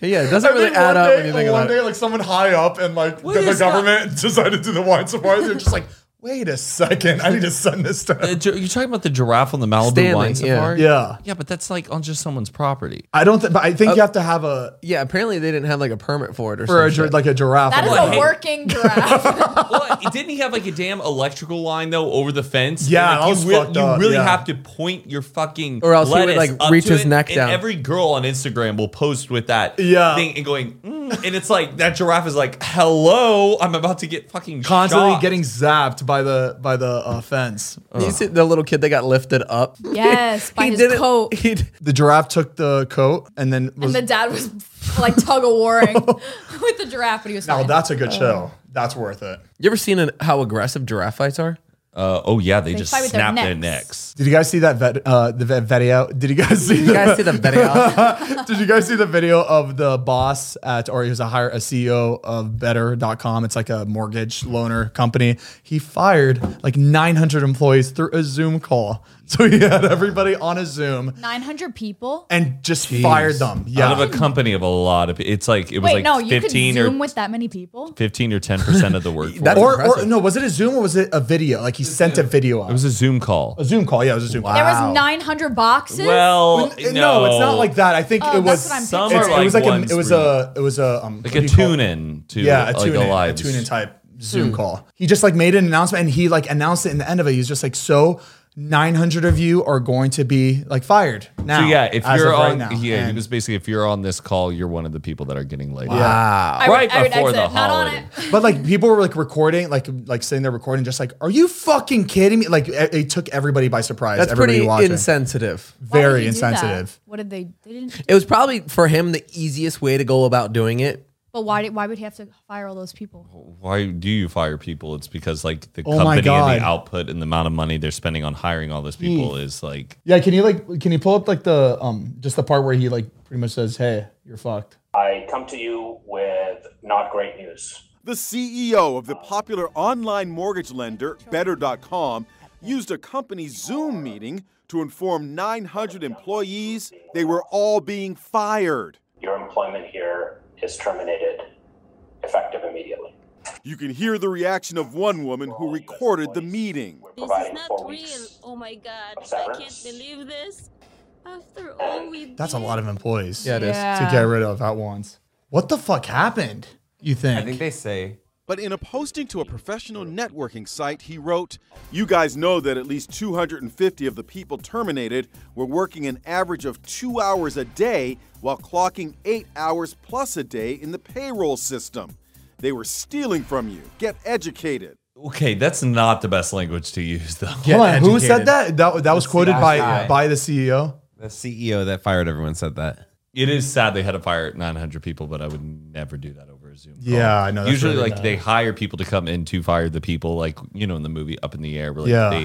Speaker 2: Yeah, it doesn't really
Speaker 3: think one
Speaker 2: add up
Speaker 3: day-
Speaker 2: when you think
Speaker 3: one
Speaker 2: about
Speaker 3: day,
Speaker 2: it.
Speaker 3: like someone high up and like the, the
Speaker 4: is that?
Speaker 3: government *laughs* decided to do the wine safari. They're just like, wait a second, I need to send this
Speaker 4: Uh,
Speaker 3: to.
Speaker 4: gi- you're talking about the giraffe on the Malibu
Speaker 2: Stanley,
Speaker 4: wine
Speaker 2: yeah.
Speaker 4: safari.
Speaker 3: Yeah,
Speaker 4: Yeah, but that's like on just someone's property.
Speaker 3: I don't. think but I think you
Speaker 5: Uh,
Speaker 3: have to have a
Speaker 2: Yeah, apparently they didn't have like a permit for it or
Speaker 3: for a
Speaker 2: something.
Speaker 3: gir- like a giraffe.
Speaker 5: That is
Speaker 3: Like,
Speaker 5: a working giraffe.
Speaker 4: *laughs* well, didn't he have like a damn electrical line though over the fence?
Speaker 3: Yeah, that
Speaker 4: And, like,
Speaker 3: was
Speaker 4: you, rea-
Speaker 3: fucked
Speaker 4: you
Speaker 3: up,
Speaker 4: really
Speaker 3: yeah.
Speaker 4: have to point your fucking
Speaker 2: Or else he would,
Speaker 4: lettuce
Speaker 2: like,
Speaker 4: up
Speaker 2: reach
Speaker 4: to
Speaker 2: his
Speaker 4: it,
Speaker 2: neck
Speaker 4: and
Speaker 2: down.
Speaker 4: Every girl on Instagram will post with that
Speaker 3: Yeah.
Speaker 4: thing and going, "Mm," and it's like that giraffe is like, "Hello, I'm about to get fucking
Speaker 3: constantly
Speaker 4: shot."
Speaker 3: getting zapped by the by the uh, fence.
Speaker 2: You see the little kid that got lifted up. *laughs*
Speaker 5: yes, by his
Speaker 2: didn't-
Speaker 5: coat.
Speaker 2: He d-
Speaker 3: *laughs* The giraffe took the coat and then was
Speaker 5: and the dad was like tug
Speaker 4: *laughs*
Speaker 5: of warring *laughs* with the giraffe, but he was
Speaker 3: now
Speaker 5: fine.
Speaker 3: that's a good show. That's worth it.
Speaker 2: you ever seen an, how aggressive giraffe fights
Speaker 3: *laughs*
Speaker 2: are?
Speaker 4: Uh, oh yeah, they, just
Speaker 5: fight with their
Speaker 4: snap their necks.
Speaker 5: necks.
Speaker 3: Did you guys see that vet, uh, the vet video? Did you guys see
Speaker 2: You guys see the
Speaker 3: *laughs*
Speaker 2: video?
Speaker 3: Did you guys see the video of the boss at, or he was a hire a CEO of Better.com? It's like a mortgage loaner company. He fired like 900 employees through a Zoom call. *laughs* So he had everybody on a Zoom
Speaker 5: 900 people?
Speaker 3: and just fired them. Yeah.
Speaker 4: Out of a company of a lot of, pe- it's like it was like
Speaker 5: Wait, no, you could
Speaker 4: 15
Speaker 5: Zoom
Speaker 4: or
Speaker 5: with that many people?
Speaker 4: 15 or 10 percent of the
Speaker 3: *laughs*
Speaker 4: workforce.
Speaker 2: That's
Speaker 3: or, or
Speaker 2: impressive.
Speaker 3: no, was it a Zoom or was it a video? Like he sent a video out.
Speaker 4: it was a Zoom call.
Speaker 3: a Zoom call. Yeah, it was a Zoom
Speaker 5: There
Speaker 3: call.
Speaker 5: was 900 boxes?
Speaker 4: Well,
Speaker 3: N- No, it's not like that. I think
Speaker 5: Oh,
Speaker 3: it was.
Speaker 5: that's
Speaker 3: it's-
Speaker 4: Some
Speaker 5: what I'm
Speaker 4: are
Speaker 3: it was
Speaker 4: like
Speaker 3: like a,
Speaker 4: one
Speaker 3: it was
Speaker 4: screen.
Speaker 3: a it was a um,
Speaker 4: like
Speaker 3: what
Speaker 4: a
Speaker 3: do you call it?
Speaker 4: tune in to
Speaker 3: yeah, a
Speaker 4: like
Speaker 3: tune
Speaker 4: a
Speaker 3: in, a
Speaker 4: live
Speaker 3: tune in type Zoom call. He just like made an announcement and he like announced it in the end of it. He was just like, so 900 of you are going to be like fired now.
Speaker 4: So yeah, if
Speaker 3: as
Speaker 4: you're
Speaker 3: of right
Speaker 4: on,
Speaker 3: now.
Speaker 4: yeah, it
Speaker 3: And-
Speaker 4: was basically if you're on this call, you're one of the people that are getting laid.
Speaker 2: Wow.
Speaker 5: I would-
Speaker 4: right
Speaker 5: I would
Speaker 4: before the
Speaker 5: exit. Not on it.
Speaker 4: holiday.
Speaker 3: but like people were like recording, like like sitting there recording, just like, are you fucking kidding me? Like it, it took everybody by surprise.
Speaker 2: That's
Speaker 3: everybody
Speaker 2: pretty
Speaker 3: watching.
Speaker 2: insensitive.
Speaker 5: Why would
Speaker 3: Very
Speaker 5: you do that?
Speaker 3: insensitive.
Speaker 5: What did they, they didn't,
Speaker 2: It was probably for him the easiest way to go about doing it.
Speaker 5: but why did, why would he have to fire all those people?
Speaker 4: Why do you fire people? It's because like the
Speaker 3: Oh my
Speaker 4: company and
Speaker 3: God.
Speaker 4: the output and the amount of money they're spending on hiring all those people is like
Speaker 3: Yeah, can you like can you pull up like the um just the part where he like pretty much says, Hey, you're fucked.
Speaker 8: I come to you with not great news.
Speaker 9: The CEO of the popular online mortgage lender, Better.com, used a company Zoom meeting to inform 900 employees they were all being fired.
Speaker 8: Your employment here is terminated, effective immediately.
Speaker 9: You can hear the reaction of one woman who recorded the meeting.
Speaker 8: We're
Speaker 10: This is
Speaker 8: providing
Speaker 10: not
Speaker 8: four
Speaker 10: real.
Speaker 8: weeks.
Speaker 10: Oh my god.
Speaker 8: of
Speaker 10: I can't
Speaker 8: severance.
Speaker 10: believe this. After all we
Speaker 3: That's a
Speaker 10: did.
Speaker 3: lot of employees
Speaker 2: Yeah, it is.
Speaker 3: to get rid of at once. What the fuck happened? You think?
Speaker 4: they say
Speaker 9: But in a posting to a professional networking site, he wrote, You guys know that at least 250 of the people terminated were working an average of two hours a day while clocking eight hours plus a day in the payroll system. They were stealing from you. Get educated.
Speaker 4: okay, that's not the best language to use though.
Speaker 2: Get
Speaker 3: Hold on, who
Speaker 2: educated.
Speaker 3: said that? That, that was quoted by
Speaker 6: guy.
Speaker 3: by the E
Speaker 4: Oh.
Speaker 3: CEO.
Speaker 6: The CEO that fired everyone said that.
Speaker 4: *laughs* It is sad they had to fire 900 people, but I would never do that over a Zoom. Call.
Speaker 3: Yeah, I know, that's
Speaker 4: Usually,
Speaker 3: really
Speaker 4: like they hire people to come in to fire the people, like you know in the movie Up in the Air, where like
Speaker 3: Yeah.
Speaker 4: they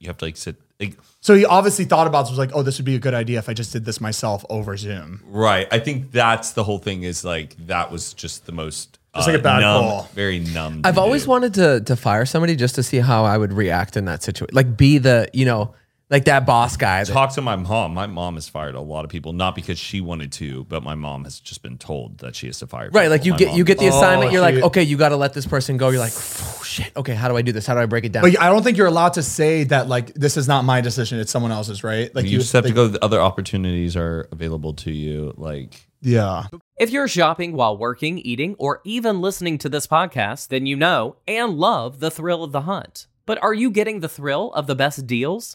Speaker 4: you have to like sit like
Speaker 3: So he obviously thought about this, was like, oh, this would be a good idea if I just did this myself over Zoom.
Speaker 4: Right. I think that's the whole thing is like that was just the most uh,
Speaker 3: Just like a bad
Speaker 4: numb,
Speaker 3: call.
Speaker 4: Very numb.
Speaker 2: I've
Speaker 4: to
Speaker 2: always
Speaker 4: do.
Speaker 2: wanted to to fire somebody just to see how I would react in that situation. Like be the, you know, like that boss guy. that-
Speaker 4: talk to my mom. My mom has fired a lot of people, not because she wanted to, but my mom has just been told that she has to fire.
Speaker 2: Right,
Speaker 4: people.
Speaker 2: like you
Speaker 4: Oh, My
Speaker 2: get
Speaker 4: mom
Speaker 2: you get the
Speaker 4: does.
Speaker 2: assignment. You're like,
Speaker 3: shit.
Speaker 2: okay, you got to let this person go. You're like, "Oh, shit. Okay, how do I do this? How do I break it down?
Speaker 3: But I don't think you're allowed to say that like this is not my decision; it's someone else's, right? Like
Speaker 4: You just have
Speaker 3: like-
Speaker 4: to go. The other opportunities are available to you. Like
Speaker 3: Yeah,
Speaker 1: If you're shopping while working, eating, or even listening to this podcast, then you know and love the thrill of the hunt. But are you getting the thrill of the best deals?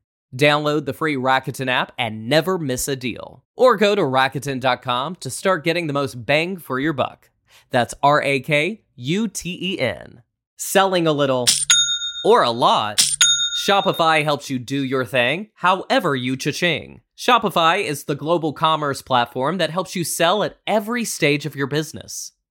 Speaker 1: Download the free Rakuten app and never miss a deal. Or go to Rakuten.com to start getting the most bang for your buck. That's R A K U T E N. Selling a little or a lot. Shopify helps you do your thing, however you cha-ching. Shopify is the global commerce platform that helps you sell at every stage of your business.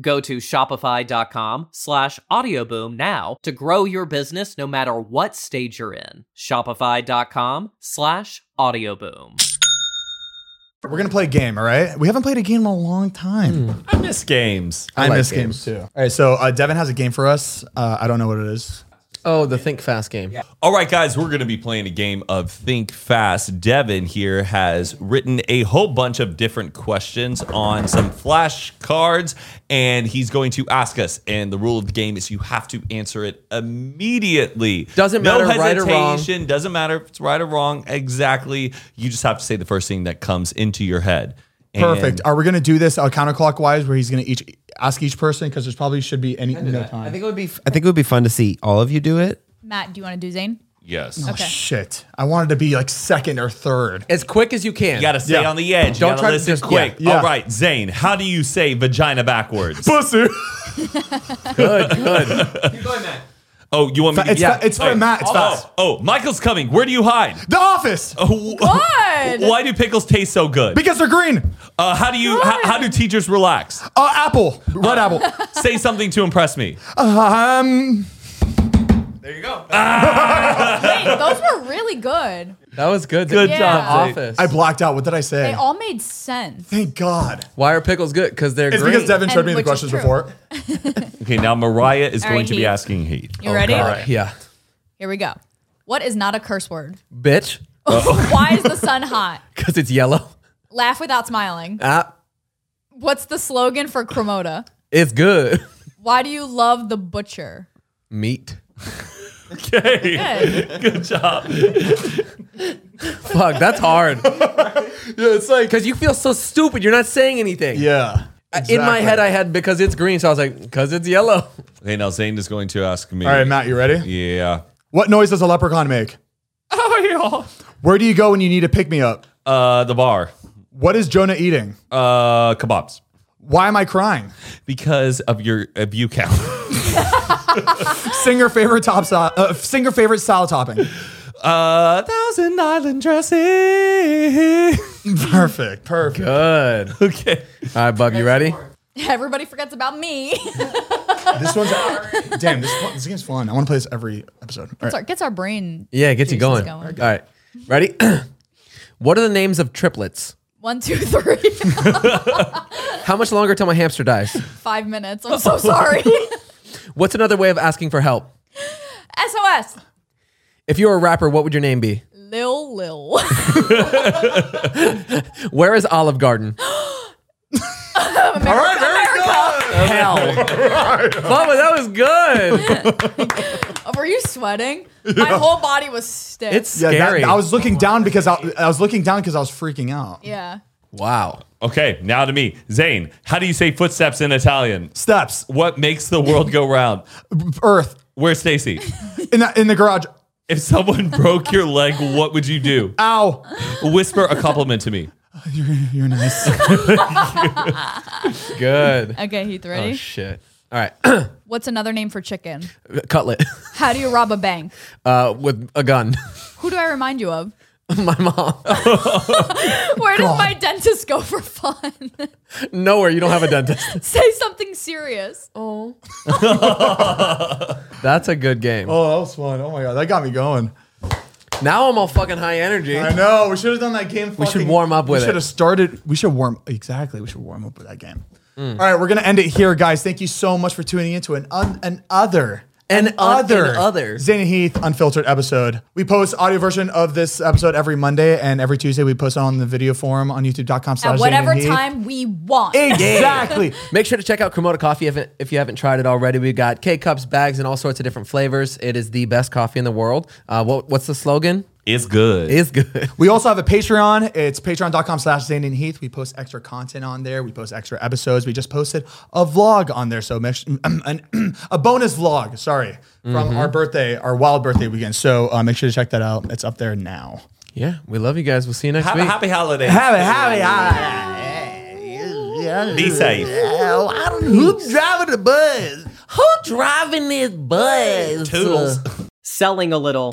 Speaker 1: Go to shopify.com slash audioboom now to grow your business no matter what stage you're in. Shopify.com slash audioboom.
Speaker 3: We're gonna play a game, all right? We haven't played a game in a long time.
Speaker 6: Hmm.
Speaker 4: I miss games.
Speaker 3: I,
Speaker 2: like
Speaker 3: miss
Speaker 2: games.
Speaker 3: games. too. All right, so uh, Devin has a game for us. Uh, I don't know what it is.
Speaker 2: Oh, the think fast game.
Speaker 4: All right, guys, we're going to be playing a game of Think Fast. Devin here has written a whole bunch of different questions on some flashcards, and he's going to ask us. And the rule of the game is you have to answer it immediately.
Speaker 2: Doesn't
Speaker 4: no
Speaker 2: matter right or wrong.
Speaker 4: hesitation, Doesn't matter if it's right or wrong. Exactly. You just have to say the first thing that comes into your head. And-
Speaker 3: Perfect. Are we gonna do this uh, counterclockwise, where he's gonna each ask each person because there's probably should be any no time.
Speaker 6: I think it would be. I think it would be fun to see all of you do it.
Speaker 5: Matt, do you want to do Zane?
Speaker 4: Yes.
Speaker 5: Okay.
Speaker 3: Shit, I wanted to be like second or third.
Speaker 2: As quick as you can.
Speaker 4: You gotta stay
Speaker 3: Yeah.
Speaker 4: on the edge. You
Speaker 2: Don't
Speaker 4: gotta
Speaker 2: try to
Speaker 4: listen
Speaker 2: just-
Speaker 4: quick.
Speaker 3: yeah, yeah.
Speaker 4: All right, Zane, how do you say vagina backwards?
Speaker 3: Pussy.
Speaker 4: Oh, you want me?
Speaker 3: Fa- it's
Speaker 4: yeah.
Speaker 3: fa- it's for Matt, it's
Speaker 4: oh,
Speaker 3: fast.
Speaker 4: Oh, Michael's coming. Where do you hide? *laughs*
Speaker 3: The Office
Speaker 4: Oh, *laughs*
Speaker 5: Good.
Speaker 4: Why do pickles taste so good?
Speaker 3: because they're green.
Speaker 4: Uh, how do you? How, how do teachers relax?
Speaker 3: Uh, apple, red apple.
Speaker 4: Say something to impress me.
Speaker 3: Um,
Speaker 5: Wait, those were really good.
Speaker 2: That was good.
Speaker 4: Good
Speaker 5: Yeah.
Speaker 4: job, Zane.
Speaker 2: Office.
Speaker 3: I blacked out. What did I
Speaker 5: They
Speaker 3: say?
Speaker 5: all made sense.
Speaker 3: Thank God.
Speaker 2: Why are pickles good? Because they're
Speaker 3: It's
Speaker 2: green.
Speaker 3: because Devin showed
Speaker 5: And
Speaker 3: me the
Speaker 5: which is
Speaker 3: questions before.
Speaker 5: true.
Speaker 4: Okay, now Mariah is
Speaker 5: All
Speaker 4: going
Speaker 5: right,
Speaker 4: to be
Speaker 5: Heath.
Speaker 4: asking Heath.
Speaker 5: You ready?
Speaker 2: Yeah.
Speaker 5: Here we go. What is not a curse
Speaker 4: *laughs*
Speaker 5: word?
Speaker 2: Bitch.
Speaker 5: Oh. Why is the sun hot?
Speaker 2: Because it's yellow.
Speaker 5: Laugh without smiling.
Speaker 2: Ah,
Speaker 5: What's the slogan for Cremota?
Speaker 2: it's good. *laughs*
Speaker 5: Why do you love the butcher? *laughs*
Speaker 2: Meat.
Speaker 4: *laughs* Okay.
Speaker 5: Good.
Speaker 4: *laughs* Good job.
Speaker 2: Fuck, that's hard. yeah, it's like because you feel so stupid. You're not saying anything.
Speaker 3: Yeah.
Speaker 2: In my head, I had because it's green, so I was like, because it's yellow. *laughs*
Speaker 4: Okay, now Zane is going to ask me.
Speaker 3: All right, Matt, you ready?
Speaker 4: Yeah.
Speaker 3: What noise does a leprechaun make?
Speaker 4: Oh
Speaker 3: Where do you go when you need a pick me up?
Speaker 4: yeah. Uh, the bar.
Speaker 3: What is Jonah eating?
Speaker 4: Uh, kebabs.
Speaker 3: Why am I crying?
Speaker 4: Because of your view count. *laughs*
Speaker 3: Sing your favorite top so- uh, sing your favorite salad topping. *laughs*
Speaker 4: Uh, thousand island dressing.
Speaker 3: Perfect. Perfect.
Speaker 2: Good. All
Speaker 4: okay.
Speaker 2: right, bub, you ready?
Speaker 5: Everybody forgets about me.
Speaker 3: This one's damn. This, one, this game's fun. I want to play this every episode. All right.
Speaker 5: *laughs* Sorry, gets our brain.
Speaker 2: Yeah, it gets you
Speaker 5: juices
Speaker 2: going. All right, ready? *clears throat* what are the names of triplets?
Speaker 5: One, two, three, *laughs*
Speaker 2: How much longer till my hamster dies?
Speaker 5: five minutes. I'm *laughs* so sorry.
Speaker 2: What's another way of asking for help?
Speaker 5: SOS.
Speaker 2: If you were a rapper, what would your name be?
Speaker 5: Lil Lil.
Speaker 2: Where is Olive Garden?
Speaker 4: All right, very good.
Speaker 2: *laughs* Hell. Bubba, that was good.
Speaker 5: *laughs* Were you sweating? My whole body was stiff.
Speaker 2: It's
Speaker 3: Yeah, that-
Speaker 2: scary.
Speaker 3: I was looking down because I, I was looking down because I was freaking out.
Speaker 5: yeah.
Speaker 2: wow.
Speaker 4: *laughs* Okay, now to me. Zane, how do you say footsteps in Italian?
Speaker 3: Steps,
Speaker 4: What makes the world go round?
Speaker 3: earth
Speaker 4: Where's Stacy?
Speaker 3: in the, in the garage.
Speaker 4: If someone broke your leg, what would you do?
Speaker 3: Ow! *gasps*
Speaker 4: Whisper a compliment to me.
Speaker 3: You're, you're nice.
Speaker 2: Good.
Speaker 5: *laughs* Okay, Heath,
Speaker 2: Oh
Speaker 5: ready?
Speaker 2: shit. All right. *coughs*
Speaker 5: What's another name for chicken?
Speaker 2: Cutlet.
Speaker 5: How do you rob a bank?
Speaker 2: Uh, with a gun. *laughs*
Speaker 5: Who do I remind you of?
Speaker 2: My mom.
Speaker 5: *laughs* Where does my dentist go for fun? *laughs*
Speaker 2: Nowhere. You don't have a dentist.
Speaker 5: Say something serious.
Speaker 2: Oh. That's a good game.
Speaker 3: oh, that was fun. Oh my god, that got me going.
Speaker 2: Now I'm all fucking high energy.
Speaker 3: I know. We should have done that game.
Speaker 2: We should warm up with
Speaker 3: We
Speaker 2: it.
Speaker 3: should have started. We should warm exactly. We should warm up with that game.
Speaker 2: Mm.
Speaker 3: All right, we're gonna end it here, guys. Thank you so much for tuning into an un, an other.
Speaker 2: An
Speaker 3: an
Speaker 2: un-
Speaker 3: other,
Speaker 2: an other.
Speaker 3: Zane and Heath unfiltered episode. We post audio version of this episode every Monday and every Tuesday. We post it on the video forum on YouTube.com. slash
Speaker 5: At
Speaker 3: Zane and
Speaker 5: whatever
Speaker 3: Heath.
Speaker 5: time we want.
Speaker 3: Exactly.
Speaker 2: Make sure to check out Komodo Coffee if, if you haven't tried it already. We've got K cups, bags, and all sorts of different flavors. It is the best coffee in the world. Uh, what, what's the slogan?
Speaker 4: It's good.
Speaker 2: Is good.
Speaker 3: *laughs*
Speaker 2: *laughs*
Speaker 3: We also have a Patreon. It's patreon.com slash Zane and Heath. We post extra content on there. We post extra episodes. We just posted a vlog on there. So make su- *clears throat* an, a bonus vlog, sorry, from our birthday, our wild birthday weekend. So uh, make sure to check that out. It's up there now.
Speaker 2: Yeah, we love you guys. We'll see you next
Speaker 4: Have a
Speaker 2: week.
Speaker 4: happy holiday.
Speaker 3: Have it, have it, have
Speaker 4: Be safe.
Speaker 2: Who's driving the bus? Who driving this bus?
Speaker 4: Toodles.
Speaker 1: selling a little